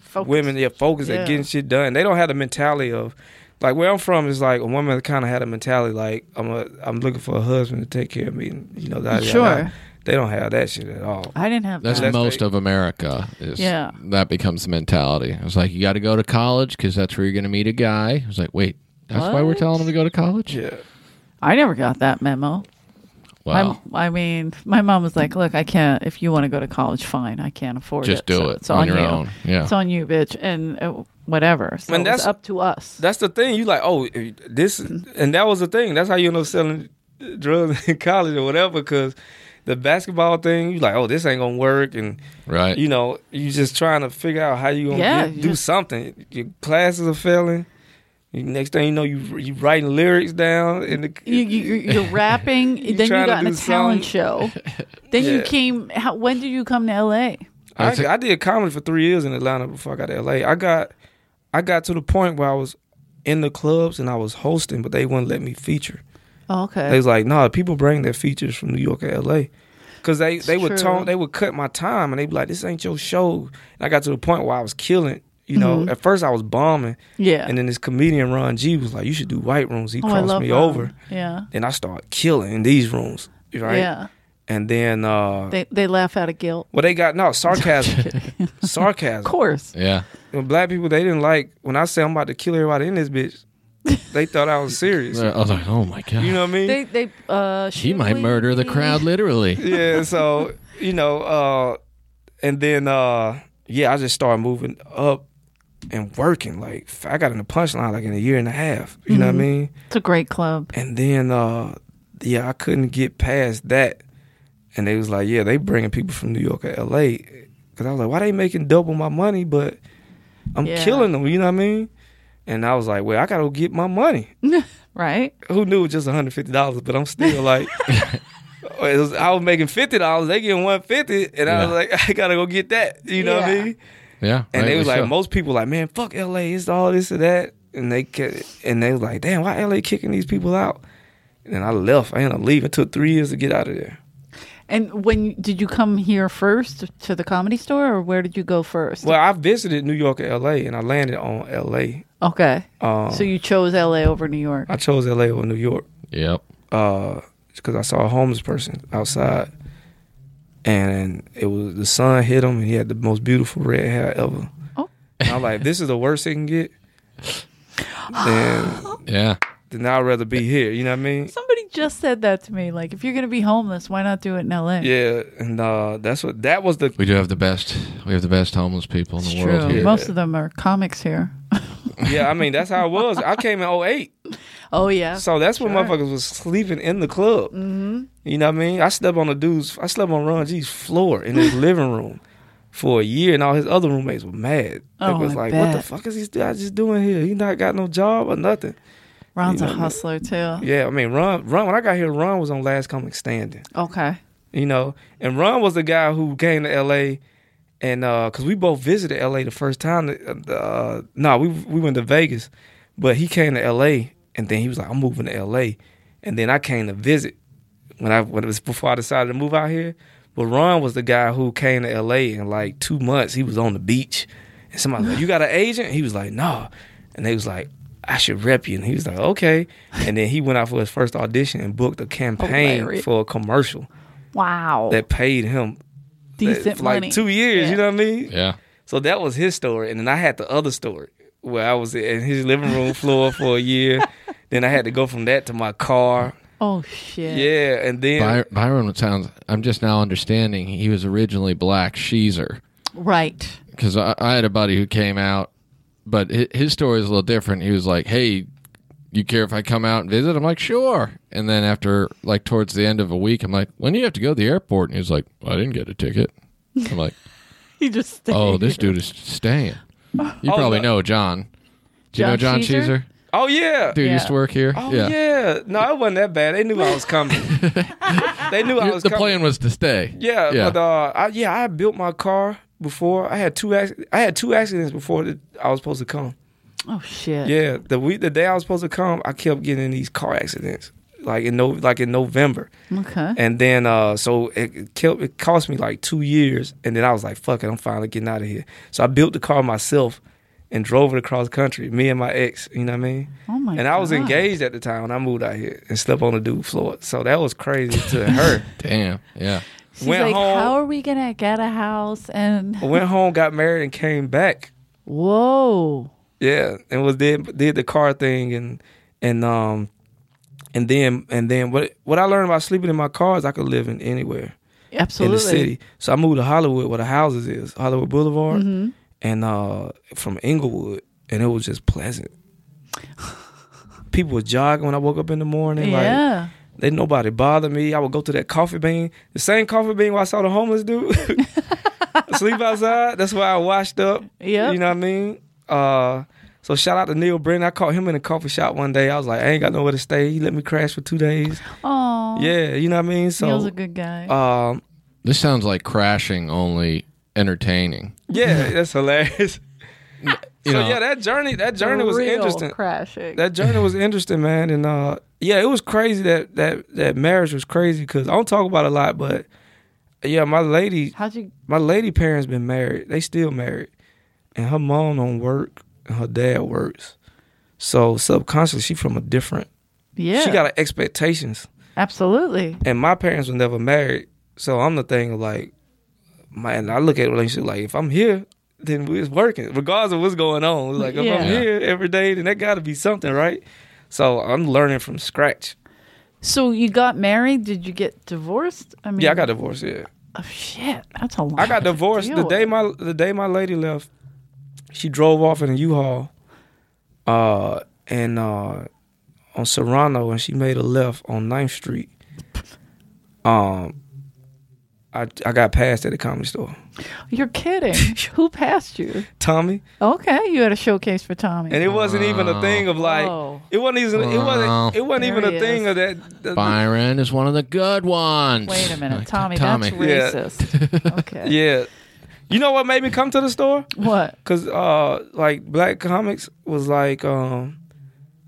Speaker 3: Focus.
Speaker 2: women. Yeah, focused
Speaker 3: Yeah.
Speaker 2: at getting shit done. They don't have the mentality of like where I'm from is like a woman kind of had a mentality like I'm a I'm looking for a husband to take care of me. And, you know, da, da, da.
Speaker 3: Sure.
Speaker 2: They don't have that shit at all.
Speaker 3: I didn't have
Speaker 1: That's
Speaker 3: that.
Speaker 1: most of America. Is
Speaker 3: Yeah.
Speaker 1: that becomes the mentality. It's like you got to go to college because that's where you're going to meet a guy. It's like, wait, that's why we're
Speaker 3: What?
Speaker 1: telling them to go to college.
Speaker 2: Yeah.
Speaker 3: I never got that memo.
Speaker 1: Wow.
Speaker 3: I, I mean, my mom was like, "Look, I can't. If you want to go to college, fine. I can't afford
Speaker 1: Just
Speaker 3: it.
Speaker 1: do
Speaker 3: So
Speaker 1: it
Speaker 3: It's
Speaker 1: on
Speaker 3: on,
Speaker 1: your
Speaker 3: you.
Speaker 1: own. Yeah.
Speaker 3: It's on you, bitch, and uh, whatever. So
Speaker 2: And
Speaker 3: it's
Speaker 2: that's-
Speaker 3: up to us.
Speaker 2: That's the thing. You like, oh, this,
Speaker 1: Mm-hmm.
Speaker 2: and that was the thing. That's how you end up selling drugs in college or whatever. Because the basketball thing, you like, oh, this ain't gonna work, and
Speaker 1: right.
Speaker 2: you know, you just trying to figure out how you gonna
Speaker 3: Yeah,
Speaker 2: get-
Speaker 3: you
Speaker 2: do
Speaker 3: just-
Speaker 2: something. Your classes are failing. You- Next thing you know, you you writing lyrics down, and the,
Speaker 3: you, you, you're- you're rapping. then you
Speaker 2: trying to
Speaker 3: got in a
Speaker 2: do
Speaker 3: talent show. Then you
Speaker 2: Yeah.
Speaker 3: came. How, when did you come to L.A.?
Speaker 2: I,
Speaker 1: That's a-
Speaker 2: I did comedy for three years in Atlanta before I got to LA. I got I got to the point where I was in the clubs and I was hosting, but they wouldn't let me feature.
Speaker 3: Oh, okay.
Speaker 2: They was like, "Nah, people bring their features from New York and L.A." Cause they they would
Speaker 3: true.
Speaker 2: tone, they would cut my time, and they'd be like, "This ain't your show." And I got to the point where I was killing. You know, at first I was bombing,
Speaker 3: Mm-hmm. yeah.
Speaker 2: and then this comedian Ron G was like, "You should do white rooms." He
Speaker 3: Oh, I
Speaker 2: crossed
Speaker 3: love
Speaker 2: me
Speaker 3: Ron.
Speaker 2: over,
Speaker 3: Yeah.
Speaker 2: then I started killing in these rooms, right?
Speaker 3: Yeah.
Speaker 2: And then, uh,
Speaker 3: They they laugh out of guilt.
Speaker 2: well, they got no sarcasm, sarcasm.
Speaker 3: Of course.
Speaker 1: yeah.
Speaker 2: When black people, they didn't like when I say I'm about to kill everybody in this bitch. They thought I was serious.
Speaker 1: I was like, oh my god.
Speaker 2: You know what I mean?
Speaker 3: They they uh.
Speaker 1: she
Speaker 3: should
Speaker 1: might
Speaker 3: we-
Speaker 1: murder the crowd literally.
Speaker 2: yeah, so you know, uh and then uh yeah, I just started moving up and working. Like f- I got in the punchline like in a year and a half. You know what I mean?
Speaker 3: It's a great club.
Speaker 2: And then uh yeah, I couldn't get past that. And they was like, yeah, they bringing people from New York or LA. Cause I was like, why they making double my money, but I'm
Speaker 3: Yeah.
Speaker 2: killing them. You know what I mean? And I was like, well, I gotta go get my money.
Speaker 3: Right.
Speaker 2: who knew it was just $150, but I'm still like, it was, I was making $50, they getting 150 and I was
Speaker 1: Yeah.
Speaker 2: like, I gotta go get that. You know what I
Speaker 3: Yeah.
Speaker 2: mean?
Speaker 1: Yeah.
Speaker 2: And they
Speaker 1: rightly
Speaker 2: was like,
Speaker 1: so.
Speaker 2: most people like, man, fuck LA, it's all this and that. And they ca- and they was like, damn, why LA kicking these people out? And I left. I ended up leaving. It took three years to get out of there.
Speaker 3: And when did you come here first to the comedy store, or where did you go first?
Speaker 2: Well, I visited New York and LA and I landed on LA.
Speaker 3: okay.
Speaker 2: Um,
Speaker 3: so you chose L.A. over New York.
Speaker 2: I chose LA over New York.
Speaker 1: yep.
Speaker 2: because uh, I saw a homeless person outside, and it was the sun hit him, and he had the most beautiful red hair ever.
Speaker 3: Oh.
Speaker 2: And I'm like, this is the worst it can get. Then,
Speaker 1: Yeah.
Speaker 2: then I'd rather be here. You know what I mean?
Speaker 3: Somebody just said that to me. Like, if you're gonna be homeless, why not do it in L.A.?
Speaker 2: Yeah, and uh, that's what that was the
Speaker 1: We do have the best. We have the best homeless people in
Speaker 3: It's
Speaker 1: the
Speaker 3: true.
Speaker 1: world here.
Speaker 3: Most of them are comics here.
Speaker 2: yeah. I mean, that's how it was. I came in 08.
Speaker 3: Oh yeah.
Speaker 2: so that's when
Speaker 3: sure.
Speaker 2: motherfuckers was sleeping in the club. Mm-hmm. You know what I mean? I slept on the dude's. I slept on Ron G's floor in his living room for a year, and all his other roommates were mad.
Speaker 3: Oh,
Speaker 2: they was
Speaker 3: I
Speaker 2: like, "What the
Speaker 3: bet.
Speaker 2: fuck is this dude just doing here? He not got no job or nothing."
Speaker 3: Ron's
Speaker 2: You
Speaker 3: a
Speaker 2: know,
Speaker 3: hustler too.
Speaker 2: Yeah, I mean, Ron. Ron. When I got here, Ron was on Last Comic Standing.
Speaker 3: Okay.
Speaker 2: You know, and Ron was the guy who came to L.A. and because we both visited L.A. the first time. that, Uh, no, we we went to Vegas, but he came to L.A. and then he was like, "I'm moving to L.A." and then I came to visit when I when it was before I decided to move out here. But Ron was the guy who came to L.A. in like two months. He was on the beach, and somebody was like, "You got an agent?" He was like, "No," and they was like. I should rep you, and he was like, "Okay," and then he went out for his first audition and booked a campaign
Speaker 3: Hilarious.
Speaker 2: for a commercial
Speaker 3: Wow.
Speaker 2: that paid him that-
Speaker 3: Decent
Speaker 2: for like
Speaker 3: money.
Speaker 2: two years.
Speaker 3: Yeah.
Speaker 2: You know what I mean?
Speaker 1: Yeah.
Speaker 2: So that was his story, and then I had the other story where I was in his living room floor for a year. Then I had to go from that to my car.
Speaker 3: Oh shit.
Speaker 2: Yeah, and then
Speaker 1: By- Byron sounds. I'm just now understanding. He was originally black. Sheezer.
Speaker 3: Right.
Speaker 1: because I, I had a buddy who came out, but his, his story is a little different. He was like, "Hey, you care if I come out and visit?" I'm like, "Sure." And then after like towards the end of a week, I'm like, "When do you have to go to the airport?" And he was like, "I didn't get a ticket." I'm like,
Speaker 3: He just. Stayed.
Speaker 1: "Oh, this dude is staying." You
Speaker 2: Oh,
Speaker 1: probably
Speaker 2: no.
Speaker 1: know John. Do you
Speaker 3: John
Speaker 1: know John
Speaker 3: Cheezer?
Speaker 1: Cheezer?
Speaker 2: oh yeah,
Speaker 1: Dude
Speaker 3: Yeah.
Speaker 1: used to work here.
Speaker 2: oh yeah. No, it wasn't that bad. They knew I was coming. they knew I was
Speaker 1: The
Speaker 2: coming.
Speaker 1: plan was to stay.
Speaker 2: Yeah,
Speaker 1: yeah.
Speaker 2: but uh, I, yeah, I had built my car before. I had two acc- I had two accidents before that I was supposed to come.
Speaker 3: Oh shit.
Speaker 2: Yeah, the week the day I was supposed to come, I kept getting in these car accidents. Like in no, like in November.
Speaker 3: Okay.
Speaker 2: And then uh, so it killed, it cost me like two years, and then I was like, "Fuck it, I'm finally getting out of here." So I built the car myself, and drove it across country. Me and my ex, you know what I mean?
Speaker 3: Oh my!
Speaker 2: and I was
Speaker 3: God.
Speaker 2: engaged at the time when I moved out here and slept on the dude's floor. So that was crazy to her.
Speaker 1: Damn. Yeah.
Speaker 3: She's
Speaker 2: Went
Speaker 3: like,
Speaker 2: home-
Speaker 3: how are we gonna get a house? And
Speaker 2: I went home, got married, and came back.
Speaker 3: whoa,
Speaker 2: Yeah, and was did did the car thing and and um and then and then what what I learned about sleeping in my car is I could live in anywhere
Speaker 3: absolutely. Mm-hmm.
Speaker 2: in the city. So I moved to Hollywood where the houses is Hollywood Boulevard and uh from Inglewood and it was just pleasant. People were jogging when I woke up in the morning. Like,
Speaker 3: Yeah.
Speaker 2: They nobody bother me. I would go to that coffee bean, the same coffee bean where I saw the homeless dude sleep outside. That's where I washed up.
Speaker 3: Yep.
Speaker 2: you know what I mean. Uh, so shout out to Neil Brennan. I caught him in a coffee shop one day. I was like, I ain't got nowhere to stay. He let me crash for two days.
Speaker 3: Oh.
Speaker 2: Yeah, you know what I mean.
Speaker 3: Neil's
Speaker 2: So,
Speaker 3: a good guy.
Speaker 2: um,
Speaker 1: This sounds like crashing only entertaining.
Speaker 2: yeah, that's hilarious.
Speaker 1: You
Speaker 2: so
Speaker 1: know,
Speaker 2: yeah, that journey, that journey was
Speaker 3: Real
Speaker 2: interesting.
Speaker 3: Crashing.
Speaker 2: That journey was interesting, man. And uh, yeah, it was crazy that that that marriage was crazy because I don't talk about it a lot, but yeah, my lady,
Speaker 3: How'd you?
Speaker 2: my lady parents been married. They still married. And her mom don't work and her dad works. So subconsciously she from a different
Speaker 3: Yeah.
Speaker 2: she got her expectations.
Speaker 3: absolutely.
Speaker 2: And my parents were never married. So I'm the thing of like my and I look at a relationship like if I'm here, then it's working. Regardless of what's going on. It's Like if I'm
Speaker 1: Yeah.
Speaker 2: here every day, then that gotta be something, right? So I'm learning from scratch.
Speaker 3: So you got married? Did you get divorced? I mean,
Speaker 2: Yeah, I got divorced, yeah.
Speaker 3: Oh, shit, that's a lot.
Speaker 2: I got
Speaker 3: to
Speaker 2: divorced
Speaker 3: deal
Speaker 2: the day
Speaker 3: with.
Speaker 2: my the day my lady left. She drove off in a U-Haul, uh, and uh, on Serrano, and she made a left on 9th Street. Um, I I got passed at the comedy store.
Speaker 3: You're kidding. Who passed you?
Speaker 2: Tommy,
Speaker 3: Okay, you had a showcase for Tommy.
Speaker 2: and it wasn't even a thing of like
Speaker 3: Whoa.
Speaker 2: it wasn't even it
Speaker 1: Wow.
Speaker 2: wasn't it wasn't even
Speaker 3: There
Speaker 2: a
Speaker 3: he
Speaker 2: thing
Speaker 3: is.
Speaker 2: of that. that-
Speaker 1: Byron is one of the good ones.
Speaker 3: Wait a minute,
Speaker 1: Like,
Speaker 3: Tommy.
Speaker 1: Tommy.
Speaker 2: Yeah.
Speaker 3: That's racist. Okay.
Speaker 2: yeah, you know what made me come to the store?
Speaker 3: What?
Speaker 2: Cause uh, like black comics was like, um,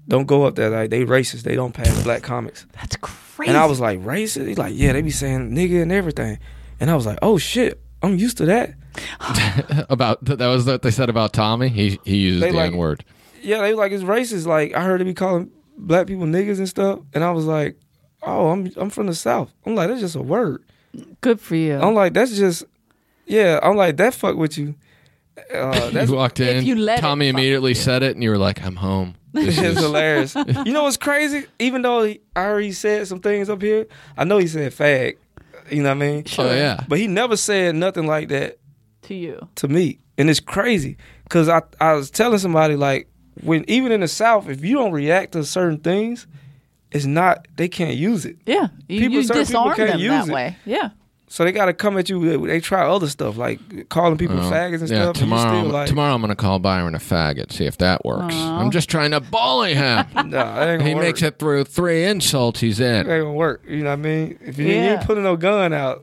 Speaker 2: don't go up there. Like they racist. They don't pass black comics.
Speaker 3: That's crazy.
Speaker 2: And I was like, racist? He's like, yeah, they be saying nigga and everything. And I was like, oh shit, I'm used to that.
Speaker 1: about that was what they said about Tommy. He he uses
Speaker 2: They
Speaker 1: the
Speaker 2: like-
Speaker 1: N word.
Speaker 2: Yeah, they like it's racist. Like I heard they be calling black people niggas and stuff. And I was like, oh, I'm I'm from the south. I'm like that's just a word.
Speaker 3: good for you.
Speaker 1: Oh,
Speaker 2: I'm like that's just yeah. I'm like that fuck with you. Uh, that's
Speaker 1: You walked in.
Speaker 3: if you let it
Speaker 1: Tommy
Speaker 3: fuck
Speaker 1: immediately said it, and you were like, "I'm home." This
Speaker 2: It's
Speaker 1: is
Speaker 2: hilarious. You know what's crazy? Even though he, I already said some things up here, I know he said fag. You know what I mean?
Speaker 1: oh yeah.
Speaker 2: But he never said nothing like that
Speaker 3: to you.
Speaker 2: to me, and it's crazy because I I was telling somebody like when even in the South, if you don't react to certain things, it's not they can't use it.
Speaker 3: Yeah, you,
Speaker 2: People-
Speaker 3: you
Speaker 2: certain people
Speaker 3: disarm
Speaker 2: can't
Speaker 3: them
Speaker 2: use
Speaker 3: that
Speaker 2: it.
Speaker 3: way. Yeah.
Speaker 2: So they got to come at you. with- They try other stuff like calling people
Speaker 1: Oh,
Speaker 2: faggots and
Speaker 1: yeah,
Speaker 2: stuff.
Speaker 1: tomorrow,
Speaker 2: and you
Speaker 1: I'm-
Speaker 2: still like,
Speaker 1: tomorrow I'm gonna call Byron a faggot. See if that works.
Speaker 3: Aw.
Speaker 1: I'm just trying to bully him.
Speaker 2: nah, that ain't gonna
Speaker 1: he
Speaker 2: work.
Speaker 1: makes it through three insults. He's
Speaker 2: That
Speaker 1: in.
Speaker 2: ain't gonna work. You know what I mean? If you, you ain't
Speaker 3: Yeah.
Speaker 2: putting no gun out,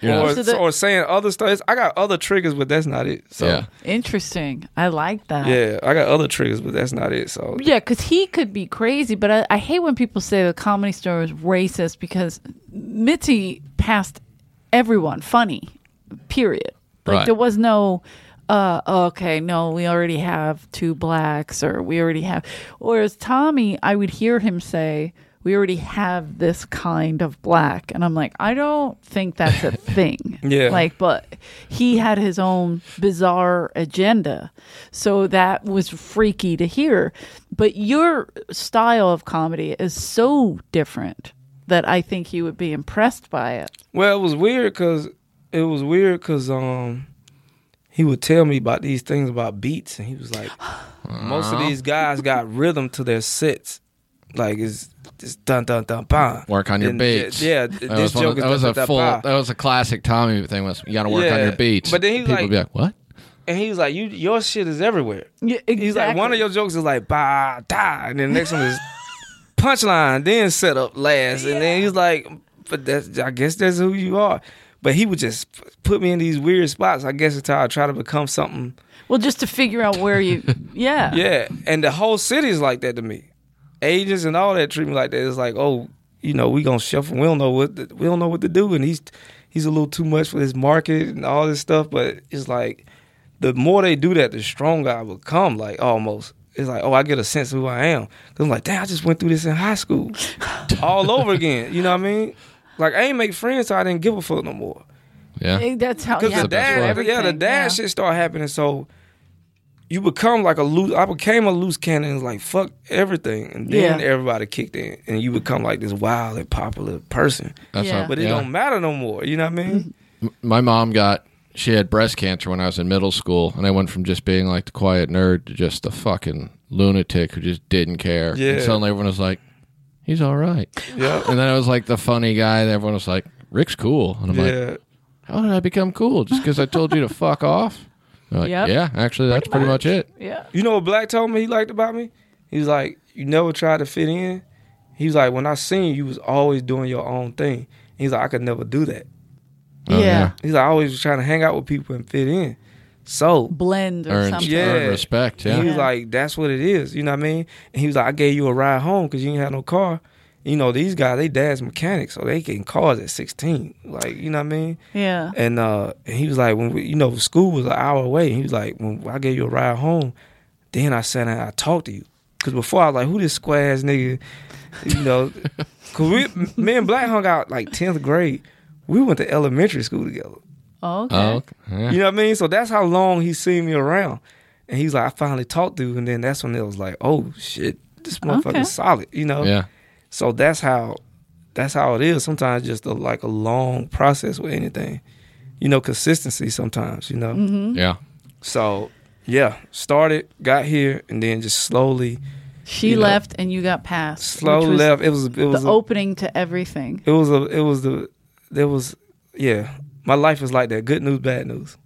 Speaker 1: You're
Speaker 2: or,
Speaker 1: not-
Speaker 3: So the-
Speaker 2: or saying other stuff. It's- I got other triggers, but that's not it. So
Speaker 1: yeah.
Speaker 2: yeah.
Speaker 3: Interesting. I like that.
Speaker 2: I got other triggers, but that's not it. So
Speaker 3: Yeah, because he could be crazy, but I, I hate when people say the comedy store is racist because Mitzi passed everyone funny, period. Like
Speaker 1: Right.
Speaker 3: there was no, uh, okay, no, we already have two blacks or we already have. Whereas Tommy, I would hear him say, we already have this kind of black. And I'm like, I don't think that's a thing.
Speaker 2: Yeah.
Speaker 3: Like, but he had his own bizarre agenda. So that was freaky to hear. But your style of comedy is so different that I think you would be impressed by it.
Speaker 2: well, it was weird because it was weird because um he would tell me about these things about beats, and he was like, most of
Speaker 1: Uh-huh.
Speaker 2: these guys got rhythm to their sets, like it's it's dun dun dun bum.
Speaker 1: Work on your
Speaker 2: Then-
Speaker 1: beats.
Speaker 2: uh, Yeah,
Speaker 1: That
Speaker 2: this
Speaker 1: was, one
Speaker 2: joke
Speaker 1: of- that was
Speaker 2: is dun,
Speaker 1: a
Speaker 2: dun,
Speaker 1: full.
Speaker 2: dun,
Speaker 1: That
Speaker 2: bum.
Speaker 1: was a classic Tommy thing. Was you got to work on
Speaker 2: Yeah.
Speaker 1: your beats.
Speaker 2: But then he's
Speaker 1: people
Speaker 2: like-
Speaker 1: be like, "What?"
Speaker 2: And he was like, "You, your shit is everywhere."
Speaker 3: Yeah, exactly.
Speaker 2: He's like, one of your jokes is like ba da, and then the next one is punchline, then set up last, and then he's like, but that's I guess that's who you are. But he would just p- put me in these weird spots. I guess until I try to become something.
Speaker 3: Well, just to figure out where you. Yeah.
Speaker 2: Yeah, and the whole city's like that to me. Agents and all that treat me like that. It's like, oh, you know, we gonna shuffle. We don't know what the, we don't know what to do, and he's he's a little too much for this market and all this stuff. But it's like the more they do that, the stronger I become. Like almost, it's like oh, I get a sense of who I am. Cause I'm like, damn, I just went through this in high school, all over again. You know what I mean? Like I ain't make friends, so I didn't give a fuck no more.
Speaker 1: Yeah.
Speaker 3: Eh, That's how.
Speaker 2: Because
Speaker 3: Yeah,
Speaker 2: the dad,
Speaker 1: That's
Speaker 2: every, yeah, the
Speaker 3: everything,
Speaker 2: dad shit start happening. So you become like a loose. I became a loose cannon. It's Like fuck everything, and then
Speaker 3: Yeah.
Speaker 2: everybody kicked in, and you become like this wild and popular person.
Speaker 1: That's
Speaker 3: Yeah.
Speaker 1: how-
Speaker 2: But it
Speaker 1: yeah.
Speaker 2: don't matter no more. You know what I mean?
Speaker 1: my mom got she had breast cancer when I was in middle school, and I went from just being like the quiet nerd to just the fucking lunatic who just didn't care.
Speaker 2: Yeah.
Speaker 1: And suddenly everyone was like, "He's all right,"
Speaker 2: yeah.
Speaker 1: and then I was like the funny guy. And everyone was like, "Rick's cool," and I'm like,
Speaker 2: Yeah.
Speaker 1: "How did I become cool? Just because I told you to fuck off?" They're like,
Speaker 3: Yep.
Speaker 1: Yeah, actually, that's pretty much, it.
Speaker 3: Yeah.
Speaker 2: You know what Black told me he liked about me? He was like, You never tried to fit in. He was like, When I seen you, you was always doing your own thing. He's like, I could never do that.
Speaker 1: Oh,
Speaker 3: yeah.
Speaker 1: yeah.
Speaker 2: He's like, I always was trying to hang out with people and fit in. So
Speaker 3: Blend or
Speaker 1: Earn,
Speaker 3: something.
Speaker 2: Yeah.
Speaker 1: earn respect. Yeah,
Speaker 2: he
Speaker 1: yeah.
Speaker 2: was like, That's what it is. You know what I mean? And he was like, I gave you a ride home because you didn't have no car. You know, these guys, they dad's mechanics, so they getting cars at 16. Like, you know what I mean?
Speaker 3: Yeah.
Speaker 2: And uh, and he was like, when we, you know, school was an hour away. He was like, when I gave you a ride home, then I sat and I talked to you. Cause before I was like, who this square ass nigga, you know? Cause we, me and Black hung out like tenth grade. We went to elementary school together.
Speaker 3: Oh, okay.
Speaker 1: Oh, okay. yeah.
Speaker 2: You know what I mean? So that's how long he seen me around. And he's like, I finally talked to you, and then that's when it was like, oh shit, this motherfucker's
Speaker 3: Okay.
Speaker 2: solid. You know?
Speaker 1: yeah,
Speaker 2: So that's how that's how it is. Sometimes just a, like a long process with anything. You know, consistency sometimes, you
Speaker 3: Mm.
Speaker 2: know.
Speaker 3: Mm-hmm.
Speaker 1: yeah.
Speaker 2: So yeah, started, got here, and then just slowly,
Speaker 3: She
Speaker 2: you know,
Speaker 3: left and you got passed.
Speaker 2: slow
Speaker 3: which was
Speaker 2: left. It was it
Speaker 3: The
Speaker 2: was a,
Speaker 3: opening to everything.
Speaker 2: it was a it was the there was yeah. My life is like that. Good news, bad news.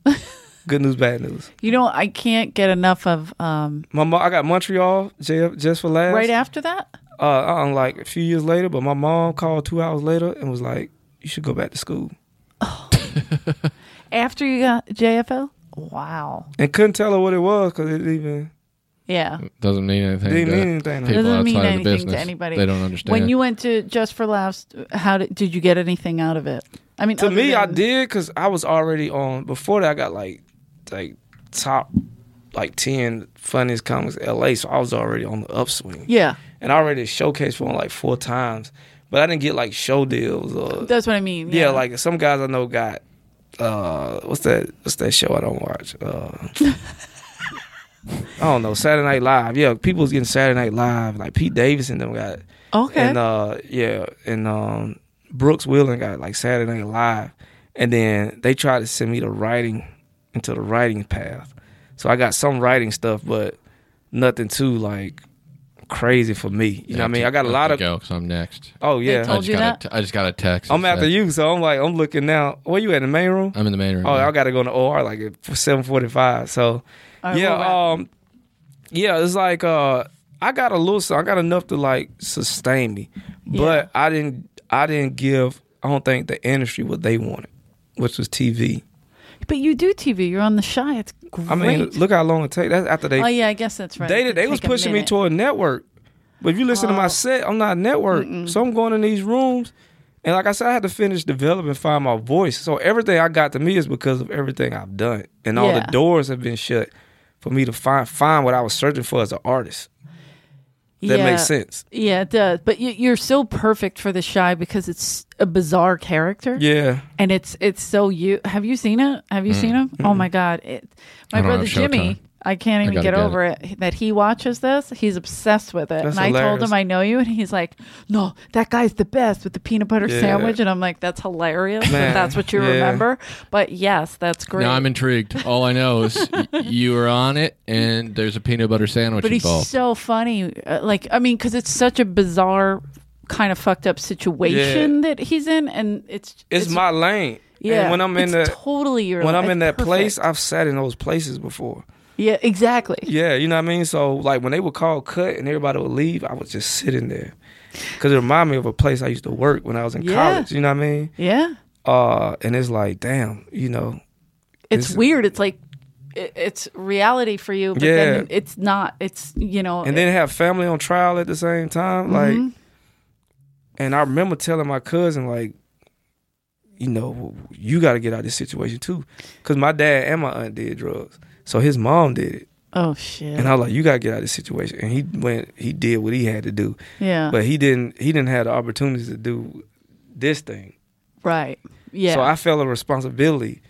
Speaker 2: Good news, bad news.
Speaker 3: You know, I can't get enough of. Um,
Speaker 2: My mom, I got Montreal J- just for last.
Speaker 3: right after that,
Speaker 2: uh, uh, like a few years later, but my mom called two hours later and was like, "You should go back to school."
Speaker 3: after you got JFL. Wow.
Speaker 2: And couldn't tell her what it was because it even
Speaker 3: Yeah.
Speaker 2: Mm,
Speaker 1: Doesn't mean anything.
Speaker 2: didn't
Speaker 1: to
Speaker 2: mean anything.
Speaker 1: People
Speaker 3: Doesn't mean
Speaker 1: outside of the
Speaker 3: anything to
Speaker 1: business,
Speaker 3: anybody.
Speaker 1: They don't understand.
Speaker 3: When you went to Just for Laughs, how did did you get anything out of it? I mean,
Speaker 2: to
Speaker 3: other
Speaker 2: me, I
Speaker 3: than-
Speaker 2: did because I was already on. Before that, I got like like top like ten funniest comics in LA, so I was already on the upswing,
Speaker 3: Yeah,
Speaker 2: and I already showcased for them like four times, but I didn't get like show deals or
Speaker 3: that's what I mean.
Speaker 2: yeah, like some guys I know got uh what's that what's that show I don't watch uh. I don't know Saturday Night Live. Yeah, people was getting Saturday Night Live. Like Pete Davis and them got
Speaker 3: okay,
Speaker 2: and uh yeah, and um Brooks Willing got like Saturday Night Live. And then they tried to send me the writing into the writing path. So I got some writing stuff, but nothing too like crazy for me. You know what I mean? I got a lot of
Speaker 1: jokes. I'm next.
Speaker 2: oh
Speaker 3: They
Speaker 1: I
Speaker 2: yeah.
Speaker 3: told-
Speaker 1: just
Speaker 3: you
Speaker 1: got
Speaker 3: that?
Speaker 1: a, t- I just got a text.
Speaker 2: I'm
Speaker 1: that
Speaker 2: after
Speaker 1: said-
Speaker 2: you, so I'm like I'm looking now. Where you at in the main room?
Speaker 1: I'm in the main room.
Speaker 2: Oh,
Speaker 1: yeah.
Speaker 2: I gotta go in the OR like at seven forty five. So
Speaker 3: All right, we'll wrap.
Speaker 2: yeah, um, yeah, it's like uh, I got a little, so I got enough to like sustain me, but I didn't, I didn't give. I don't think the industry what they wanted, which was TV.
Speaker 3: but you do TV. You're on the shy. It's great.
Speaker 2: I mean, look how long it takes. That's after they,
Speaker 3: oh yeah, I guess that's right.
Speaker 2: they,
Speaker 3: It
Speaker 2: they
Speaker 3: could
Speaker 2: was
Speaker 3: take a
Speaker 2: pushing me
Speaker 3: minute.
Speaker 2: toward network. But if you listen to my
Speaker 3: Oh.
Speaker 2: set, I'm not network, so I'm going in these rooms, and like I said, I had to finish developing, find my voice. So everything I got to me is because of everything I've done, and all the
Speaker 3: Yeah.
Speaker 2: doors have been shut for me to find find what I was searching for as an artist. That
Speaker 3: yeah.
Speaker 2: makes sense.
Speaker 3: Yeah, it does. But you, you're so perfect for the shy because it's a bizarre character.
Speaker 2: Yeah.
Speaker 3: and it's it's so you have you seen it have you
Speaker 2: Mm.
Speaker 3: seen him oh my god it my
Speaker 1: I don't
Speaker 3: brother
Speaker 1: have Showtime.
Speaker 3: jimmy i can't even
Speaker 1: gotta
Speaker 3: get,
Speaker 1: get
Speaker 3: over it. that he watches this he's obsessed with it
Speaker 2: That's
Speaker 3: and i told
Speaker 2: hilarious.
Speaker 3: him i know you and he's like no that guy's the best with the peanut butter
Speaker 2: Yeah.
Speaker 3: sandwich and i'm like that's hilarious
Speaker 2: Man,
Speaker 3: that that's what you
Speaker 2: yeah.
Speaker 3: remember but yes that's great
Speaker 1: Now I'm intrigued. All I know is y- you were on it, and there's a peanut butter sandwich
Speaker 3: but he's
Speaker 1: involved.
Speaker 3: so funny uh, like i mean because it's such a bizarre kind of fucked up situation that he's in and it's
Speaker 2: It's, my lane.
Speaker 3: yeah
Speaker 2: And when I'm in
Speaker 3: it's
Speaker 2: that
Speaker 3: totally your
Speaker 2: when I'm
Speaker 3: it's
Speaker 2: in that place,
Speaker 3: perfect.
Speaker 2: I've sat in those places before.
Speaker 3: yeah exactly
Speaker 2: Yeah, you know what I mean? So like when they would call cut and everybody would leave, I was just sitting there. Cause it reminded me of a place I used to work when I was in
Speaker 3: Yeah.
Speaker 2: college. You know what I mean?
Speaker 3: yeah
Speaker 2: Uh and it's like, damn, you know.
Speaker 3: it's
Speaker 2: It's-
Speaker 3: weird. It's like it, it's reality for you, but then
Speaker 2: Yeah.
Speaker 3: it's not. It's you know,
Speaker 2: And then have family on trial at the same time.
Speaker 3: Mm-hmm.
Speaker 2: Like and I remember telling my cousin, like, you know, you gotta get out of this situation too. Cause my dad and my aunt did drugs. So his mom did it.
Speaker 3: Oh shit.
Speaker 2: And I was like, you gotta get out of this situation. And he went, he did what he had to do,
Speaker 3: yeah.
Speaker 2: but he didn't. He didn't have the opportunities to do this thing.
Speaker 3: right. Yeah.
Speaker 2: So I felt a responsibility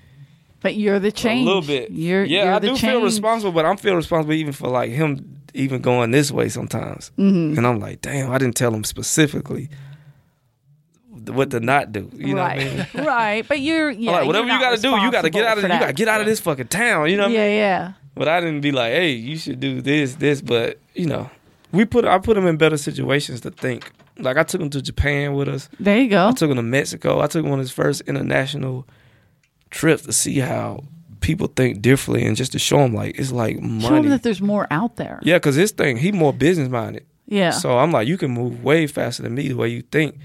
Speaker 3: but you're the change.
Speaker 2: a little bit.
Speaker 3: You're
Speaker 2: yeah,
Speaker 3: You're
Speaker 2: I
Speaker 3: the
Speaker 2: do feel
Speaker 3: change.
Speaker 2: responsible, but I'm feel responsible even for like him even going this way sometimes.
Speaker 3: Mhm.
Speaker 2: And I'm like, damn, I didn't tell him specifically what to not do. You know
Speaker 3: right.
Speaker 2: what I mean?
Speaker 3: right. But you're yeah.
Speaker 2: I'm like, whatever
Speaker 3: you're
Speaker 2: you got to do, you got to get out of you got to get out of this fucking town. You know what I mean?
Speaker 3: yeah. Yeah.
Speaker 2: But I didn't be like, hey, you should do this, this. But you know, we put I put him in better situations to think. Like I took him to Japan with us.
Speaker 3: There you go.
Speaker 2: I took him to Mexico. I took him on his first international trip to see how people think differently and just to show him like it's like money.
Speaker 3: Show them that there's more out there.
Speaker 2: yeah, because his thing, he more business minded.
Speaker 3: Yeah.
Speaker 2: So I'm like, you can move way faster than me the way you think.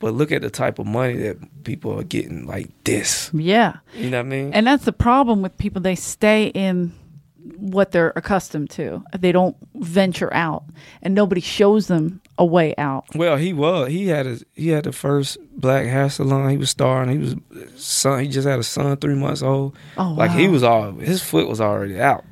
Speaker 2: But look at the type of money that people are getting like this.
Speaker 3: yeah.
Speaker 2: You know what I mean?
Speaker 3: And that's the problem with people. They stay in what they're accustomed to. They don't venture out, and nobody shows them a way out.
Speaker 2: Well, he was. He had his. He had the first black hair salon. He was starring. He was son. He just had a son, three months old.
Speaker 3: Oh,
Speaker 2: Like he
Speaker 3: wow.
Speaker 2: was all. His foot was already out.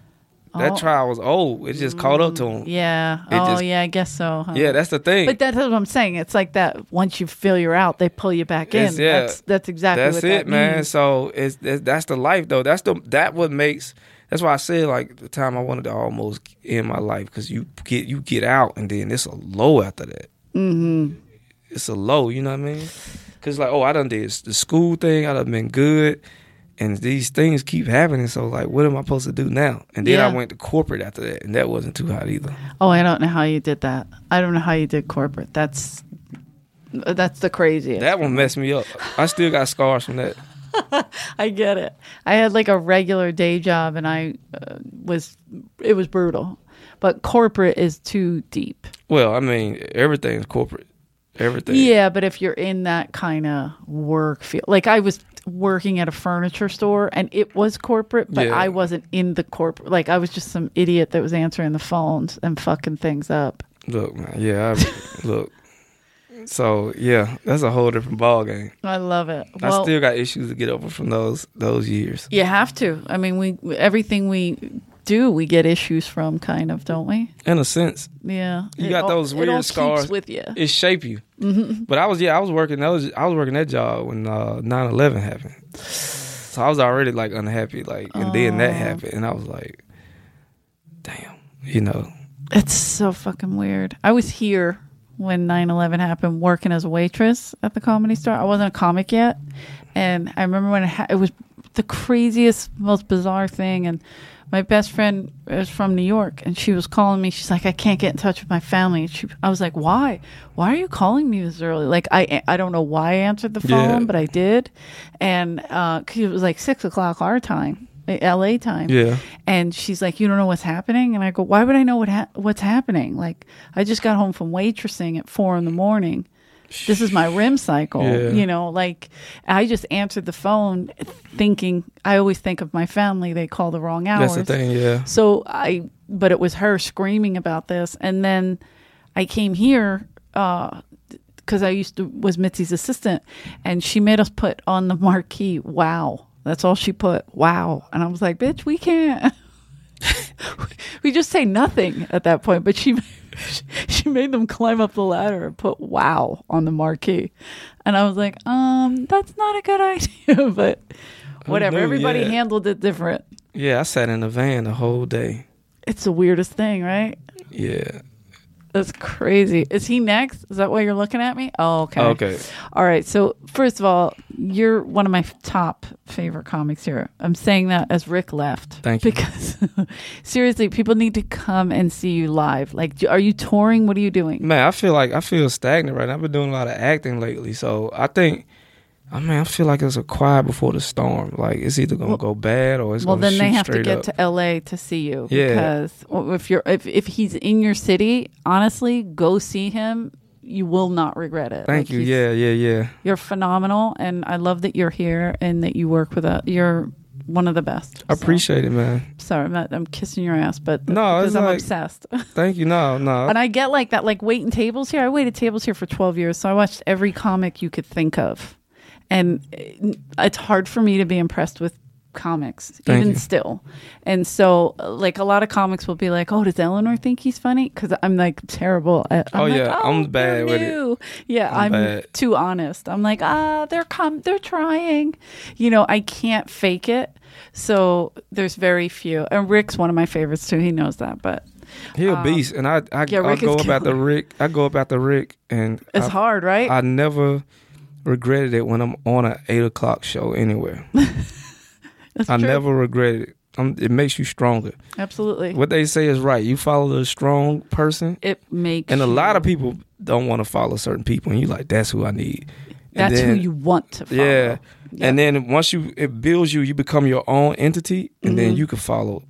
Speaker 3: Oh.
Speaker 2: That trial was old. It just caught up to him. Yeah.
Speaker 3: Yeah.
Speaker 2: It
Speaker 3: oh,
Speaker 2: just-
Speaker 3: yeah. I guess so. Huh?
Speaker 2: Yeah, that's the thing.
Speaker 3: Um, But that's what I'm saying. It's like that. Once you feel you're out, they pull you back in.
Speaker 2: It's- yeah.
Speaker 3: That's that's exactly
Speaker 2: that's
Speaker 3: what
Speaker 2: it,
Speaker 3: that
Speaker 2: man.
Speaker 3: means.
Speaker 2: So it's, it's that's the life though. That's the that what makes. That's why I said like the time I wanted to almost end my life because you get you get out and then it's a low after that.
Speaker 3: Mm-hmm.
Speaker 2: it's a low. You know what I mean? Cause like, oh, I done did the school thing. I done been good, and these things keep happening. So like, what am I supposed to do now? And then
Speaker 3: Yeah.
Speaker 2: I went to corporate after that, and that wasn't too hot either.
Speaker 3: Oh, I don't know how you did that. I don't know how you did corporate. That's that's the craziest.
Speaker 2: That one messed me up. I still got scars from that.
Speaker 3: I get it. I had like a regular day job, and I uh, was it was brutal. But corporate is too deep.
Speaker 2: Well, I mean, everything's corporate. Everything.
Speaker 3: Yeah, but if you're in that kind of work field, like I was working at a furniture store and it was corporate, but
Speaker 2: Yeah.
Speaker 3: I wasn't in the corporate. Like I was just some idiot that was answering the phones and fucking things up.
Speaker 2: Look, man. Yeah. I, look. So yeah, that's a whole different ball game.
Speaker 3: I love it.
Speaker 2: I
Speaker 3: Well,
Speaker 2: still got issues to get over from those those years.
Speaker 3: you have to. I mean, we everything we do, we get issues from, kind of, don't we?
Speaker 2: In a sense,
Speaker 3: Yeah.
Speaker 2: You
Speaker 3: It
Speaker 2: got
Speaker 3: all-
Speaker 2: those
Speaker 3: it
Speaker 2: weird
Speaker 3: all keeps
Speaker 2: scars.
Speaker 3: with you.
Speaker 2: it shape you. But I was yeah, I was working that was I was working that job when uh 9/11 happened. So I was already like unhappy like and then that happened and I was like damn, you know.
Speaker 3: It's so fucking weird. I was here when 9 11 happened, working as a waitress at the comedy store. I wasn't a comic yet. And I remember when it, ha- it was the craziest, most bizarre thing. And my best friend is from New York and she was calling me. She's like, I can't get in touch with my family. And she, I was like, Why? Why are you calling me this early? Like, I, I don't know why I answered the
Speaker 2: Yeah.
Speaker 3: phone, but I did. And uh 'cause it was like six o'clock our time, LA time.
Speaker 2: Yeah.
Speaker 3: And she's like, "You don't know what's happening." And I go, "Why would I know what ha- what's happening? Like, I just got home from waitressing at four in the morning. This is my REM cycle,
Speaker 2: Yeah.
Speaker 3: you know. Like, I just answered the phone, thinking I always think of my family. They call the wrong hours.
Speaker 2: That's the thing, yeah.
Speaker 3: So I, but it was her screaming about this, and then I came here because I used to was Mitzi's assistant, and she made us put on the marquee. Wow, that's all she put. Wow, and I was like, bitch, we can't. we just say nothing at that point. But she she made them climb up the ladder and put wow on the marquee, and I was like, um, that's not a good idea, but. Whatever.
Speaker 2: knew,
Speaker 3: Everybody
Speaker 2: yeah.
Speaker 3: handled it different.
Speaker 2: Yeah, I sat in the van the whole day.
Speaker 3: It's the weirdest thing, right?
Speaker 2: Yeah.
Speaker 3: That's crazy. Is he next? Is that why you're looking at me? Oh, okay.
Speaker 2: Okay.
Speaker 3: All right. So, first of all, you're one of my top favorite comics here. I'm saying that as Rick left.
Speaker 2: Thank you.
Speaker 3: Because seriously, people need to come and see you live. Like, are you touring? What are you doing?
Speaker 2: Man, Mm, I feel like I feel stagnant right now. I've been doing a lot of acting lately. So I think I mean, I feel like it's a quiet before the storm. Like it's either gonna go bad or it's
Speaker 3: Well,
Speaker 2: gonna
Speaker 3: then they
Speaker 2: shoot
Speaker 3: have to
Speaker 2: straight
Speaker 3: get
Speaker 2: up.
Speaker 3: to L.A. to see you.
Speaker 2: Yeah.
Speaker 3: Because well, if you're if if he's in your city, honestly, go see him. You will not regret it.
Speaker 2: Thank
Speaker 3: Like,
Speaker 2: you.
Speaker 3: he's-
Speaker 2: Yeah, yeah, yeah.
Speaker 3: You're phenomenal, and I love that you're here and that you work with us. You're one of the best.
Speaker 2: I
Speaker 3: So,
Speaker 2: appreciate it, man.
Speaker 3: Sorry, I'm not. I'm kissing your ass, but
Speaker 2: No, it's
Speaker 3: because I'm
Speaker 2: like-
Speaker 3: obsessed.
Speaker 2: Thank you. No, no.
Speaker 3: and I get like that, like waiting tables here. I waited tables here for 12 years, so I watched uh, every comic you could think of, and it- it's hard for me to be impressed with comics,
Speaker 2: Thank
Speaker 3: even
Speaker 2: you.
Speaker 3: still. And so, uh, like, a lot of comics will be like, "Oh, does Eleanor think he's funny?" Because I'm like terrible at. I'm
Speaker 2: Oh,
Speaker 3: like,
Speaker 2: yeah, I'm
Speaker 3: "Oh,
Speaker 2: bad
Speaker 3: you're
Speaker 2: with it.
Speaker 3: new." Yeah,
Speaker 2: I'm
Speaker 3: I'm,
Speaker 2: bad.
Speaker 3: too honest. I'm like, ah, they're com, they're trying. You know, I can't fake it. So there's very few. And Rick's one of my favorites too. He knows that, but
Speaker 2: He a
Speaker 3: Um,
Speaker 2: beast, and I I,
Speaker 3: yeah,
Speaker 2: I
Speaker 3: Rick is
Speaker 2: go about the
Speaker 3: killer.
Speaker 2: Rick. I go about the Rick, and
Speaker 3: it's
Speaker 2: I,
Speaker 3: hard, right?
Speaker 2: I never regretted it when I'm on an eight o'clock show anywhere.
Speaker 3: That's
Speaker 2: I
Speaker 3: true.
Speaker 2: never regretted it. i it makes you stronger.
Speaker 3: absolutely.
Speaker 2: What they say is right. You follow a strong person,
Speaker 3: it makes
Speaker 2: and a
Speaker 3: you-
Speaker 2: lot of people don't want to follow certain people, and you like that's who I need. And
Speaker 3: That's who
Speaker 2: then-
Speaker 3: you want to follow.
Speaker 2: Yeah.
Speaker 3: Yeah.
Speaker 2: And then once you it builds you, you become your own entity, and then
Speaker 3: Mhm.
Speaker 2: you can follow.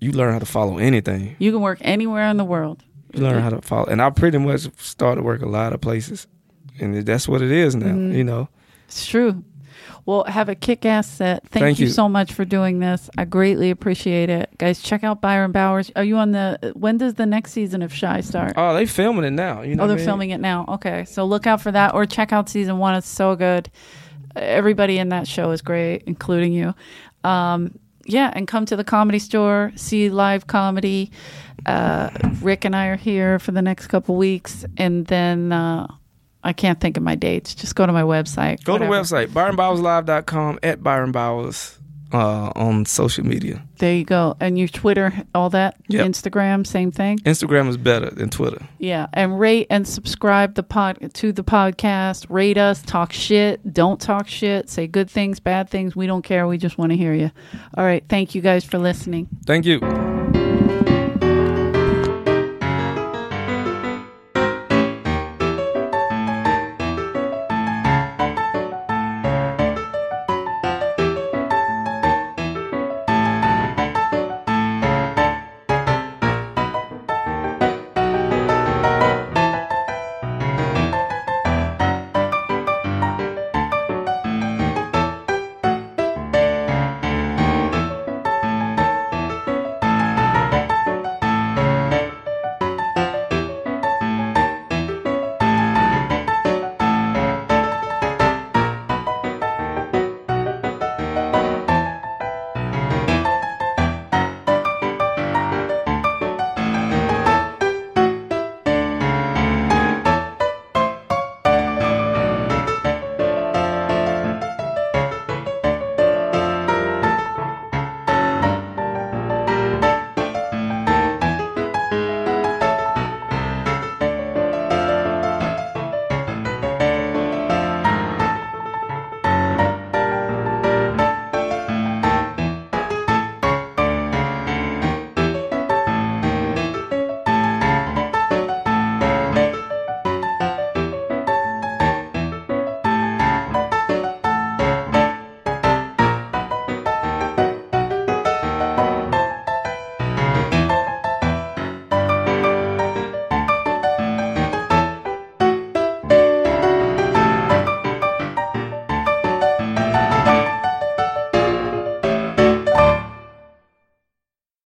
Speaker 2: You learn how to follow anything.
Speaker 3: You can work anywhere in the world.
Speaker 2: You learn how to follow, and I pretty much started work a lot of places, and that's what it is now.
Speaker 3: Mhm.
Speaker 2: You know,
Speaker 3: It's true. Well, have a kick ass set. Thank,
Speaker 2: Thank
Speaker 3: you,
Speaker 2: you.
Speaker 3: so much for doing this. I greatly appreciate it. Guys, check out Byron Bowers. Are you on the when does the next season of Shy start?
Speaker 2: oh, they filming it now. You know,
Speaker 3: oh, they're
Speaker 2: what I mean?
Speaker 3: filming it now. Okay. So look out for that or check out season one. It's so good. Everybody in that show is great, including you. Um, yeah, and come to the comedy store, see live comedy. Uh, Rick and I are here for the next couple weeks. And then uh, I can't think of my dates. Just go to my website.
Speaker 2: Go
Speaker 3: whatever.
Speaker 2: to the website byronbowerslive.com at Byron Bowers uh, on social media.
Speaker 3: There you go. And your Twitter, all that,
Speaker 2: Yep.
Speaker 3: Instagram, same thing.
Speaker 2: Instagram is better than Twitter.
Speaker 3: Yeah, and rate and subscribe the pod to the podcast. Rate us, talk shit, don't talk shit, say good things, bad things. We don't care. We just want to hear you. All right, thank you guys for listening.
Speaker 2: Thank you.